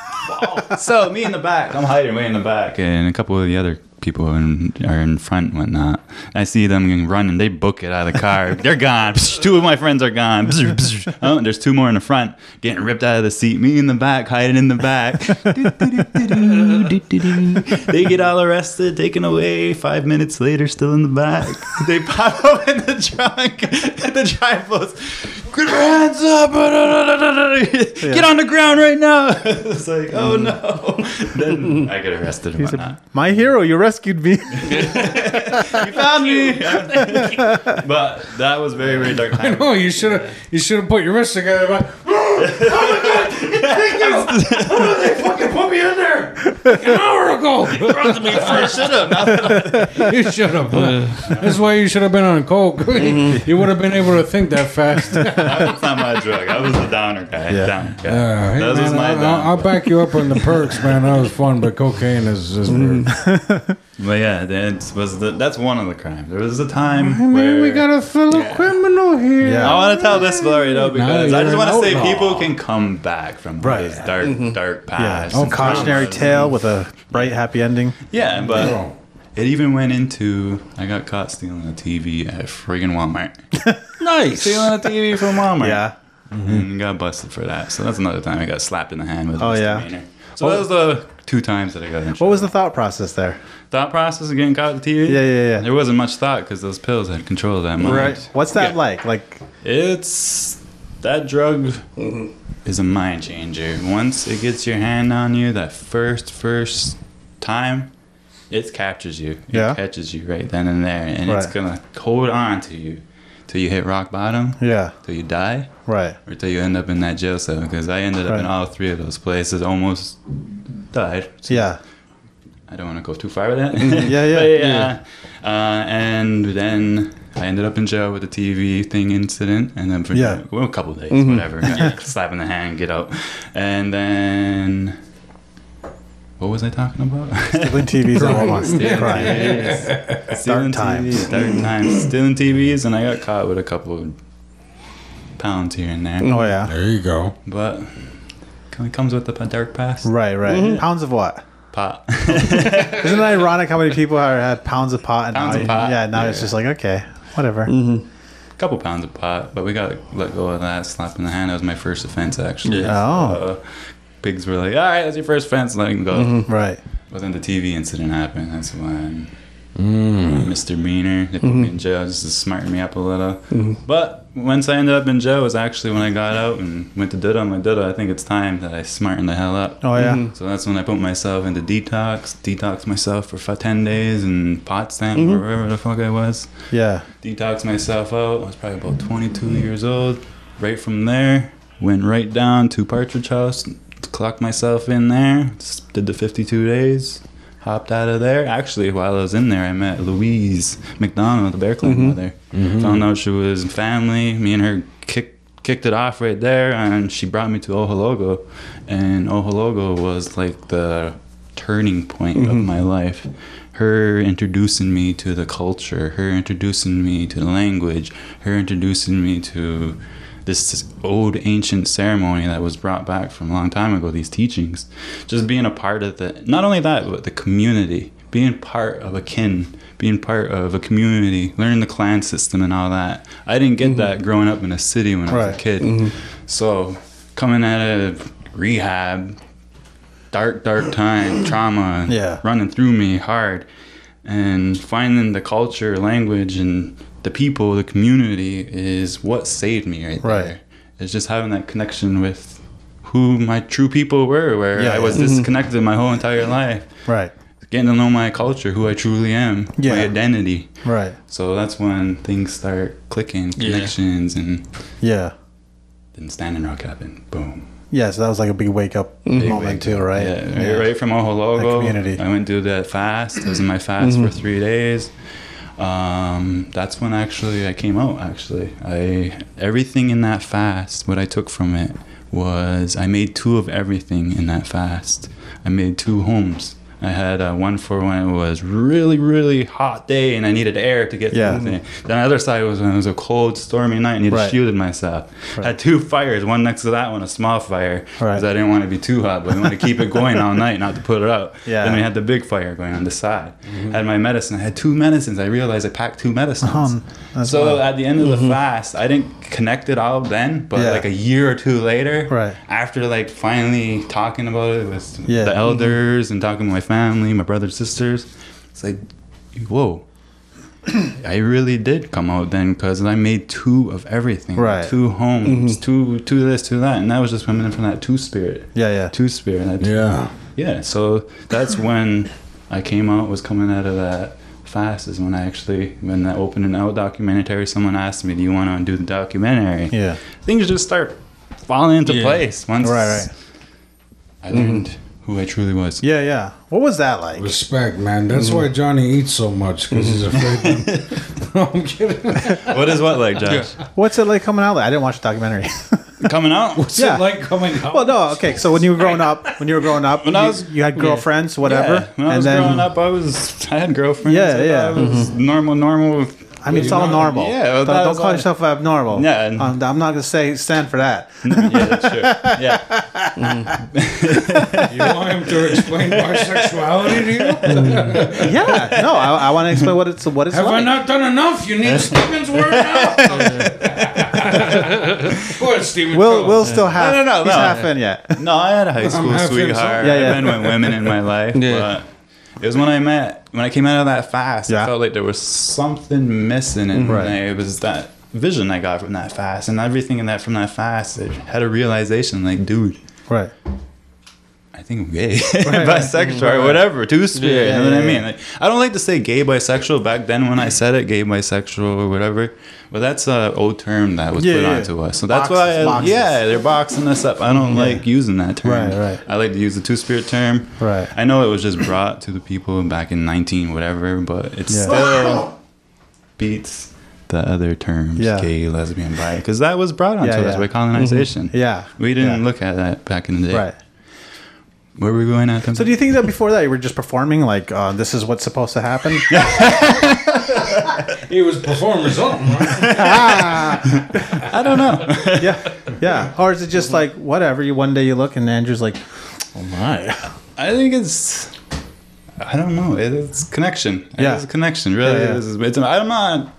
Speaker 2: so me in the back, I'm hiding way in the back, and a couple of the other people in, are in front and whatnot. I see them running, they book it out of the car. They're gone. two of my friends are gone. oh, and there's two more in the front getting ripped out of the seat. Me in the back, hiding in the back. they get all arrested, taken away. Five minutes later, still in the back. They pop up in the trunk. the drive Get your hands up! Get on the ground right now! it's like, oh
Speaker 1: Mm.
Speaker 2: no! Then I get arrested. And whatnot.
Speaker 4: My hero, you rescued me.
Speaker 2: you found me. but that was very very dark time.
Speaker 1: No, Oh, you should have. You should have put your wrists together. But, oh my god! Thank you. Oh, they fucking put me in there an hour ago.
Speaker 3: me first.
Speaker 2: Shut up! Now that
Speaker 1: You should have. That's why you should have been on coke.
Speaker 4: Mm-hmm.
Speaker 1: you would have been able to think that fast.
Speaker 2: That's not my drug. I was a downer guy.
Speaker 4: Yeah.
Speaker 2: Downer guy.
Speaker 1: Uh, hey,
Speaker 2: that was
Speaker 1: man,
Speaker 2: my
Speaker 1: I,
Speaker 2: downer.
Speaker 1: I'll, I'll back you up on the perks, man. That was fun, but cocaine is, is
Speaker 4: Mm-hmm.
Speaker 1: weird.
Speaker 2: But yeah, that was the, that's one of the crimes. There was a time
Speaker 1: I mean,
Speaker 2: where
Speaker 1: we got a fellow criminal here.
Speaker 4: Yeah.
Speaker 2: I want to tell this story though because I
Speaker 1: you're
Speaker 2: just want
Speaker 1: an
Speaker 2: to say
Speaker 1: outlaw.
Speaker 2: people can come back from
Speaker 4: Right.
Speaker 2: this dark, dark past.
Speaker 4: Oh, cautionary tale with a bright, happy ending.
Speaker 2: Yeah, but
Speaker 1: Yeah.
Speaker 2: it even went into I got caught stealing a TV at friggin' Walmart.
Speaker 3: Nice.
Speaker 2: stealing a TV from Walmart.
Speaker 4: Yeah.
Speaker 2: and got busted for that. So that's another time I got slapped in the hand with. a
Speaker 4: Oh, yeah.
Speaker 2: misdemeanor. So that was the two times that I got in
Speaker 4: What
Speaker 2: trouble.
Speaker 4: was the thought process there?
Speaker 2: thought process of getting caught with the TV?
Speaker 4: Yeah, yeah, yeah.
Speaker 2: There wasn't much thought because those pills had control of that mind.
Speaker 4: What's that
Speaker 2: Yeah.
Speaker 4: like? Like,
Speaker 2: It's that drug
Speaker 4: Mm-hmm.
Speaker 2: is a mind changer. Once it gets your hand on you, that first first time, it captures you. It
Speaker 4: Yeah.
Speaker 2: catches you right then and there, and it's
Speaker 4: Right.
Speaker 2: gonna hold on to you till you hit rock bottom,
Speaker 4: yeah,
Speaker 2: till you die,
Speaker 4: right.
Speaker 2: or till you end up in that jail cell. Because I ended up in
Speaker 4: Right.
Speaker 2: all three of those places, almost died. So
Speaker 4: Yeah,
Speaker 2: I don't want to go too far with that.
Speaker 4: yeah, yeah,
Speaker 2: But yeah. Uh, and then I ended up in jail with the TV thing incident, and then for
Speaker 4: Yeah. Mm-hmm.
Speaker 2: well, a couple days, whatever, got slap in the hand, get out, and then what was I talking about?
Speaker 4: stealing TVs at Walmart.
Speaker 2: Stealing
Speaker 4: Crime.
Speaker 2: TVs. Stealing
Speaker 4: times.
Speaker 2: TVs, Dark times. Stealing TVs, and I got caught with a couple of pounds here and there.
Speaker 4: Oh yeah,
Speaker 1: There you go.
Speaker 2: But it comes with the dark past.
Speaker 4: right, right. Pounds of what?
Speaker 2: Pot.
Speaker 4: Mm-hmm. Isn't it ironic how many people are, had pounds of pot? And
Speaker 2: Pounds
Speaker 4: now,
Speaker 2: of pot.
Speaker 4: Yeah, now it's
Speaker 2: Yeah.
Speaker 4: just like okay, whatever.
Speaker 2: couple pounds of pot, but we got let go of that slap in the hand. That was my first offense, actually.
Speaker 3: Yeah.
Speaker 4: Oh. Mm-hmm.
Speaker 2: Uh, pigs were like, "All right, that's your first offense. Let him go."
Speaker 4: Right.
Speaker 2: But then the TV incident happened. That's when misdemeanor. They put me
Speaker 4: Mm-hmm.
Speaker 2: in jail just to smarten me up a little. But once I ended up in jail, was actually when I got out and went to Duda. I'm like, Duda, I think it's time that I smarten the hell up.
Speaker 4: Oh yeah.
Speaker 2: So that's when I put myself into detox, detox myself for fi- 10 days and pot stamp
Speaker 4: Mm-hmm.
Speaker 2: or wherever the fuck I was
Speaker 4: Yeah.
Speaker 2: detoxed myself out. I was probably about 22 years old. Right from there, went right down to Partridge House, clocked myself in there, s- did the 52 days, hopped out of there. Actually, while I was in there, I met Louise McDonald, the bear clan mother. Found out she was family. Me and her kicked kicked it off right there and she brought me to Ohologo and Ohologo was like the turning point of my life her introducing me to the culture her introducing me to the language her introducing me to this old ancient ceremony that was brought back from a long time ago these teachings just being a part of the not only that but the community being part of a kin being part of a community learning the clan system and all that i didn't get that growing up in a city when i was
Speaker 4: Right.
Speaker 2: a kid so coming out of rehab dark dark time trauma
Speaker 4: Yeah.
Speaker 2: running through me hard and finding the culture language and the people the community is what saved me right,
Speaker 4: Right.
Speaker 2: there it's just having that connection with who my true people were where
Speaker 4: Yeah,
Speaker 2: i was
Speaker 4: yeah. Mm-hmm.
Speaker 2: disconnected my whole entire life
Speaker 4: Right.
Speaker 2: getting to know my culture who i truly am
Speaker 4: Yeah.
Speaker 2: my identity
Speaker 4: Right.
Speaker 2: so that's when things start clicking connections and
Speaker 4: Yeah.
Speaker 2: then standing rock happened boom
Speaker 4: Yeah. So that was like a big wake up moment too, right?
Speaker 2: Yeah, right- right from Ohologo.
Speaker 4: That community. Mm-hmm.
Speaker 2: I went to that fast. I was in my fast for three days. Um, that's when actually I came out. Actually, I everything in that fast. What I took from it was I made two of everything in that fast. I made two homes. I had uh, one for when it was really, really hot day and I needed air to get
Speaker 4: Yeah.
Speaker 2: through the thing. Then the other side was when it was a cold, stormy night and I needed
Speaker 4: Right.
Speaker 2: shielded myself. I had two fires, one next to that one, a small fire, because
Speaker 4: Right.
Speaker 2: I didn't want to be too hot, but I wanted to keep it going all night, not to put it out.
Speaker 4: Yeah. Mm-hmm.
Speaker 2: Then I had the big fire going on the side. I had my medicine. I had two medicines. I realized I packed two medicines.
Speaker 4: Um, that's
Speaker 2: so
Speaker 4: wild.
Speaker 2: at the end of the fast, I didn't connect it all then, but
Speaker 4: Yeah.
Speaker 2: like a year or two later,
Speaker 4: Right.
Speaker 2: after like finally talking about it with
Speaker 4: Yeah. Mm-hmm.
Speaker 2: the elders and talking to my family, my brothers, sisters, it's like, whoa. I really did come out then because I made two of everything,
Speaker 4: Right.
Speaker 2: Two homes,
Speaker 4: Mm-hmm.
Speaker 2: two two this, two that, and that was just coming from that two spirit,
Speaker 4: Yeah, yeah.
Speaker 2: two spirit, that
Speaker 1: Yeah.
Speaker 2: yeah, so that's when I came out, was coming out of that fast, is when I actually, when that opened and out documentary, someone asked me, Do you want to do the documentary?
Speaker 4: Yeah.
Speaker 2: Things just start falling into
Speaker 3: Yeah.
Speaker 2: place once
Speaker 4: Right, Mm-hmm. right.
Speaker 2: I learned who I truly was.
Speaker 4: Yeah, yeah. What was that like?
Speaker 1: Respect, man. That's
Speaker 4: Mm-hmm.
Speaker 1: why Johnny eats so much because he's afraid. that- no, I'm kidding.
Speaker 2: What is what like, Josh?
Speaker 4: What's it like coming out? I didn't watch the documentary.
Speaker 2: Coming out?
Speaker 1: What's
Speaker 4: Yeah.
Speaker 1: it like coming out?
Speaker 4: well, no, okay. So when you were growing up, when you were growing up,
Speaker 2: When
Speaker 4: you,
Speaker 2: I was-
Speaker 4: you had girlfriends, whatever.
Speaker 2: Yeah, when I was growing up, I was I had girlfriends. I
Speaker 4: Yeah, yeah. Mm-hmm.
Speaker 2: thought I was normal, normal.
Speaker 4: I mean, it's all normal.
Speaker 2: Yeah, well,
Speaker 4: don't,
Speaker 2: that
Speaker 4: don't
Speaker 2: was
Speaker 4: call
Speaker 2: all-
Speaker 4: yourself abnormal.
Speaker 2: Yeah, and-
Speaker 4: Um, I'm not gonna say stand for that.
Speaker 2: yeah, that's true. Yeah,
Speaker 1: You want him to explain bisexuality to you?
Speaker 4: yeah, no, I, I want to explain what it's what it's
Speaker 1: Have I
Speaker 4: like.
Speaker 1: not done enough? You need Stephen's word now. Go ahead, Stephen.
Speaker 4: Will
Speaker 1: Go.
Speaker 4: Will still half.
Speaker 2: No, no, no,
Speaker 4: He's
Speaker 2: no.
Speaker 4: half in yet.
Speaker 2: no, I had a high school
Speaker 1: half inside.
Speaker 2: sweetheart.
Speaker 4: Yeah, yeah.
Speaker 2: I've been with women in my life,
Speaker 3: Yeah.
Speaker 2: but it was when I met, when I came out of that fast,
Speaker 4: Yeah.
Speaker 2: I felt like there was something missing, and
Speaker 4: Right.
Speaker 2: I- it was that vision I got from that fast, and everything in that from that fast, I had a realization, like, dude.
Speaker 4: right.
Speaker 2: I think I'm gay, bisexual, or whatever, two spirit.
Speaker 4: Yeah,
Speaker 2: you know what
Speaker 4: yeah,
Speaker 2: I
Speaker 4: yeah.
Speaker 2: mean? Like, I don't like to say gay bisexual back then when I said it, gay bisexual or whatever. But that's an old term that was
Speaker 4: Yeah,
Speaker 2: put
Speaker 4: yeah.
Speaker 2: onto us. So that's why, I,
Speaker 4: Boxes, boxes.
Speaker 2: yeah, they're boxing us up. I don't like using that term.
Speaker 4: Right, right.
Speaker 2: I like to use the two spirit term.
Speaker 4: Right.
Speaker 2: I know it was just brought to the people back in 19 whatever, but it
Speaker 4: Yeah.
Speaker 2: still beats the other terms,
Speaker 4: Yeah.
Speaker 2: gay, lesbian, bi, because that was brought onto
Speaker 4: Yeah,
Speaker 2: us
Speaker 4: yeah. Mm-hmm.
Speaker 2: by colonization.
Speaker 4: Yeah.
Speaker 2: We didn't
Speaker 4: Yeah.
Speaker 2: look at that back in the day.
Speaker 4: Right.
Speaker 2: Where were we going at them?
Speaker 4: So do you think that before that you were just performing like uh, this is what's supposed to happen? Yeah.
Speaker 1: He was performing something, right?
Speaker 2: I don't know.
Speaker 4: yeah. Yeah. Or is it just like whatever? You one day you look and Andrew's like, oh my.
Speaker 2: I think it's. I don't know. It- It's connection.
Speaker 4: Yeah.
Speaker 2: It's a connection. Really.
Speaker 4: Yeah, yeah.
Speaker 2: It's, it's, I'm not.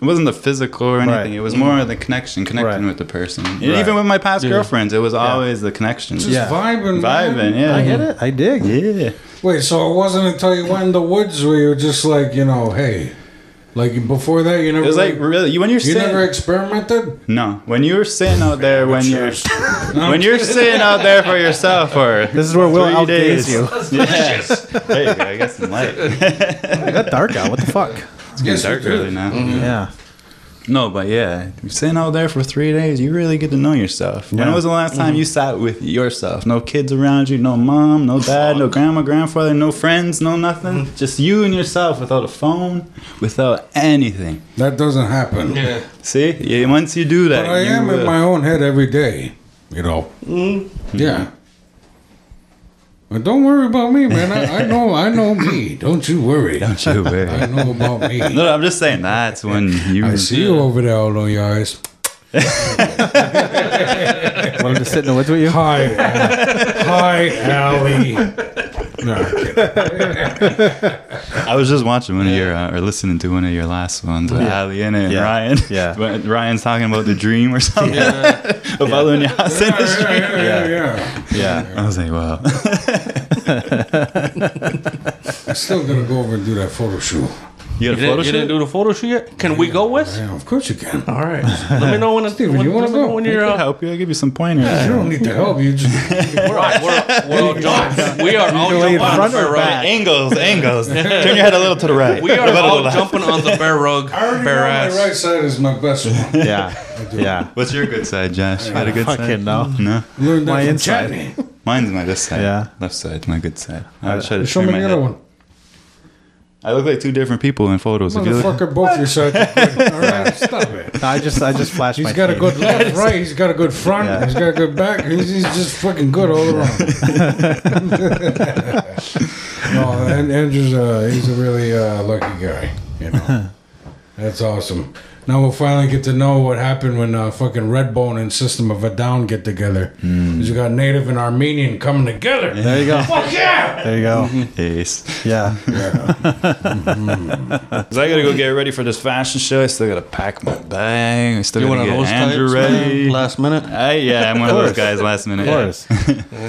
Speaker 2: It wasn't the physical or anything. It was more of the connection, connecting
Speaker 4: Mm-hmm.
Speaker 2: with
Speaker 4: Right.
Speaker 2: the person. And
Speaker 4: Right.
Speaker 2: Even with my past girlfriends, it was always the connection.
Speaker 1: Just
Speaker 4: Yeah.
Speaker 1: vibing, man.
Speaker 2: Vibing. Yeah.
Speaker 4: I get it. I dig.
Speaker 2: Yeah.
Speaker 1: Wait, so it wasn't until you went in the woods where you were just like, you know, hey, like before that, you never
Speaker 2: It was like really you, when you're
Speaker 1: you
Speaker 2: sitting.
Speaker 1: never experimented.
Speaker 2: no, when you're sitting out there, when you're when you're sitting out there for yourself, or
Speaker 4: This is where Will
Speaker 2: three
Speaker 4: outgaze
Speaker 2: days.
Speaker 4: you.
Speaker 2: There you go. I got some light. it's
Speaker 4: It got dark out. What the fuck?
Speaker 2: getting
Speaker 1: Yes, Mm-hmm. you
Speaker 2: dark
Speaker 1: did.
Speaker 2: early now.
Speaker 4: Yeah.
Speaker 2: No, but yeah, you're sitting out there for three days, you really get to know yourself. When
Speaker 4: Yeah.
Speaker 2: was the last
Speaker 1: Mm-hmm.
Speaker 2: time you sat with yourself? No kids around you, no mom, no dad, no grandma, grandfather, no friends, no nothing.
Speaker 1: Mm-hmm.
Speaker 2: Just you and yourself without a phone, without anything.
Speaker 1: That doesn't happen.
Speaker 3: Yeah.
Speaker 2: See, yeah, once you do that,
Speaker 1: But I
Speaker 2: you uh,
Speaker 1: am in
Speaker 2: will.
Speaker 1: my own head every day, you know.
Speaker 2: Mm-hmm.
Speaker 1: Yeah. But don't worry about me, man. I, I know, I know me. Don't you worry.
Speaker 2: Don't you worry.
Speaker 1: I
Speaker 2: no,
Speaker 1: know about me.
Speaker 2: no, I'm just saying that's when you.
Speaker 1: I see you over there, all on your eyes.
Speaker 4: Want him to sit in the woods with you?
Speaker 1: Hi, Al. hi, Allie. No, I'm kidding.
Speaker 2: I was just watching one of your uh, or listening to one of your last ones with Ali in it and
Speaker 4: Yeah.
Speaker 2: Ryan.
Speaker 4: Yeah.
Speaker 2: When Ryan's talking about the dream or something.
Speaker 3: Uh,
Speaker 2: of other than house in the
Speaker 1: yeah,
Speaker 2: street.
Speaker 1: yeah, yeah, yeah.
Speaker 2: I
Speaker 4: Yeah.
Speaker 2: was like, wow.
Speaker 1: I'm still gonna go over and do that photo shoot.
Speaker 2: You got a
Speaker 3: You
Speaker 2: photo
Speaker 3: didn't, you didn't
Speaker 2: shoot?
Speaker 3: do the photo shoot yet? Can we go with?
Speaker 1: Yeah, of course you can.
Speaker 3: All right. Let me know when it's.
Speaker 1: Steven,
Speaker 3: when,
Speaker 1: you wanna
Speaker 3: let me know
Speaker 1: go?
Speaker 3: When
Speaker 2: I
Speaker 3: you're,
Speaker 2: could
Speaker 3: uh,
Speaker 2: help you. I'll give you some pointers.
Speaker 1: You don't need the help. You just
Speaker 3: we're, all, we're, we're all jumping. We are all
Speaker 4: lean
Speaker 3: jumping on
Speaker 4: front
Speaker 3: the
Speaker 4: or
Speaker 3: bear rug.
Speaker 4: back?
Speaker 2: Angles, angles. Turn your head a little to the right.
Speaker 3: We are all jumping on the bear rug.
Speaker 1: I already
Speaker 3: Bear
Speaker 1: know my right
Speaker 3: ass.
Speaker 1: side is my best one.
Speaker 4: Yeah. Yeah.
Speaker 2: What's your good side, Josh? You had a good
Speaker 4: Fucking
Speaker 2: side?
Speaker 4: no.
Speaker 2: No.
Speaker 1: Learned that
Speaker 4: My
Speaker 1: from
Speaker 4: inside.
Speaker 1: Jenny.
Speaker 2: Mine's my left side.
Speaker 4: Yeah.
Speaker 2: Left side's my good side. I try to
Speaker 1: Show
Speaker 2: turn
Speaker 1: me
Speaker 2: my
Speaker 1: the
Speaker 2: head.
Speaker 1: other one.
Speaker 2: I look like two different people in photos. If you look-
Speaker 1: Motherfucker, both your sides. are good. All right, stop it.
Speaker 4: No, I just I just flashed
Speaker 1: He's
Speaker 4: my.
Speaker 1: got a
Speaker 4: feet.
Speaker 1: good left, right. He's got a good front.
Speaker 4: Yeah.
Speaker 1: He's got a good back. He's, he's just fucking good all around. no, no, and Andrew's uh, he's a really uh, lucky guy. You know, that's awesome. Now we'll finally get to know what happened when uh, fucking Redbone and System of a Down get together.
Speaker 2: Hmm.
Speaker 1: 'Cause You got Native and Armenian coming together.
Speaker 4: There you go.
Speaker 1: Fuck yeah!
Speaker 4: There you go.
Speaker 2: Ace.
Speaker 4: Yeah.
Speaker 2: Cause I gotta go get ready for this fashion show. I still gotta pack my bag. I still
Speaker 3: You one
Speaker 2: gotta
Speaker 3: of
Speaker 2: get
Speaker 3: those
Speaker 2: Andrew
Speaker 3: types, man,
Speaker 2: ready.
Speaker 3: last minute.
Speaker 2: I, yeah, I'm one of those
Speaker 4: course.
Speaker 2: guys last minute.
Speaker 4: Of course.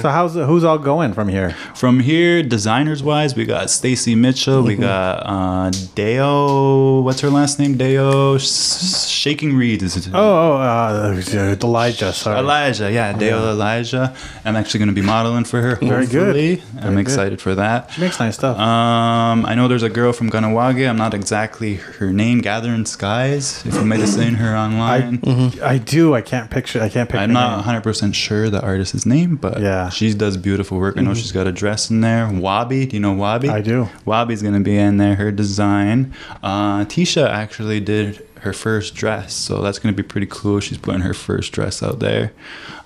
Speaker 4: so how's who's all going from here?
Speaker 2: From here, designers wise, we got Stacy Mitchell, we
Speaker 4: Mm-hmm.
Speaker 2: got uh, Deo. What's her last name? Deo Sh- Shaking Reed is it?
Speaker 4: Oh, oh uh, Elijah. Sorry.
Speaker 2: Elijah, yeah, Deo Elijah. I'm actually going to be modeling for her.
Speaker 4: Very good.
Speaker 2: hopefully. I'm
Speaker 4: good.
Speaker 2: excited for that.
Speaker 4: She makes nice stuff.
Speaker 2: Um, I know there's a girl from Ganawage. I'm not exactly her name. Gathering Skies. If you might have seen her
Speaker 4: I,
Speaker 2: online.
Speaker 4: I do. I can't picture. I can't picture.
Speaker 2: I'm
Speaker 4: her
Speaker 2: not
Speaker 4: name.
Speaker 2: 100 percent sure the artist's name, but
Speaker 4: Yeah. Mm-hmm.
Speaker 2: she does beautiful work. I know she's got a dress in there. Wabi, do you know Wabi?
Speaker 4: I do.
Speaker 2: Wabi's gonna be in there. Her design. Uh, Tisha actually did her first dress, so that's gonna be pretty cool. She's putting her first dress out there.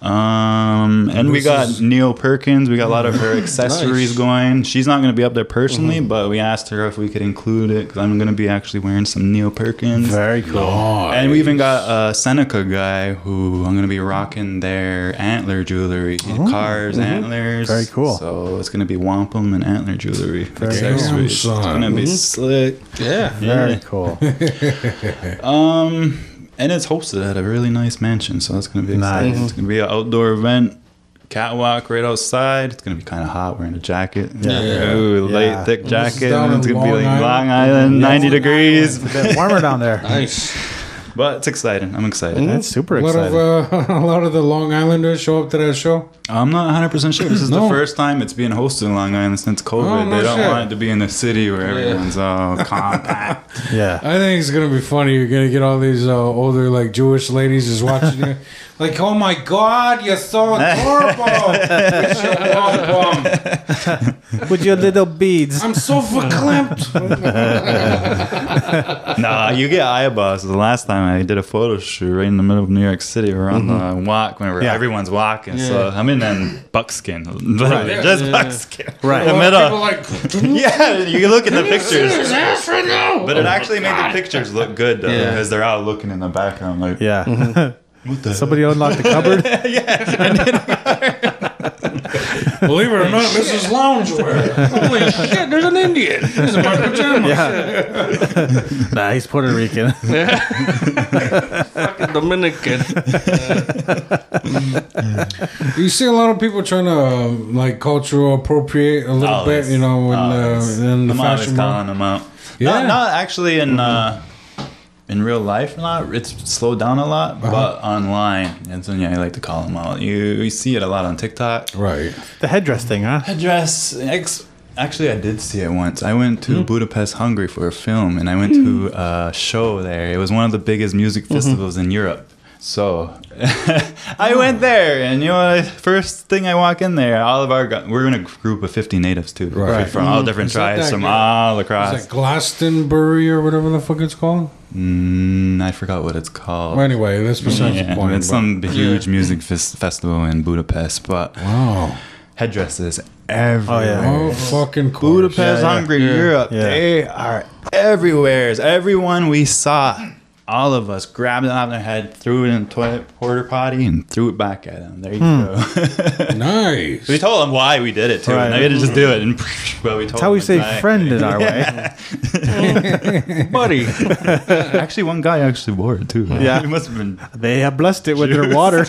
Speaker 2: Um, and we
Speaker 1: This
Speaker 2: got
Speaker 1: is-
Speaker 2: Neil Perkins. We got a lot of her accessories
Speaker 3: Nice.
Speaker 2: going. She's not gonna be up there personally,
Speaker 4: Mm-hmm.
Speaker 2: but we asked her if we could include it because I'm gonna be actually wearing some Neil Perkins.
Speaker 4: Very cool.
Speaker 1: Oh,
Speaker 2: And we even got a Seneca guy who I'm gonna be rocking their antler jewelry, cars, antlers.
Speaker 4: Oh, mm-hmm. Very cool.
Speaker 2: So it's gonna be wampum and antler jewelry. accessories.
Speaker 1: cool.
Speaker 2: It's gonna be slick.
Speaker 3: Yeah.
Speaker 4: Very cool.
Speaker 2: Um, and it's hosted at a really nice mansion, so that's gonna be exciting.
Speaker 4: Nice. Mm-hmm.
Speaker 2: It's gonna be an outdoor event. Catwalk right outside. It's gonna be kind of hot wearing a jacket.
Speaker 4: Yeah.
Speaker 1: Yeah.
Speaker 2: Ooh,
Speaker 4: Yeah.
Speaker 2: light thick jacket.
Speaker 1: down
Speaker 2: and It's
Speaker 1: in
Speaker 2: gonna
Speaker 1: Long
Speaker 2: be like
Speaker 1: Island.
Speaker 2: Long Island, 90 degrees.
Speaker 4: A bit warmer down there.
Speaker 3: Nice.
Speaker 2: But it's exciting. I'm excited.
Speaker 4: That's super
Speaker 1: a lot
Speaker 4: exciting.
Speaker 1: of uh, a lot of the Long Islanders show up to that show.
Speaker 2: I'm not 100 percent sure. This is
Speaker 1: No.
Speaker 2: the first time it's being hosted in Long Island since COVID.
Speaker 1: no
Speaker 2: they don't
Speaker 1: shit.
Speaker 2: want it to be in the city where everyone's all compact.
Speaker 4: yeah.
Speaker 1: I think it's gonna be funny. You're gonna get all these uh, older like Jewish ladies is watching you, like, "Oh my God, you're so adorable! With your long bum.
Speaker 4: With your little beads.
Speaker 1: I'm so verklempt."
Speaker 2: nah, you get eyeballs. The last time I did a photo shoot right in the middle of New York City, we are on
Speaker 1: Mm-hmm.
Speaker 2: the walk whenever
Speaker 4: Yeah.
Speaker 2: everyone's walking. So I'm in then buckskin, literally
Speaker 1: Yeah.
Speaker 2: just buckskin,
Speaker 4: Right.
Speaker 2: In the middle.
Speaker 1: people like,
Speaker 2: yeah, you look at the
Speaker 1: "This
Speaker 2: pictures.
Speaker 1: ass right now."
Speaker 2: But it actually made the pictures look good though,
Speaker 3: Yeah.
Speaker 2: because they're all looking in the background like,
Speaker 4: Yeah. Mm-hmm.
Speaker 2: what the
Speaker 4: Somebody unlocked the cupboard.
Speaker 1: Believe it or not, this is loungewear. Holy shit, there's an Indian. This is my pajamas.
Speaker 4: yeah. nah, he's Puerto Rican.
Speaker 3: Dominican.
Speaker 1: You see a lot of people trying to um, like cultural appropriate a little bit,
Speaker 2: Always.
Speaker 1: you know, in,
Speaker 2: Always.
Speaker 1: uh, in the
Speaker 2: I'm always
Speaker 1: fashion world.
Speaker 2: calling them out.
Speaker 1: Yeah. Mm-hmm.
Speaker 2: Not, not actually in uh, in real life. Not it's slowed down a lot,
Speaker 1: Uh-huh.
Speaker 2: but online, and so yeah, I like to call them out. You you see it a lot on TikTok.
Speaker 1: Right.
Speaker 4: the headdress thing, huh?
Speaker 2: Headdress. Ex- actually, I did see it once. I went
Speaker 1: Hmm.
Speaker 2: to Budapest, Hungary, for a film, and I went to a show there. It was one of the biggest music
Speaker 1: Mm-hmm.
Speaker 2: festivals in Europe. So I
Speaker 1: Oh.
Speaker 2: went there, and you know, what? first thing I walk in there, all of our gu- we're in a group of fifty natives too,
Speaker 1: Right. Mm-hmm.
Speaker 2: from all different
Speaker 1: Is that
Speaker 2: tribes,
Speaker 1: that
Speaker 2: from
Speaker 1: guy?
Speaker 2: all
Speaker 1: It's
Speaker 2: across.
Speaker 1: like Glastonbury or whatever the fuck it's called.
Speaker 2: Mm, I forgot what it's called.
Speaker 1: Well, anyway, that's besides the
Speaker 2: Yeah,
Speaker 1: point.
Speaker 2: it's
Speaker 1: but-
Speaker 2: some huge music fes- festival in Budapest, but
Speaker 1: wow.
Speaker 4: Oh.
Speaker 2: headdresses everywhere.
Speaker 1: Oh, fucking cool.
Speaker 2: Budapest,
Speaker 4: Yeah, yeah.
Speaker 2: Hungary, Europe.
Speaker 4: Yeah.
Speaker 2: They are everywhere. Everyone we saw, all of us grabbed it off their head, threw it in the toilet porter potty, and threw it back at them. There you
Speaker 4: Hmm.
Speaker 2: go.
Speaker 1: Nice.
Speaker 2: we told them why we did it too.
Speaker 4: Right.
Speaker 2: They didn't just do it. And but we told
Speaker 4: That's how we
Speaker 2: them
Speaker 4: say
Speaker 2: exactly.
Speaker 4: friend in our way.
Speaker 3: Buddy.
Speaker 2: Actually, one guy actually wore it too.
Speaker 4: Yeah.
Speaker 2: he must have been
Speaker 4: They have blessed it with their water.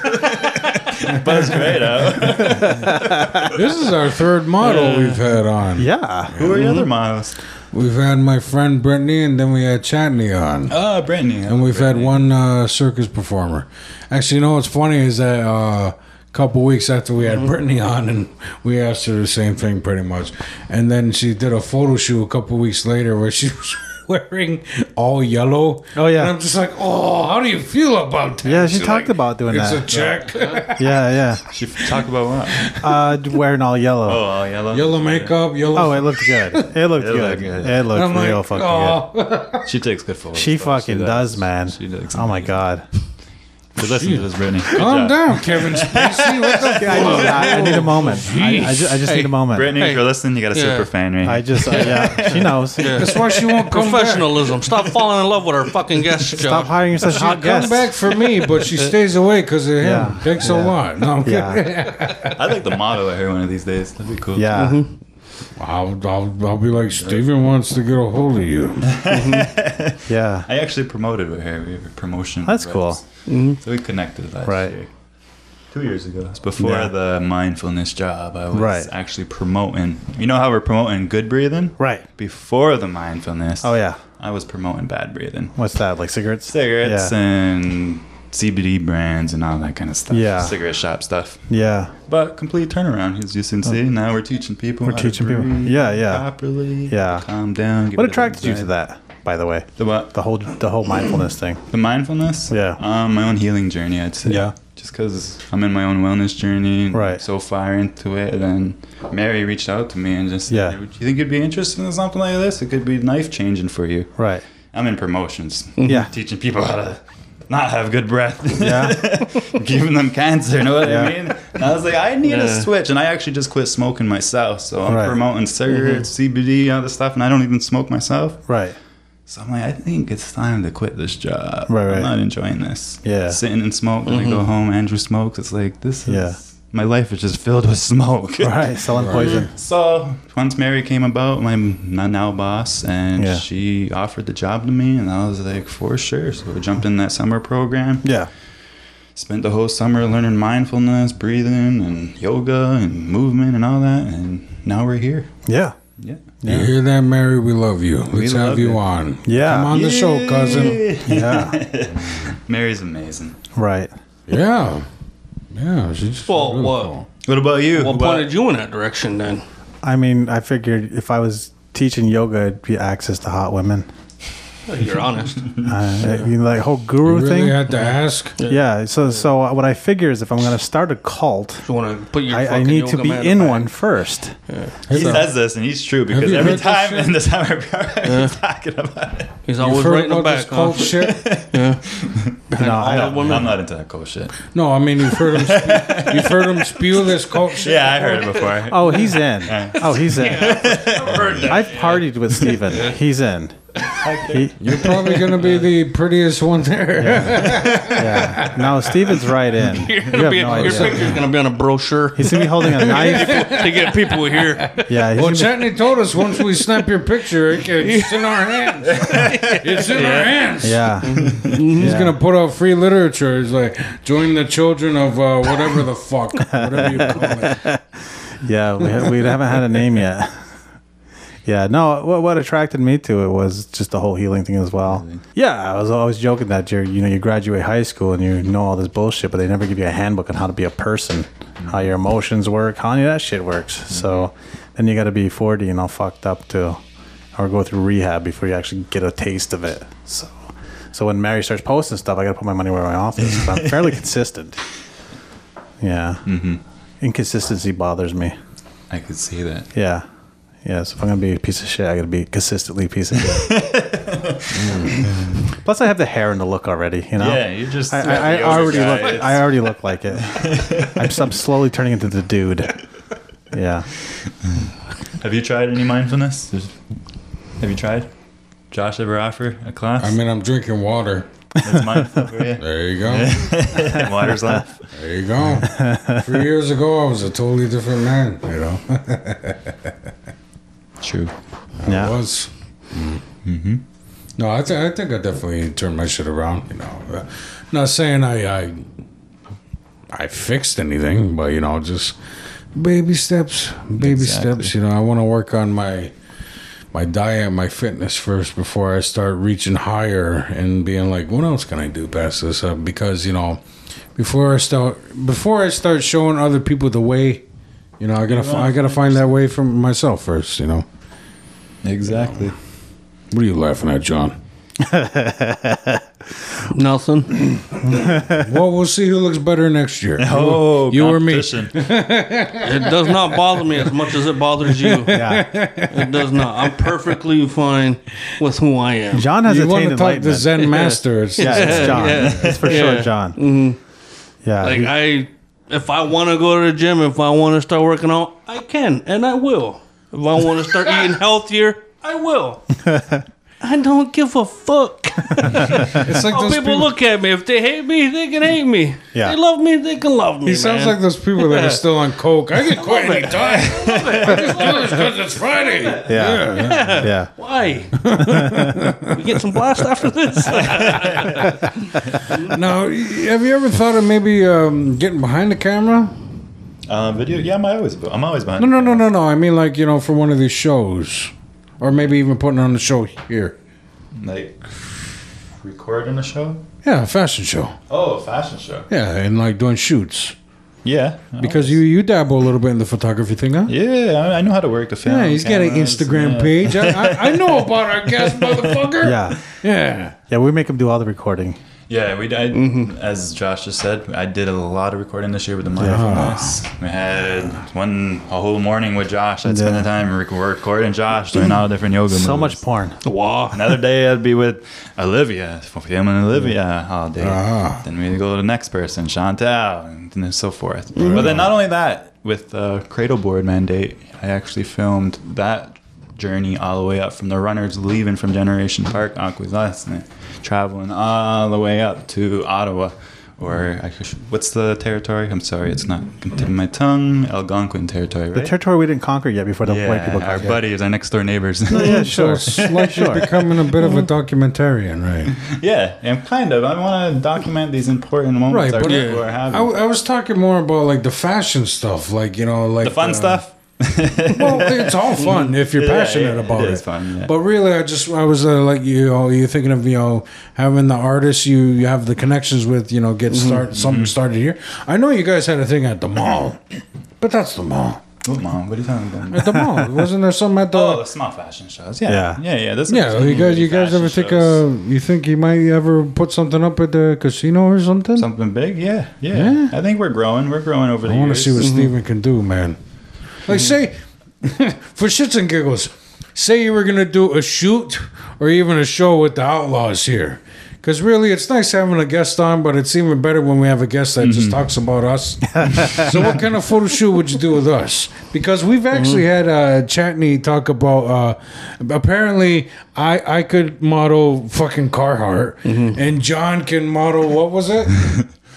Speaker 2: buzzed right out.
Speaker 1: This is our third model we've had on.
Speaker 4: Yeah.
Speaker 2: Who are the other models?
Speaker 1: We've had my friend Brittany, and then we had Chatney
Speaker 4: Oh,
Speaker 1: on.
Speaker 2: Uh, Brittany.
Speaker 1: And we've had one uh, circus performer. Actually, you know what's funny is that uh, a couple weeks after we
Speaker 4: Mm-hmm.
Speaker 1: had Brittany on, and we asked her the same thing pretty much. And then she did a photo shoot a couple weeks later where she was wearing all yellow.
Speaker 4: Oh, yeah.
Speaker 1: And I'm just like, oh, how do you feel about that?
Speaker 4: Yeah, she talked
Speaker 1: like,
Speaker 4: about doing
Speaker 1: It's a
Speaker 4: that.
Speaker 1: check.
Speaker 4: yeah,
Speaker 2: She talked about what?
Speaker 4: yeah. Uh, wearing all yellow.
Speaker 2: Oh, all yellow.
Speaker 1: yellow makeup,
Speaker 4: Oh,
Speaker 1: yellow.
Speaker 4: it looked good. It looked
Speaker 2: It
Speaker 4: good.
Speaker 2: looked good.
Speaker 4: It looked
Speaker 1: I'm
Speaker 4: real
Speaker 1: like,
Speaker 4: fucking
Speaker 1: oh.
Speaker 2: She takes good photos.
Speaker 4: good. She
Speaker 2: though.
Speaker 4: fucking does, man.
Speaker 2: She does.
Speaker 4: Oh my god.
Speaker 2: You listen to this, Brittany. Good
Speaker 1: Calm
Speaker 2: job.
Speaker 1: down, Kevin Spacey. What the
Speaker 4: I,
Speaker 1: fuck?
Speaker 4: need, I, I need a moment. I, I ju- I just,
Speaker 3: Hey,
Speaker 4: need a moment.
Speaker 2: Brittany,
Speaker 3: Hey.
Speaker 2: if you're listening, you got a
Speaker 3: Yeah.
Speaker 2: super fan right
Speaker 4: I
Speaker 2: here.
Speaker 4: just, I, yeah, she knows.
Speaker 1: That's why she won't come back.
Speaker 3: Professionalism. Stop falling in love with our fucking guests, Joe.
Speaker 4: Stop hiring such hot
Speaker 1: She'll
Speaker 4: guests.
Speaker 1: come back for me, but she stays away because of him.
Speaker 4: Yeah.
Speaker 1: Thanks a
Speaker 4: Yeah.
Speaker 1: lot. No, I'm kidding.
Speaker 4: Yeah,
Speaker 2: I'd like the model out here one of these days. That'd be cool.
Speaker 4: yeah.
Speaker 1: I'll, I'll, I'll be like, Steven wants to get a hold of you.
Speaker 4: Yeah.
Speaker 2: I actually promoted with her. We have a promotion.
Speaker 4: That's
Speaker 2: reps. Mm-hmm.
Speaker 4: cool. Mm-hmm.
Speaker 2: So we connected last
Speaker 4: Right.
Speaker 2: year. Two years ago. It's before
Speaker 4: Yeah.
Speaker 2: the mindfulness job. I was
Speaker 4: Right.
Speaker 2: actually promoting. You know how we're promoting good breathing?
Speaker 4: Right.
Speaker 2: Before the mindfulness,
Speaker 4: Oh yeah.
Speaker 2: I was promoting bad breathing.
Speaker 4: What's that? Like cigarettes?
Speaker 2: Cigarettes
Speaker 4: Yeah.
Speaker 2: and CBD brands and all that kind of stuff.
Speaker 4: Yeah.
Speaker 2: Cigarette shop stuff.
Speaker 4: yeah.
Speaker 2: But complete turnaround, as you can see. Now we're teaching people.
Speaker 4: Oh. We're
Speaker 2: how
Speaker 4: teaching
Speaker 2: to
Speaker 4: people.
Speaker 2: breathe
Speaker 4: Yeah, yeah.
Speaker 2: Properly.
Speaker 4: Yeah.
Speaker 2: Calm down. get
Speaker 4: What
Speaker 2: rid of
Speaker 4: attracted you to
Speaker 2: anxiety.
Speaker 4: that? By the way,
Speaker 2: The what?
Speaker 4: the whole the whole mindfulness thing.
Speaker 2: The mindfulness?
Speaker 4: Yeah.
Speaker 2: Um, my own healing journey, I'd say.
Speaker 4: Yeah.
Speaker 2: Just because I'm in my own wellness journey. and
Speaker 4: Right.
Speaker 2: So far into it. And then Mary reached out to me and just said,
Speaker 4: Yeah.
Speaker 2: Do you think you'd be interested in something like this? It could be life changing for you.
Speaker 4: Right.
Speaker 2: I'm in promotions.
Speaker 4: Yeah.
Speaker 2: Teaching people how to not have good breath.
Speaker 4: Yeah.
Speaker 2: Giving them cancer. You know what I
Speaker 4: Yeah.
Speaker 2: mean? And I was like, I need
Speaker 3: Yeah.
Speaker 2: a switch. And I actually just quit smoking myself. So I'm
Speaker 4: Right. Mm-hmm.
Speaker 2: promoting cigarettes, CBD, all this stuff. And I don't even smoke myself.
Speaker 4: Right.
Speaker 2: So I'm like, I think it's time to quit this job.
Speaker 4: Right, right.
Speaker 2: I'm not enjoying this.
Speaker 4: Yeah. Mm-hmm.
Speaker 2: Sitting and smoke, then I go home, Andrew smokes. It's like this is
Speaker 4: Yeah.
Speaker 2: my life is just filled with smoke.
Speaker 4: Right. Selling poison.
Speaker 2: so once Mary came about, my n- now boss, and
Speaker 4: Yeah.
Speaker 2: she offered the job to me and I was like, for sure. So I jumped in that summer program.
Speaker 4: Yeah.
Speaker 2: Spent the whole summer learning mindfulness, breathing and yoga and movement and all that and now we're here.
Speaker 4: Yeah.
Speaker 2: Yeah.
Speaker 1: You hear that, Mary? We love you. Let's have
Speaker 2: love
Speaker 1: you
Speaker 2: you.
Speaker 1: on.
Speaker 4: Yeah.
Speaker 1: Come on the show, cousin.
Speaker 4: Yeah.
Speaker 2: Mary's amazing.
Speaker 4: right.
Speaker 1: Yeah. Yeah. She's
Speaker 3: Well,
Speaker 1: really
Speaker 3: what-
Speaker 1: cool.
Speaker 2: What about you?
Speaker 3: What
Speaker 2: What-
Speaker 3: pointed you in that direction then?
Speaker 4: I mean, I figured if I was teaching yoga, it'd be access to hot women.
Speaker 3: You're honest.
Speaker 4: Uh, I mean, like whole guru
Speaker 1: You
Speaker 4: thing.
Speaker 1: really had to ask?
Speaker 4: yeah. So so uh, what I figure is if I'm gonna start a cult,
Speaker 3: You want to put your.
Speaker 4: I, I
Speaker 3: fucking
Speaker 4: need to
Speaker 3: yoga
Speaker 4: be
Speaker 3: mat
Speaker 4: in
Speaker 3: back.
Speaker 4: one first.
Speaker 2: He says this, and he's true because
Speaker 1: you
Speaker 2: every
Speaker 1: heard this
Speaker 2: time
Speaker 1: shit?
Speaker 2: in the summer he's talking about it.
Speaker 3: He's
Speaker 1: You
Speaker 3: always
Speaker 1: heard
Speaker 3: right in the
Speaker 1: about this
Speaker 3: back.
Speaker 1: cult
Speaker 3: huh?
Speaker 1: shit?
Speaker 4: No, I
Speaker 2: No,
Speaker 4: don't.
Speaker 2: I'm not into that cool shit.
Speaker 1: No, I mean you've heard him. Spew, you've heard him spew this cult shit.
Speaker 2: Yeah, I heard it before.
Speaker 4: Oh, he's in. Oh, he's in. I've partied with Steven. He's in. He,
Speaker 1: You're probably gonna be the prettiest one there.
Speaker 4: yeah. No, Steven's right in. You
Speaker 3: You're gonna
Speaker 4: have
Speaker 3: be,
Speaker 4: no
Speaker 3: your
Speaker 4: idea.
Speaker 3: picture's going to be on a brochure
Speaker 4: He's gonna be holding a knife.
Speaker 3: to get people here.
Speaker 4: Yeah. He's
Speaker 1: Well,
Speaker 4: gonna be-
Speaker 1: Chetney told us once we snap your picture, it- it's in our hands. It's in our hands.
Speaker 4: yeah.
Speaker 1: He's gonna put out free literature. He's like, join the children of uh, whatever the fuck, whatever you call it.
Speaker 4: Yeah, we, ha- we haven't had a name yet. Yeah, no. What, what attracted me to it was just the whole healing thing as well. Yeah, I was always joking that you're, you know, you graduate high school and you know all this bullshit, but they never give you a handbook on how to be a person, how your emotions work, how any of that shit works. So then you got to be 40 and all fucked up too, or go through rehab before you actually get a taste of it. So, so when Mary starts posting stuff, I got to put my money where my mouth is. 'cause I'm fairly consistent. Yeah, mm-hmm. inconsistency bothers me.
Speaker 2: I could see that.
Speaker 4: Yeah. Yeah, so if I'm gonna be a piece of shit, I gotta be consistently a piece of shit. Mm. Plus, I have the hair and the look already. You know,
Speaker 2: Yeah, you just.
Speaker 4: Oh. I, I, I already look. I already look like it. I'm, I'm slowly turning into the dude. Yeah,
Speaker 2: Have you tried any mindfulness? There's- Have you tried? Josh ever offer a class?
Speaker 1: I mean, I'm drinking water.
Speaker 2: That's mindful for you.
Speaker 1: There you go.
Speaker 2: Water's left.
Speaker 1: There you go. Three years ago, I was a totally different man. You know,
Speaker 2: True.
Speaker 4: yeah,
Speaker 1: I was. Mm-hmm. No, I, th- I think I definitely turned my shit around. You know, Uh, not saying I, I I fixed anything, but you know, just baby steps, baby
Speaker 2: Exactly.
Speaker 1: steps. You know, I want to work on my my diet, and my fitness first before I start reaching higher and being like, what else can I do past this? Uh, because you know, before I start before I start showing other people the way, you know, I gotta fi- I gotta find that way for myself first. You know,
Speaker 2: Exactly.
Speaker 1: what are you laughing at, John?
Speaker 3: Nothing.
Speaker 1: well, we'll see who looks better next year.
Speaker 2: Oh,
Speaker 1: you or me?
Speaker 2: competition.
Speaker 3: It does not bother me as much as it bothers you.
Speaker 4: Yeah.
Speaker 3: It does not. I'm perfectly fine with who I am.
Speaker 4: John has
Speaker 1: You want
Speaker 4: attained
Speaker 1: to talk to
Speaker 4: enlightenment.
Speaker 1: Zen master? It's-
Speaker 4: yeah, it's John.
Speaker 3: Yeah.
Speaker 4: It's for
Speaker 3: Yeah.
Speaker 4: sure John. Yeah.
Speaker 3: Like
Speaker 4: he-
Speaker 3: I, if I want to go to the gym, if I want to start working out, I can and I will. If I want to start eating healthier, I will. I don't give a fuck.
Speaker 1: It's like
Speaker 3: How
Speaker 1: those
Speaker 3: Oh, people,
Speaker 1: people.
Speaker 3: look at me. If they hate me, they can hate me.
Speaker 4: Yeah.
Speaker 3: They love me, they can love me.
Speaker 1: he sounds like those people that are still on coke. I can quit any time. I just do this because it's Friday.
Speaker 4: yeah. Yeah.
Speaker 3: why? we get some blast after this.
Speaker 1: Now, y- have you ever thought of maybe um, getting behind the camera?
Speaker 2: Uh, video? Yeah, I'm always, I'm always behind.
Speaker 1: No, no, no, no, no. I mean, like you know, for one of these shows, or maybe even putting on the show here.
Speaker 2: Like recording a show?
Speaker 1: Yeah, a fashion show.
Speaker 2: Oh, a fashion show.
Speaker 1: Yeah, and like doing shoots
Speaker 2: Yeah. I
Speaker 1: because
Speaker 2: always-
Speaker 1: you you dabble a little bit in the photography thing, huh?
Speaker 2: Yeah, I, I know how to work the film.
Speaker 1: Yeah, he's got an
Speaker 2: cameras,
Speaker 1: Instagram
Speaker 2: yeah.
Speaker 1: page. I, I, I know about our guest, motherfucker.
Speaker 4: Yeah.
Speaker 1: Yeah.
Speaker 4: Yeah, we make him do all the recording.
Speaker 2: Yeah, we I, as Josh just said, I did a lot of recording this year with the microphone. We had one a whole morning with Josh. I'd spend
Speaker 4: Yeah.
Speaker 2: the time rec- recording Josh doing all different yoga.
Speaker 4: So
Speaker 2: moves.
Speaker 4: much porn.
Speaker 3: Wow.
Speaker 2: Another day I'd be with Olivia, filming Olivia all day.
Speaker 1: Ah.
Speaker 2: Then we'd go to the next person, Chantal, and then so forth. But then not only that, with the cradle board mandate, I actually filmed that journey all the way up from the runners leaving from Generation Park, Aquasasne, traveling all the way up to Ottawa. Or I sh- what's the territory? I'm sorry, it's not tip of my tongue. Algonquin territory,
Speaker 4: The
Speaker 2: right?
Speaker 4: territory we didn't conquer yet before the white
Speaker 2: yeah,
Speaker 4: people
Speaker 2: our
Speaker 4: conquered.
Speaker 2: buddies, our next door neighbors.
Speaker 1: So
Speaker 4: Yeah, sure.
Speaker 1: it's like you're becoming a bit of
Speaker 2: Mm-hmm.
Speaker 1: a documentarian, right?
Speaker 2: Yeah, and kind of. I want to document these important
Speaker 1: Right,
Speaker 2: moments our
Speaker 1: but
Speaker 2: people are
Speaker 1: I,
Speaker 2: having.
Speaker 1: w- I was talking more about like the fashion stuff, like you know, like
Speaker 2: the fun
Speaker 1: uh,
Speaker 2: stuff. Mm-hmm.
Speaker 1: Well, it's all fun if you're
Speaker 2: Yeah,
Speaker 1: passionate
Speaker 2: it-
Speaker 1: about
Speaker 2: it
Speaker 1: it.
Speaker 2: is fun, yeah.
Speaker 1: But really, I just I was uh, like you know you're thinking of you know having the artists you, you have the connections with you know get
Speaker 2: Mm-hmm.
Speaker 1: start something started here. I know you guys had a thing at the mall, but that's the mall.
Speaker 2: Oh, mom, what are you talking about?
Speaker 1: At the mall, wasn't there something at the?
Speaker 2: oh, the small fashion shows. Yeah,
Speaker 4: Yeah.
Speaker 2: yeah, yeah. there's
Speaker 1: uh, yeah, you guys, you guys
Speaker 2: fashion
Speaker 1: ever think
Speaker 2: shows.
Speaker 1: uh, you think you might ever put something up at the casino or something?
Speaker 2: something big? Yeah, yeah,
Speaker 1: Yeah.
Speaker 2: I think we're growing. We're growing over the
Speaker 1: I want to
Speaker 2: years.
Speaker 1: see what Steven can do, man. Like, say, for shits and giggles, say you were going to do a shoot or even a show with the Outlaws here. Because really, it's nice having a guest on, but it's even better when we have a guest that just talks about us. so, what kind of photo shoot would you do with us? Because we've actually had uh, Chatney talk about. Uh, apparently, I I could model fucking Carhartt, and John can model what was it?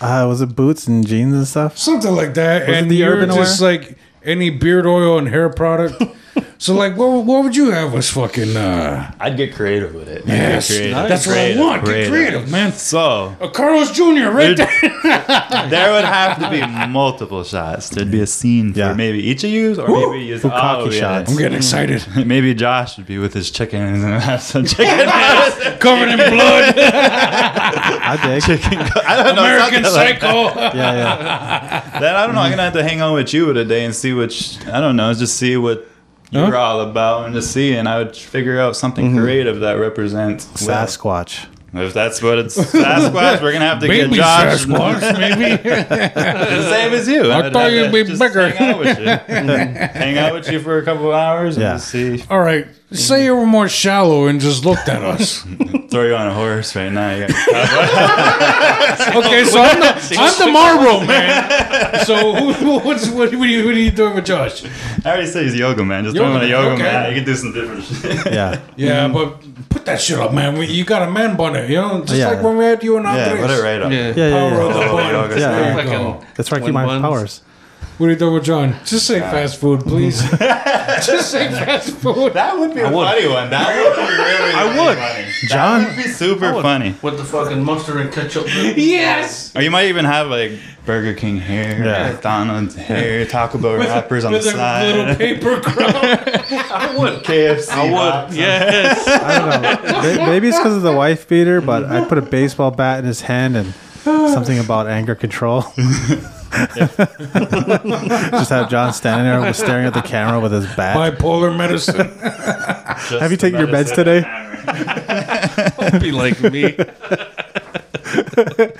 Speaker 4: Uh, was it boots and jeans and stuff?
Speaker 1: something like that.
Speaker 4: Was it
Speaker 1: and
Speaker 4: the
Speaker 1: you're
Speaker 4: Urban
Speaker 1: just like any beard oil and hair product. so like, what, what would you have us fucking? Uh,
Speaker 2: I'd get creative with it. I'd get
Speaker 1: Yes,
Speaker 2: creative.
Speaker 1: that's what I
Speaker 2: Creative,
Speaker 1: want. Get creative, man.
Speaker 2: So
Speaker 1: A Carlos Jr. right there.
Speaker 2: there would have to be multiple shots. There'd be a scene for
Speaker 4: Yeah.
Speaker 2: maybe each of you, or maybe you. Oh,
Speaker 4: Bukkake shots.
Speaker 1: I'm getting excited.
Speaker 2: Maybe Josh would be with his chicken and have some chicken.
Speaker 1: Covered in blood.
Speaker 4: I dig.
Speaker 2: I don't know,
Speaker 1: American
Speaker 2: something like
Speaker 1: Psycho.
Speaker 4: Yeah, yeah.
Speaker 2: Then I don't know. I'm gonna have to hang on with you today and see which I don't know. Just see what you're
Speaker 1: Huh?
Speaker 2: all about and just see. And I would figure out something creative that represents well,
Speaker 4: Sasquatch.
Speaker 2: If that's what it's Sasquatch, we're gonna have to get
Speaker 1: Baby
Speaker 2: Josh
Speaker 1: Josh Marks, maybe.
Speaker 2: the same as you.
Speaker 1: I
Speaker 2: would
Speaker 1: thought
Speaker 2: have
Speaker 1: you'd
Speaker 2: to
Speaker 1: be
Speaker 2: just
Speaker 1: bigger.
Speaker 2: Hang out with you. hang out with you for a couple of hours
Speaker 4: Yeah.
Speaker 2: and just see.
Speaker 1: All right. Say you were more shallow and just looked at us.
Speaker 2: Throw you on a horse right now. You got-
Speaker 1: Okay, so I'm the, I'm the Marlboro man. So who, what's, what, what, are you, what are you doing with Josh?
Speaker 2: I already said he's yoga man. Just throw him
Speaker 1: Yoga
Speaker 2: on
Speaker 1: man,
Speaker 2: a yoga
Speaker 1: okay.
Speaker 2: man. You can do some different shit.
Speaker 4: Yeah.
Speaker 1: Yeah, but put that shit up, man. We- You got a man bun it, you know, just
Speaker 4: Yeah.
Speaker 1: like when we had you and
Speaker 2: Yeah,
Speaker 1: Andres.
Speaker 2: put it right up.
Speaker 3: Yeah.
Speaker 4: Yeah, yeah,
Speaker 1: Power
Speaker 4: yeah.
Speaker 1: of the
Speaker 2: Oh,
Speaker 1: bun.
Speaker 2: yoga.
Speaker 4: Yeah.
Speaker 1: There you
Speaker 3: Fucking-
Speaker 1: go.
Speaker 4: That's where I keep
Speaker 3: Win
Speaker 4: my
Speaker 3: buns.
Speaker 4: powers.
Speaker 1: What are you doing with John? Just say fast food, please. just say fast food.
Speaker 2: That would be a
Speaker 3: would.
Speaker 2: funny one. That would be really. I
Speaker 3: would.
Speaker 2: That
Speaker 4: John,
Speaker 2: would be super funny.
Speaker 3: With the fucking mustard and ketchup.
Speaker 1: Yes.
Speaker 2: Or Oh, you might even have like Burger King hair,
Speaker 4: Yeah.
Speaker 2: McDonald's hair, Taco Bell wrappers on the
Speaker 1: With a little
Speaker 2: side,
Speaker 1: paper crown.
Speaker 3: I would.
Speaker 2: KFC.
Speaker 3: I
Speaker 2: hops.
Speaker 3: would. Yes.
Speaker 4: I don't know. May- Maybe it's because of the wife beater, but I put a baseball bat in his hand and something about anger control. Just have John standing there staring at the camera with his bat.
Speaker 1: Bipolar medicine.
Speaker 2: Just
Speaker 4: Have you taken your meds
Speaker 2: medicine.
Speaker 4: today?
Speaker 3: Be like me.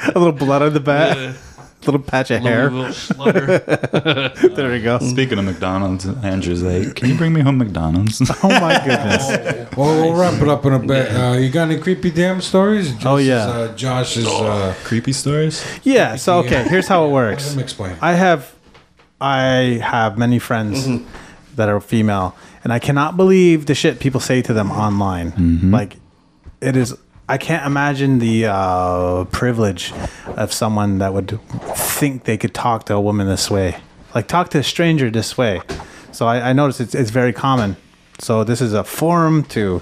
Speaker 4: a little blood on the back,
Speaker 3: Yeah.
Speaker 4: a little patch of hair.
Speaker 3: Louisville uh, slugger.
Speaker 4: There you go.
Speaker 2: Speaking of McDonald's, Andrew's like, "Can you bring me home McDonald's?"
Speaker 4: Oh my goodness.
Speaker 1: Well, we'll wrap it up in a bit. Uh, you got any creepy damn stories? Josh
Speaker 4: Oh,
Speaker 1: is,
Speaker 4: yeah.
Speaker 1: uh, Josh is. Uh,
Speaker 2: Creepy stories.
Speaker 4: Yeah. So okay, here's how it
Speaker 1: let
Speaker 4: works.
Speaker 1: him explain.
Speaker 4: I have, I have many friends that are female, and I cannot believe the shit people say to them online. Like, it is. I can't imagine the uh, privilege of someone that would think they could talk to a woman this way, like talk to a stranger this way. So I, I noticed it's, it's very common. So this is a forum to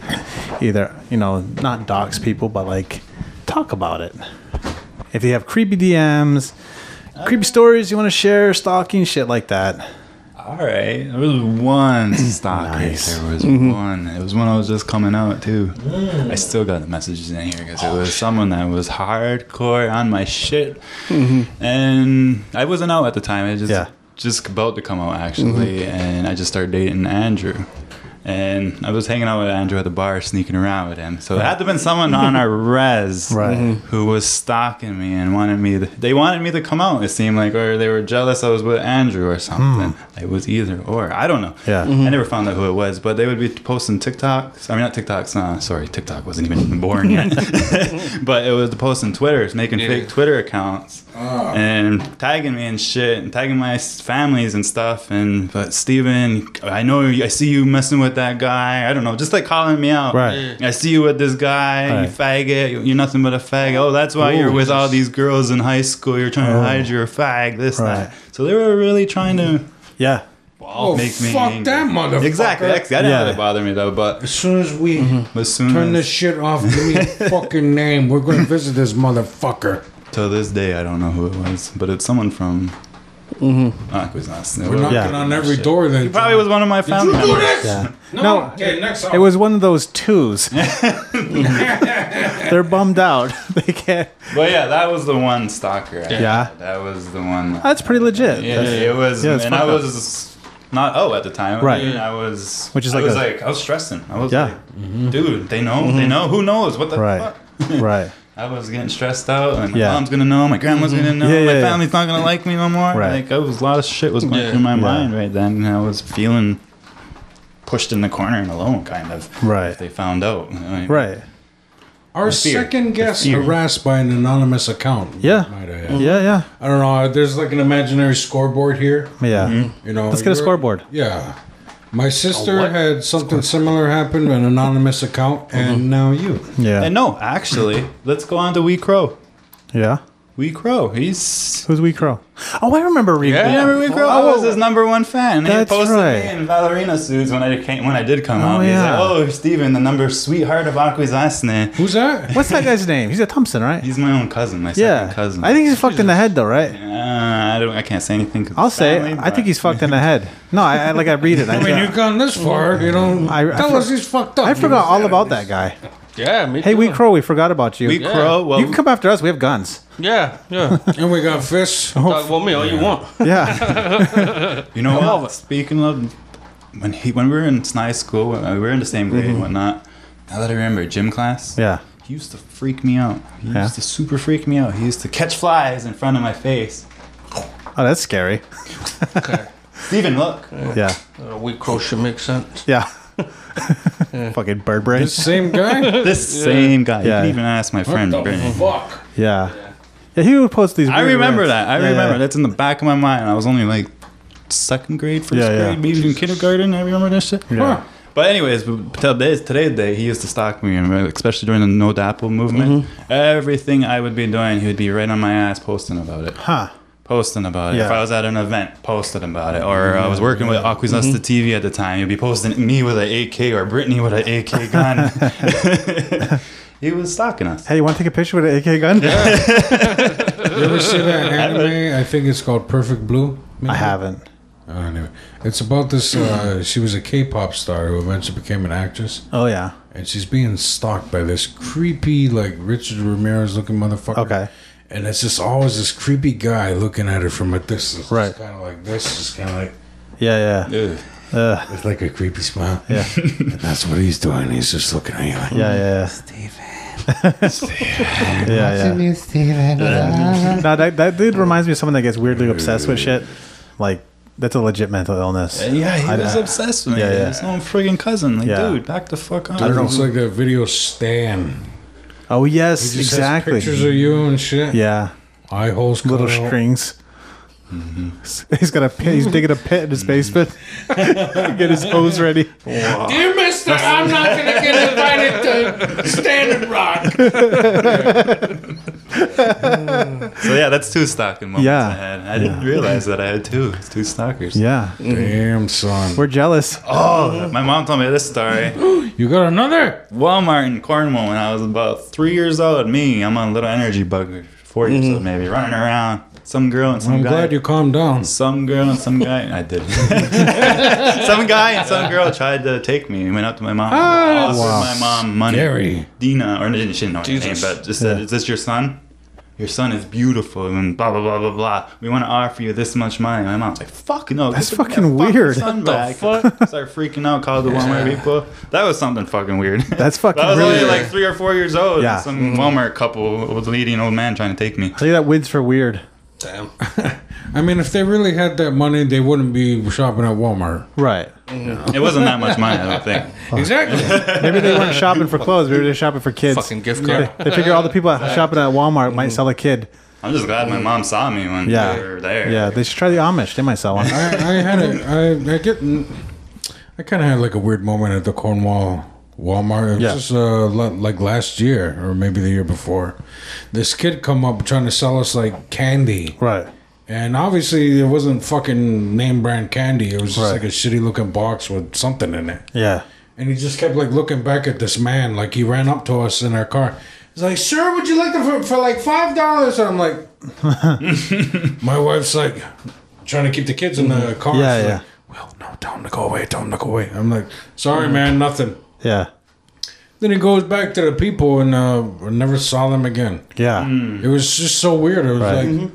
Speaker 4: either you know not dox people, but like talk about it. If you have creepy DMs, creepy stories you want to share, stalking shit like that.
Speaker 2: All right, there was one stock.
Speaker 4: Nice. Mm-hmm.
Speaker 2: There was one. It was when I was just coming out too. I still got the messages in here because it was someone that was hardcore on my shit, and I wasn't out at the time. I just
Speaker 4: Yeah. Mm-hmm.
Speaker 2: just about to come out actually, and I just started dating Andrew. And I was hanging out with Andrew at the bar, sneaking around with him. So it had to have been someone on our res
Speaker 4: Right. Mhm.
Speaker 2: who was stalking me and wanted me. To, they wanted me to come out. It seemed like, or they were jealous I was with Andrew or something. It was either or. I don't know.
Speaker 4: Hmm. Yeah.
Speaker 2: I never found out who it was, but they would be posting TikToks. I mean, not TikToks. Uh, sorry, TikTok wasn't even born yet. but it was the posting Twitters, making
Speaker 3: Yeah.
Speaker 2: fake Twitter accounts, and tagging me and shit, and tagging my s- families and stuff. And but Steven, I know you- I see you messing with that guy. I don't know, just like calling me out.
Speaker 4: Right.
Speaker 2: I see you with this guy. You faggot. you- You're nothing but a fag. Oh, that's why you're with all these girls in high school. You're trying to hide your fag. This,
Speaker 4: Oh. Right.
Speaker 2: that. So they were really trying to.
Speaker 4: Yeah.
Speaker 1: Oh,
Speaker 2: make me
Speaker 1: fuck
Speaker 2: angry.
Speaker 1: that motherfucker!
Speaker 2: Exactly. That didn't
Speaker 4: Yeah.
Speaker 2: really bother me though, but
Speaker 1: As soon as we
Speaker 4: Mm-hmm.
Speaker 2: as soon
Speaker 1: turn this
Speaker 2: as
Speaker 1: shit off, give me a fucking name. We're gonna visit this motherfucker.
Speaker 2: to this day, I don't know who it was, but it's someone from. Ah, Mm-hmm. Aquasnas.
Speaker 1: We're knocking
Speaker 4: Yeah.
Speaker 1: on every door. Then
Speaker 2: Probably was one of my family.
Speaker 1: Do
Speaker 2: members.
Speaker 1: this?
Speaker 4: Yeah.
Speaker 1: No.
Speaker 4: No,
Speaker 1: Okay, next.
Speaker 4: It was one of those twos. They're bummed out. They can't.
Speaker 2: But yeah, that was the one stalker. I
Speaker 4: Yeah.
Speaker 2: had. that was the one. that-
Speaker 4: That's pretty legit.
Speaker 2: Yeah, it was,
Speaker 4: yeah, it's
Speaker 2: and I
Speaker 4: fucked up.
Speaker 2: was not oh at the time.
Speaker 4: Right.
Speaker 2: I, mean, I was,
Speaker 4: Which is
Speaker 2: I
Speaker 4: like
Speaker 2: was
Speaker 4: a-
Speaker 2: like I was stressing. I was
Speaker 4: Yeah. Mm-hmm.
Speaker 2: like, dude, they know, they know, who knows what the
Speaker 4: Right.
Speaker 2: fuck.
Speaker 4: right.
Speaker 2: I was getting stressed out, and my
Speaker 4: Yeah. Mm-hmm.
Speaker 2: mom's gonna know, my grandma's gonna know,
Speaker 4: Yeah,
Speaker 2: my
Speaker 4: yeah, yeah.
Speaker 2: family's not gonna like me no more.
Speaker 4: Right.
Speaker 2: Like, I was a lot of shit was going
Speaker 3: Yeah.
Speaker 2: through my
Speaker 4: Yeah.
Speaker 2: mind right then, and I was feeling pushed in the corner and alone, kind of.
Speaker 4: Right.
Speaker 2: If they found out. I mean,
Speaker 4: Right.
Speaker 1: Our
Speaker 2: fear.
Speaker 1: second
Speaker 2: The
Speaker 1: guest
Speaker 2: fear.
Speaker 1: harassed by an anonymous account.
Speaker 4: Yeah.
Speaker 1: might I add.
Speaker 4: Yeah. Yeah.
Speaker 1: I don't know. There's like an imaginary scoreboard here.
Speaker 4: Yeah.
Speaker 2: Mm-hmm.
Speaker 1: You know.
Speaker 4: Let's get a
Speaker 1: you're-
Speaker 4: scoreboard.
Speaker 1: Yeah. My sister
Speaker 3: what?
Speaker 1: had something similar happen to an anonymous account, and now you.
Speaker 4: Yeah.
Speaker 2: And no, actually, let's go on to Wee Crow.
Speaker 4: yeah.
Speaker 2: Wee Crow. He's.
Speaker 4: Who's Wee Crow? Oh, I remember Wee
Speaker 2: Yeah,
Speaker 4: Crow.
Speaker 2: remember Wee Crow? I was his number one fan.
Speaker 4: That's
Speaker 2: he posted
Speaker 4: right.
Speaker 2: me in ballerina suits when I came when I did come out.
Speaker 4: yeah.
Speaker 2: He's like, oh, Steven, the number sweetheart of Aquizasne.
Speaker 1: Who's that?
Speaker 4: What's that guy's name? He's a Thompson, right?
Speaker 2: He's my own cousin, my
Speaker 4: yeah.
Speaker 2: second cousin.
Speaker 4: I think he's fucked in the head, though, right?
Speaker 2: Uh, I don't. I can't say anything. 'cause
Speaker 4: I'll
Speaker 2: it's
Speaker 4: say.
Speaker 2: family,
Speaker 4: I
Speaker 2: but-
Speaker 4: think he's fucked in the head. No, I, I like I read it. I,
Speaker 1: I mean, you've gone this far. You know,
Speaker 4: I- I
Speaker 1: tell
Speaker 4: for-
Speaker 1: us he's fucked up.
Speaker 4: I forgot all about that guy.
Speaker 3: Yeah, me
Speaker 4: Hey,
Speaker 3: too.
Speaker 4: Wee Crow, we forgot about you.
Speaker 2: We
Speaker 3: Yeah.
Speaker 2: crow. Well,
Speaker 4: you can come after us. We have guns.
Speaker 3: Yeah, yeah.
Speaker 1: And we got fists.
Speaker 3: Talk about me all you want.
Speaker 4: Yeah.
Speaker 2: you know
Speaker 3: Come
Speaker 2: what?
Speaker 3: over.
Speaker 2: Speaking of when he when we were in high school, when uh, we were in the same grade and whatnot. Now that I remember, gym class.
Speaker 4: yeah.
Speaker 2: He used to freak me out. He used
Speaker 4: Yeah.
Speaker 2: to super freak me out. He used to catch flies in front of my face.
Speaker 4: Oh, that's scary.
Speaker 3: Okay.
Speaker 2: Steven, look.
Speaker 4: Yeah.
Speaker 3: Uh, we crow should make sense.
Speaker 4: Yeah. Fucking bird brain.
Speaker 1: Same guy.
Speaker 2: This same guy.
Speaker 4: Yeah.
Speaker 2: You can even ask my friend
Speaker 1: What the
Speaker 2: Bernie.
Speaker 3: Mm-hmm.
Speaker 1: fuck.
Speaker 4: Yeah. Yeah, he would post these.
Speaker 2: I
Speaker 4: weird
Speaker 2: remember
Speaker 4: rants.
Speaker 2: that. I
Speaker 4: Yeah,
Speaker 2: remember.
Speaker 4: yeah.
Speaker 2: That's in the back of my mind. I was only like second grade, first
Speaker 4: Yeah, yeah.
Speaker 2: grade, maybe even kindergarten. I remember that shit.
Speaker 4: Yeah.
Speaker 1: Huh.
Speaker 2: But anyways, today's today's day, he used to stalk me, and uh, especially during the No Dapple movement.
Speaker 4: Mm-hmm.
Speaker 2: Everything I would be doing, he would be right on my ass posting about it.
Speaker 4: Huh.
Speaker 2: Posting about it. If
Speaker 4: Yeah. Mm-hmm.
Speaker 2: I was at an event, posting about it. Or uh, I was working with Aquizasta TV at the time, he'd be posting me with an AK or Brittany with an AK gun. he was stalking us.
Speaker 4: Hey, you want to take a picture with an AK gun?
Speaker 1: You ever see that anime? I think it's called Perfect Blue.
Speaker 4: I
Speaker 1: maybe?
Speaker 4: haven't.
Speaker 1: I don't know. It's about this. Uh, she was a K-pop star who eventually became an actress,
Speaker 4: Oh yeah.
Speaker 1: and she's being stalked by this creepy, like Richard Ramirez-looking motherfucker.
Speaker 4: Okay.
Speaker 1: And it's just always this creepy guy looking at her from a distance.
Speaker 4: Right.
Speaker 1: Kind of like this. Just kind of like
Speaker 4: Yeah, yeah,
Speaker 2: Ugh.
Speaker 4: uh,
Speaker 1: with like a creepy smile.
Speaker 4: yeah, yeah,
Speaker 1: And that's what he's doing. He's just looking at you. Like,
Speaker 4: yeah. yeah. Yeah, yeah. Now that that dude reminds me of someone that gets weirdly obsessed with shit. Like that's a legit mental illness.
Speaker 2: Yeah, he
Speaker 4: I-
Speaker 2: was
Speaker 4: I-
Speaker 2: obsessed with me.
Speaker 4: Yeah, yeah.
Speaker 2: His own friggin' cousin. Like,
Speaker 4: Yeah.
Speaker 2: dude, back the fuck up.
Speaker 1: I don't know. It's like that video Stan.
Speaker 4: Oh yes,
Speaker 1: He just has
Speaker 4: exactly.
Speaker 1: pictures of you and shit.
Speaker 4: Yeah,
Speaker 1: Eye holes cut
Speaker 4: little
Speaker 1: out.
Speaker 4: strings. He's got a pit. He's digging a pit in his basement. Get his hose ready.
Speaker 5: Dear mister, I'm not going to get invited to Standard Rock.
Speaker 2: So yeah, that's two stalking moments
Speaker 4: Yeah.
Speaker 2: I had. I didn't realize that I had two. It's two stalkers.
Speaker 4: Yeah,
Speaker 1: Damn, son.
Speaker 4: we're jealous.
Speaker 2: Oh, my mom told me this story.
Speaker 1: You got another?
Speaker 2: Walmart in Cornwall when I was about three years old. Me, I'm a little energy bugger, four years old maybe, running around. Some girl and some
Speaker 1: Mm-hmm. I'm
Speaker 2: guy.
Speaker 1: glad you calmed down.
Speaker 2: some girl and some guy. I did. some guy and some girl tried to take me. Went up to my mom.
Speaker 4: Ah,
Speaker 2: offered my mom money.
Speaker 1: Scary.
Speaker 2: Dina, or she didn't know her
Speaker 3: Jesus.
Speaker 2: name, but just said,
Speaker 4: Yeah.
Speaker 2: "Is this your son? Your son is beautiful." And blah blah blah blah blah. We want to offer you this much money. My mom's like, "Fuck no."
Speaker 4: That's
Speaker 2: give me
Speaker 4: fucking
Speaker 2: that fucking
Speaker 4: weird.
Speaker 2: Son back. Start freaking out. Called the Walmart people. That was something fucking weird.
Speaker 4: That's fucking
Speaker 2: I was
Speaker 4: really
Speaker 2: only
Speaker 4: weird.
Speaker 2: like three or four years old.
Speaker 4: Yeah.
Speaker 2: Yeah. Some Walmart couple with a leading old man trying to take me.
Speaker 4: I think that wins for weird.
Speaker 3: Damn.
Speaker 1: I mean, if they really had that money, they wouldn't be shopping at Walmart.
Speaker 4: Right.
Speaker 2: It wasn't that much money, I don't think.
Speaker 1: Exactly.
Speaker 4: Maybe they weren't shopping for clothes. Maybe they're shopping for kids.
Speaker 3: Fucking gift card.
Speaker 4: They figure all the people out shopping at Walmart might sell a kid.
Speaker 2: I'm just glad my mom saw me when
Speaker 4: Yeah.
Speaker 2: we were there.
Speaker 4: Yeah, they should try the Amish. They might sell one.
Speaker 1: I, I had a, I, I get, I kind of had like a weird moment at the Cornwall Walmart. It was
Speaker 4: Yeah.
Speaker 1: just uh, li- like last year or maybe the year before. This kid come up trying to sell us like candy.
Speaker 4: Right.
Speaker 1: And obviously, it wasn't fucking name brand candy. It was just
Speaker 4: Right.
Speaker 1: like a shitty looking box with something in it.
Speaker 4: Yeah.
Speaker 1: And he just kept like looking back at this man, like he ran up to us in our car. He's like, "Sir, would you like them for, for like five dollars?" And I'm like, "My wife's like trying to keep the kids in the car."
Speaker 4: Mm-hmm. Yeah,
Speaker 1: She's
Speaker 4: yeah.
Speaker 1: Like, well, no, tell him to go away. Tell him to go away. I'm like, "Sorry, man, nothing."
Speaker 4: Yeah.
Speaker 1: Then he goes back to the people and uh, never saw them again.
Speaker 4: Yeah.
Speaker 1: It was just so weird. It was
Speaker 4: Mm. Right. Mm-hmm.
Speaker 1: like,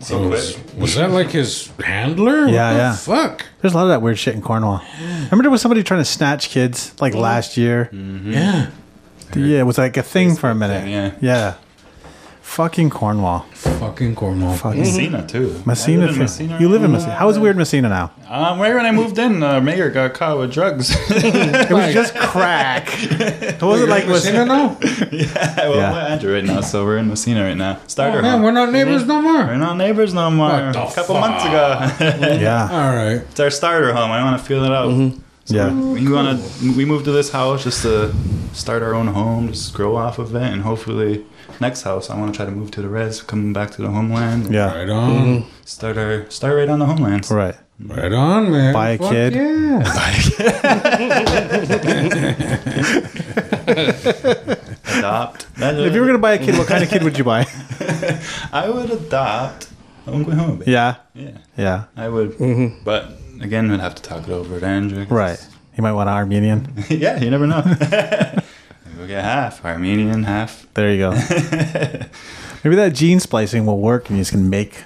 Speaker 2: So
Speaker 1: was,
Speaker 2: quick.
Speaker 1: was that like his handler? What
Speaker 4: Yeah,
Speaker 1: the
Speaker 4: yeah.
Speaker 1: Fuck.
Speaker 4: There's a lot of that weird shit in Cornwall. Remember there was somebody trying to snatch kids like last year?
Speaker 1: Yeah.
Speaker 4: Yeah, it was like a thing for a minute.
Speaker 2: thing, yeah.
Speaker 4: Yeah. Fucking Cornwall.
Speaker 1: Fucking Cornwall.
Speaker 4: Fucking
Speaker 2: Messina too. I
Speaker 4: Messina.
Speaker 2: live in
Speaker 4: thing.
Speaker 2: Messina.
Speaker 4: You live in Messina. How is weird Messina now?
Speaker 2: Uh, right when I moved in, uh, Mayor got caught with drugs.
Speaker 4: It was just crack. It wasn't like
Speaker 1: Was
Speaker 4: Messina.
Speaker 1: no?
Speaker 2: well,
Speaker 4: Yeah. Oh,
Speaker 2: we're Andrew right now, so we're in Messina right now. Starter
Speaker 1: Man, we're
Speaker 2: home.
Speaker 1: not neighbors
Speaker 4: Mm-hmm.
Speaker 1: no more.
Speaker 2: We're not neighbors no more.
Speaker 1: What the
Speaker 2: A couple
Speaker 1: fuck?
Speaker 2: months ago,
Speaker 4: Yeah.
Speaker 1: All right.
Speaker 2: it's our starter home. I want to feel it out.
Speaker 4: Mm-hmm. Yeah.
Speaker 2: We want to. We moved to this house just to start our own home, just grow off of it, and hopefully next house I want to try to move to the res, come back to the homeland.
Speaker 4: Yeah.
Speaker 1: Right on.
Speaker 4: Mm-hmm.
Speaker 2: Start our start right on the homeland.
Speaker 4: Right.
Speaker 1: Right on, man.
Speaker 4: Buy a
Speaker 1: Fuck
Speaker 4: kid.
Speaker 1: Yeah.
Speaker 2: Adopt.
Speaker 4: If you were gonna buy a kid, what kind of kid would you buy?
Speaker 2: I would adopt. I'm going home. baby.
Speaker 4: Yeah.
Speaker 2: Yeah.
Speaker 4: Yeah.
Speaker 2: I would, but again, we'd have to talk it over with Andrew. 'cause-
Speaker 4: Right. You might want an Armenian.
Speaker 2: yeah, you never know. we'll get half Armenian, half.
Speaker 4: There you go. Maybe that gene splicing will work, and you just can make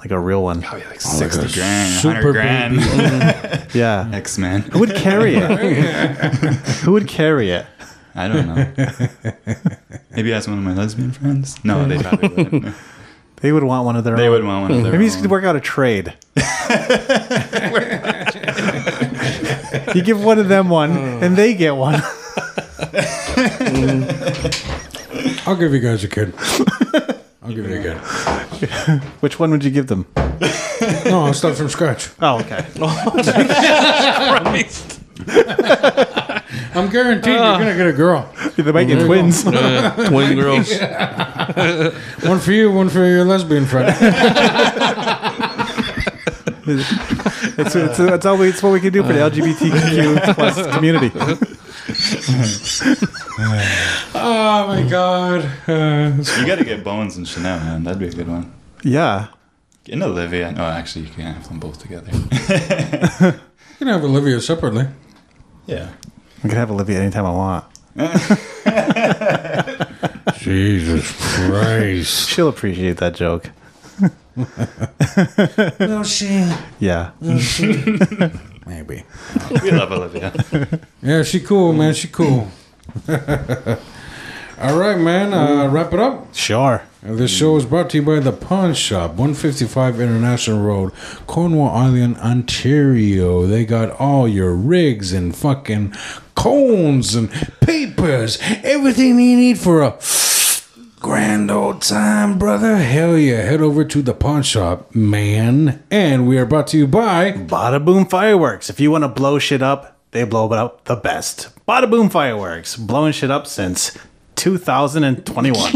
Speaker 4: like a real one.
Speaker 2: Probably Oh, like sixty grand,
Speaker 1: super
Speaker 2: hundred grand.
Speaker 4: Yeah.
Speaker 2: X Men.
Speaker 4: Who would carry it? Who would carry it?
Speaker 2: I don't know. Maybe ask one of my lesbian friends. No, they probably wouldn't.
Speaker 4: They would want one of their
Speaker 2: They
Speaker 4: own.
Speaker 2: would want one of their
Speaker 4: Maybe you
Speaker 2: own.
Speaker 4: could work out a trade. you give one of them one, and they get one.
Speaker 1: I'll give you guys a kid. I'll give you a kid.
Speaker 4: Which one would you give them?
Speaker 1: No, I'll start from scratch.
Speaker 4: Oh, okay.
Speaker 3: Christ.
Speaker 1: I'm guaranteed you're gonna get a girl.
Speaker 4: They might get twins.
Speaker 3: Uh, twin girls.
Speaker 1: One for you, one for your lesbian friend.
Speaker 4: It's, it's, it's, all we, it's what we can do for the LGBTQ plus community.
Speaker 1: oh my god. Uh, it's-
Speaker 2: You gotta get Bones and Chanel, man. That'd be a good one.
Speaker 4: Yeah.
Speaker 2: And Olivia. No, actually, you can't have them both together.
Speaker 1: you can have Olivia separately.
Speaker 2: yeah.
Speaker 4: I can have Olivia anytime I want.
Speaker 1: Jesus Christ.
Speaker 4: She'll appreciate that joke.
Speaker 1: Will she?
Speaker 4: Yeah.
Speaker 1: Maybe.
Speaker 2: We love Olivia.
Speaker 1: Yeah, she cool, man. She cool. All right, man. Uh, wrap it up.
Speaker 4: Sure.
Speaker 1: This show is brought to you by The Pawn Shop, 155 International Road, Cornwall Island, Ontario. They got all your rigs and fucking cones and papers, everything you need for a grand old time, brother. Hell yeah. Head over to The Pawn Shop, man. And we are brought to you by.
Speaker 4: Bada Boom Fireworks. If you want to blow shit up, they blow it up the best. Bada Boom Fireworks. Blowing shit up since 2021.
Speaker 1: All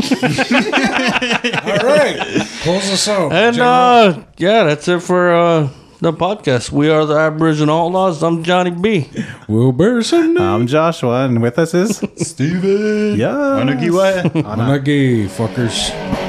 Speaker 1: right. Close us out.
Speaker 3: And
Speaker 1: General.
Speaker 3: uh, yeah, that's it for uh, the podcast. We are the Aboriginal Outlaws. I'm Johnny B.
Speaker 1: Will Burson.
Speaker 4: I'm Joshua, and with us is
Speaker 2: Steven.
Speaker 4: yeah.
Speaker 2: Onagiwa.
Speaker 1: Unlucky fuckers.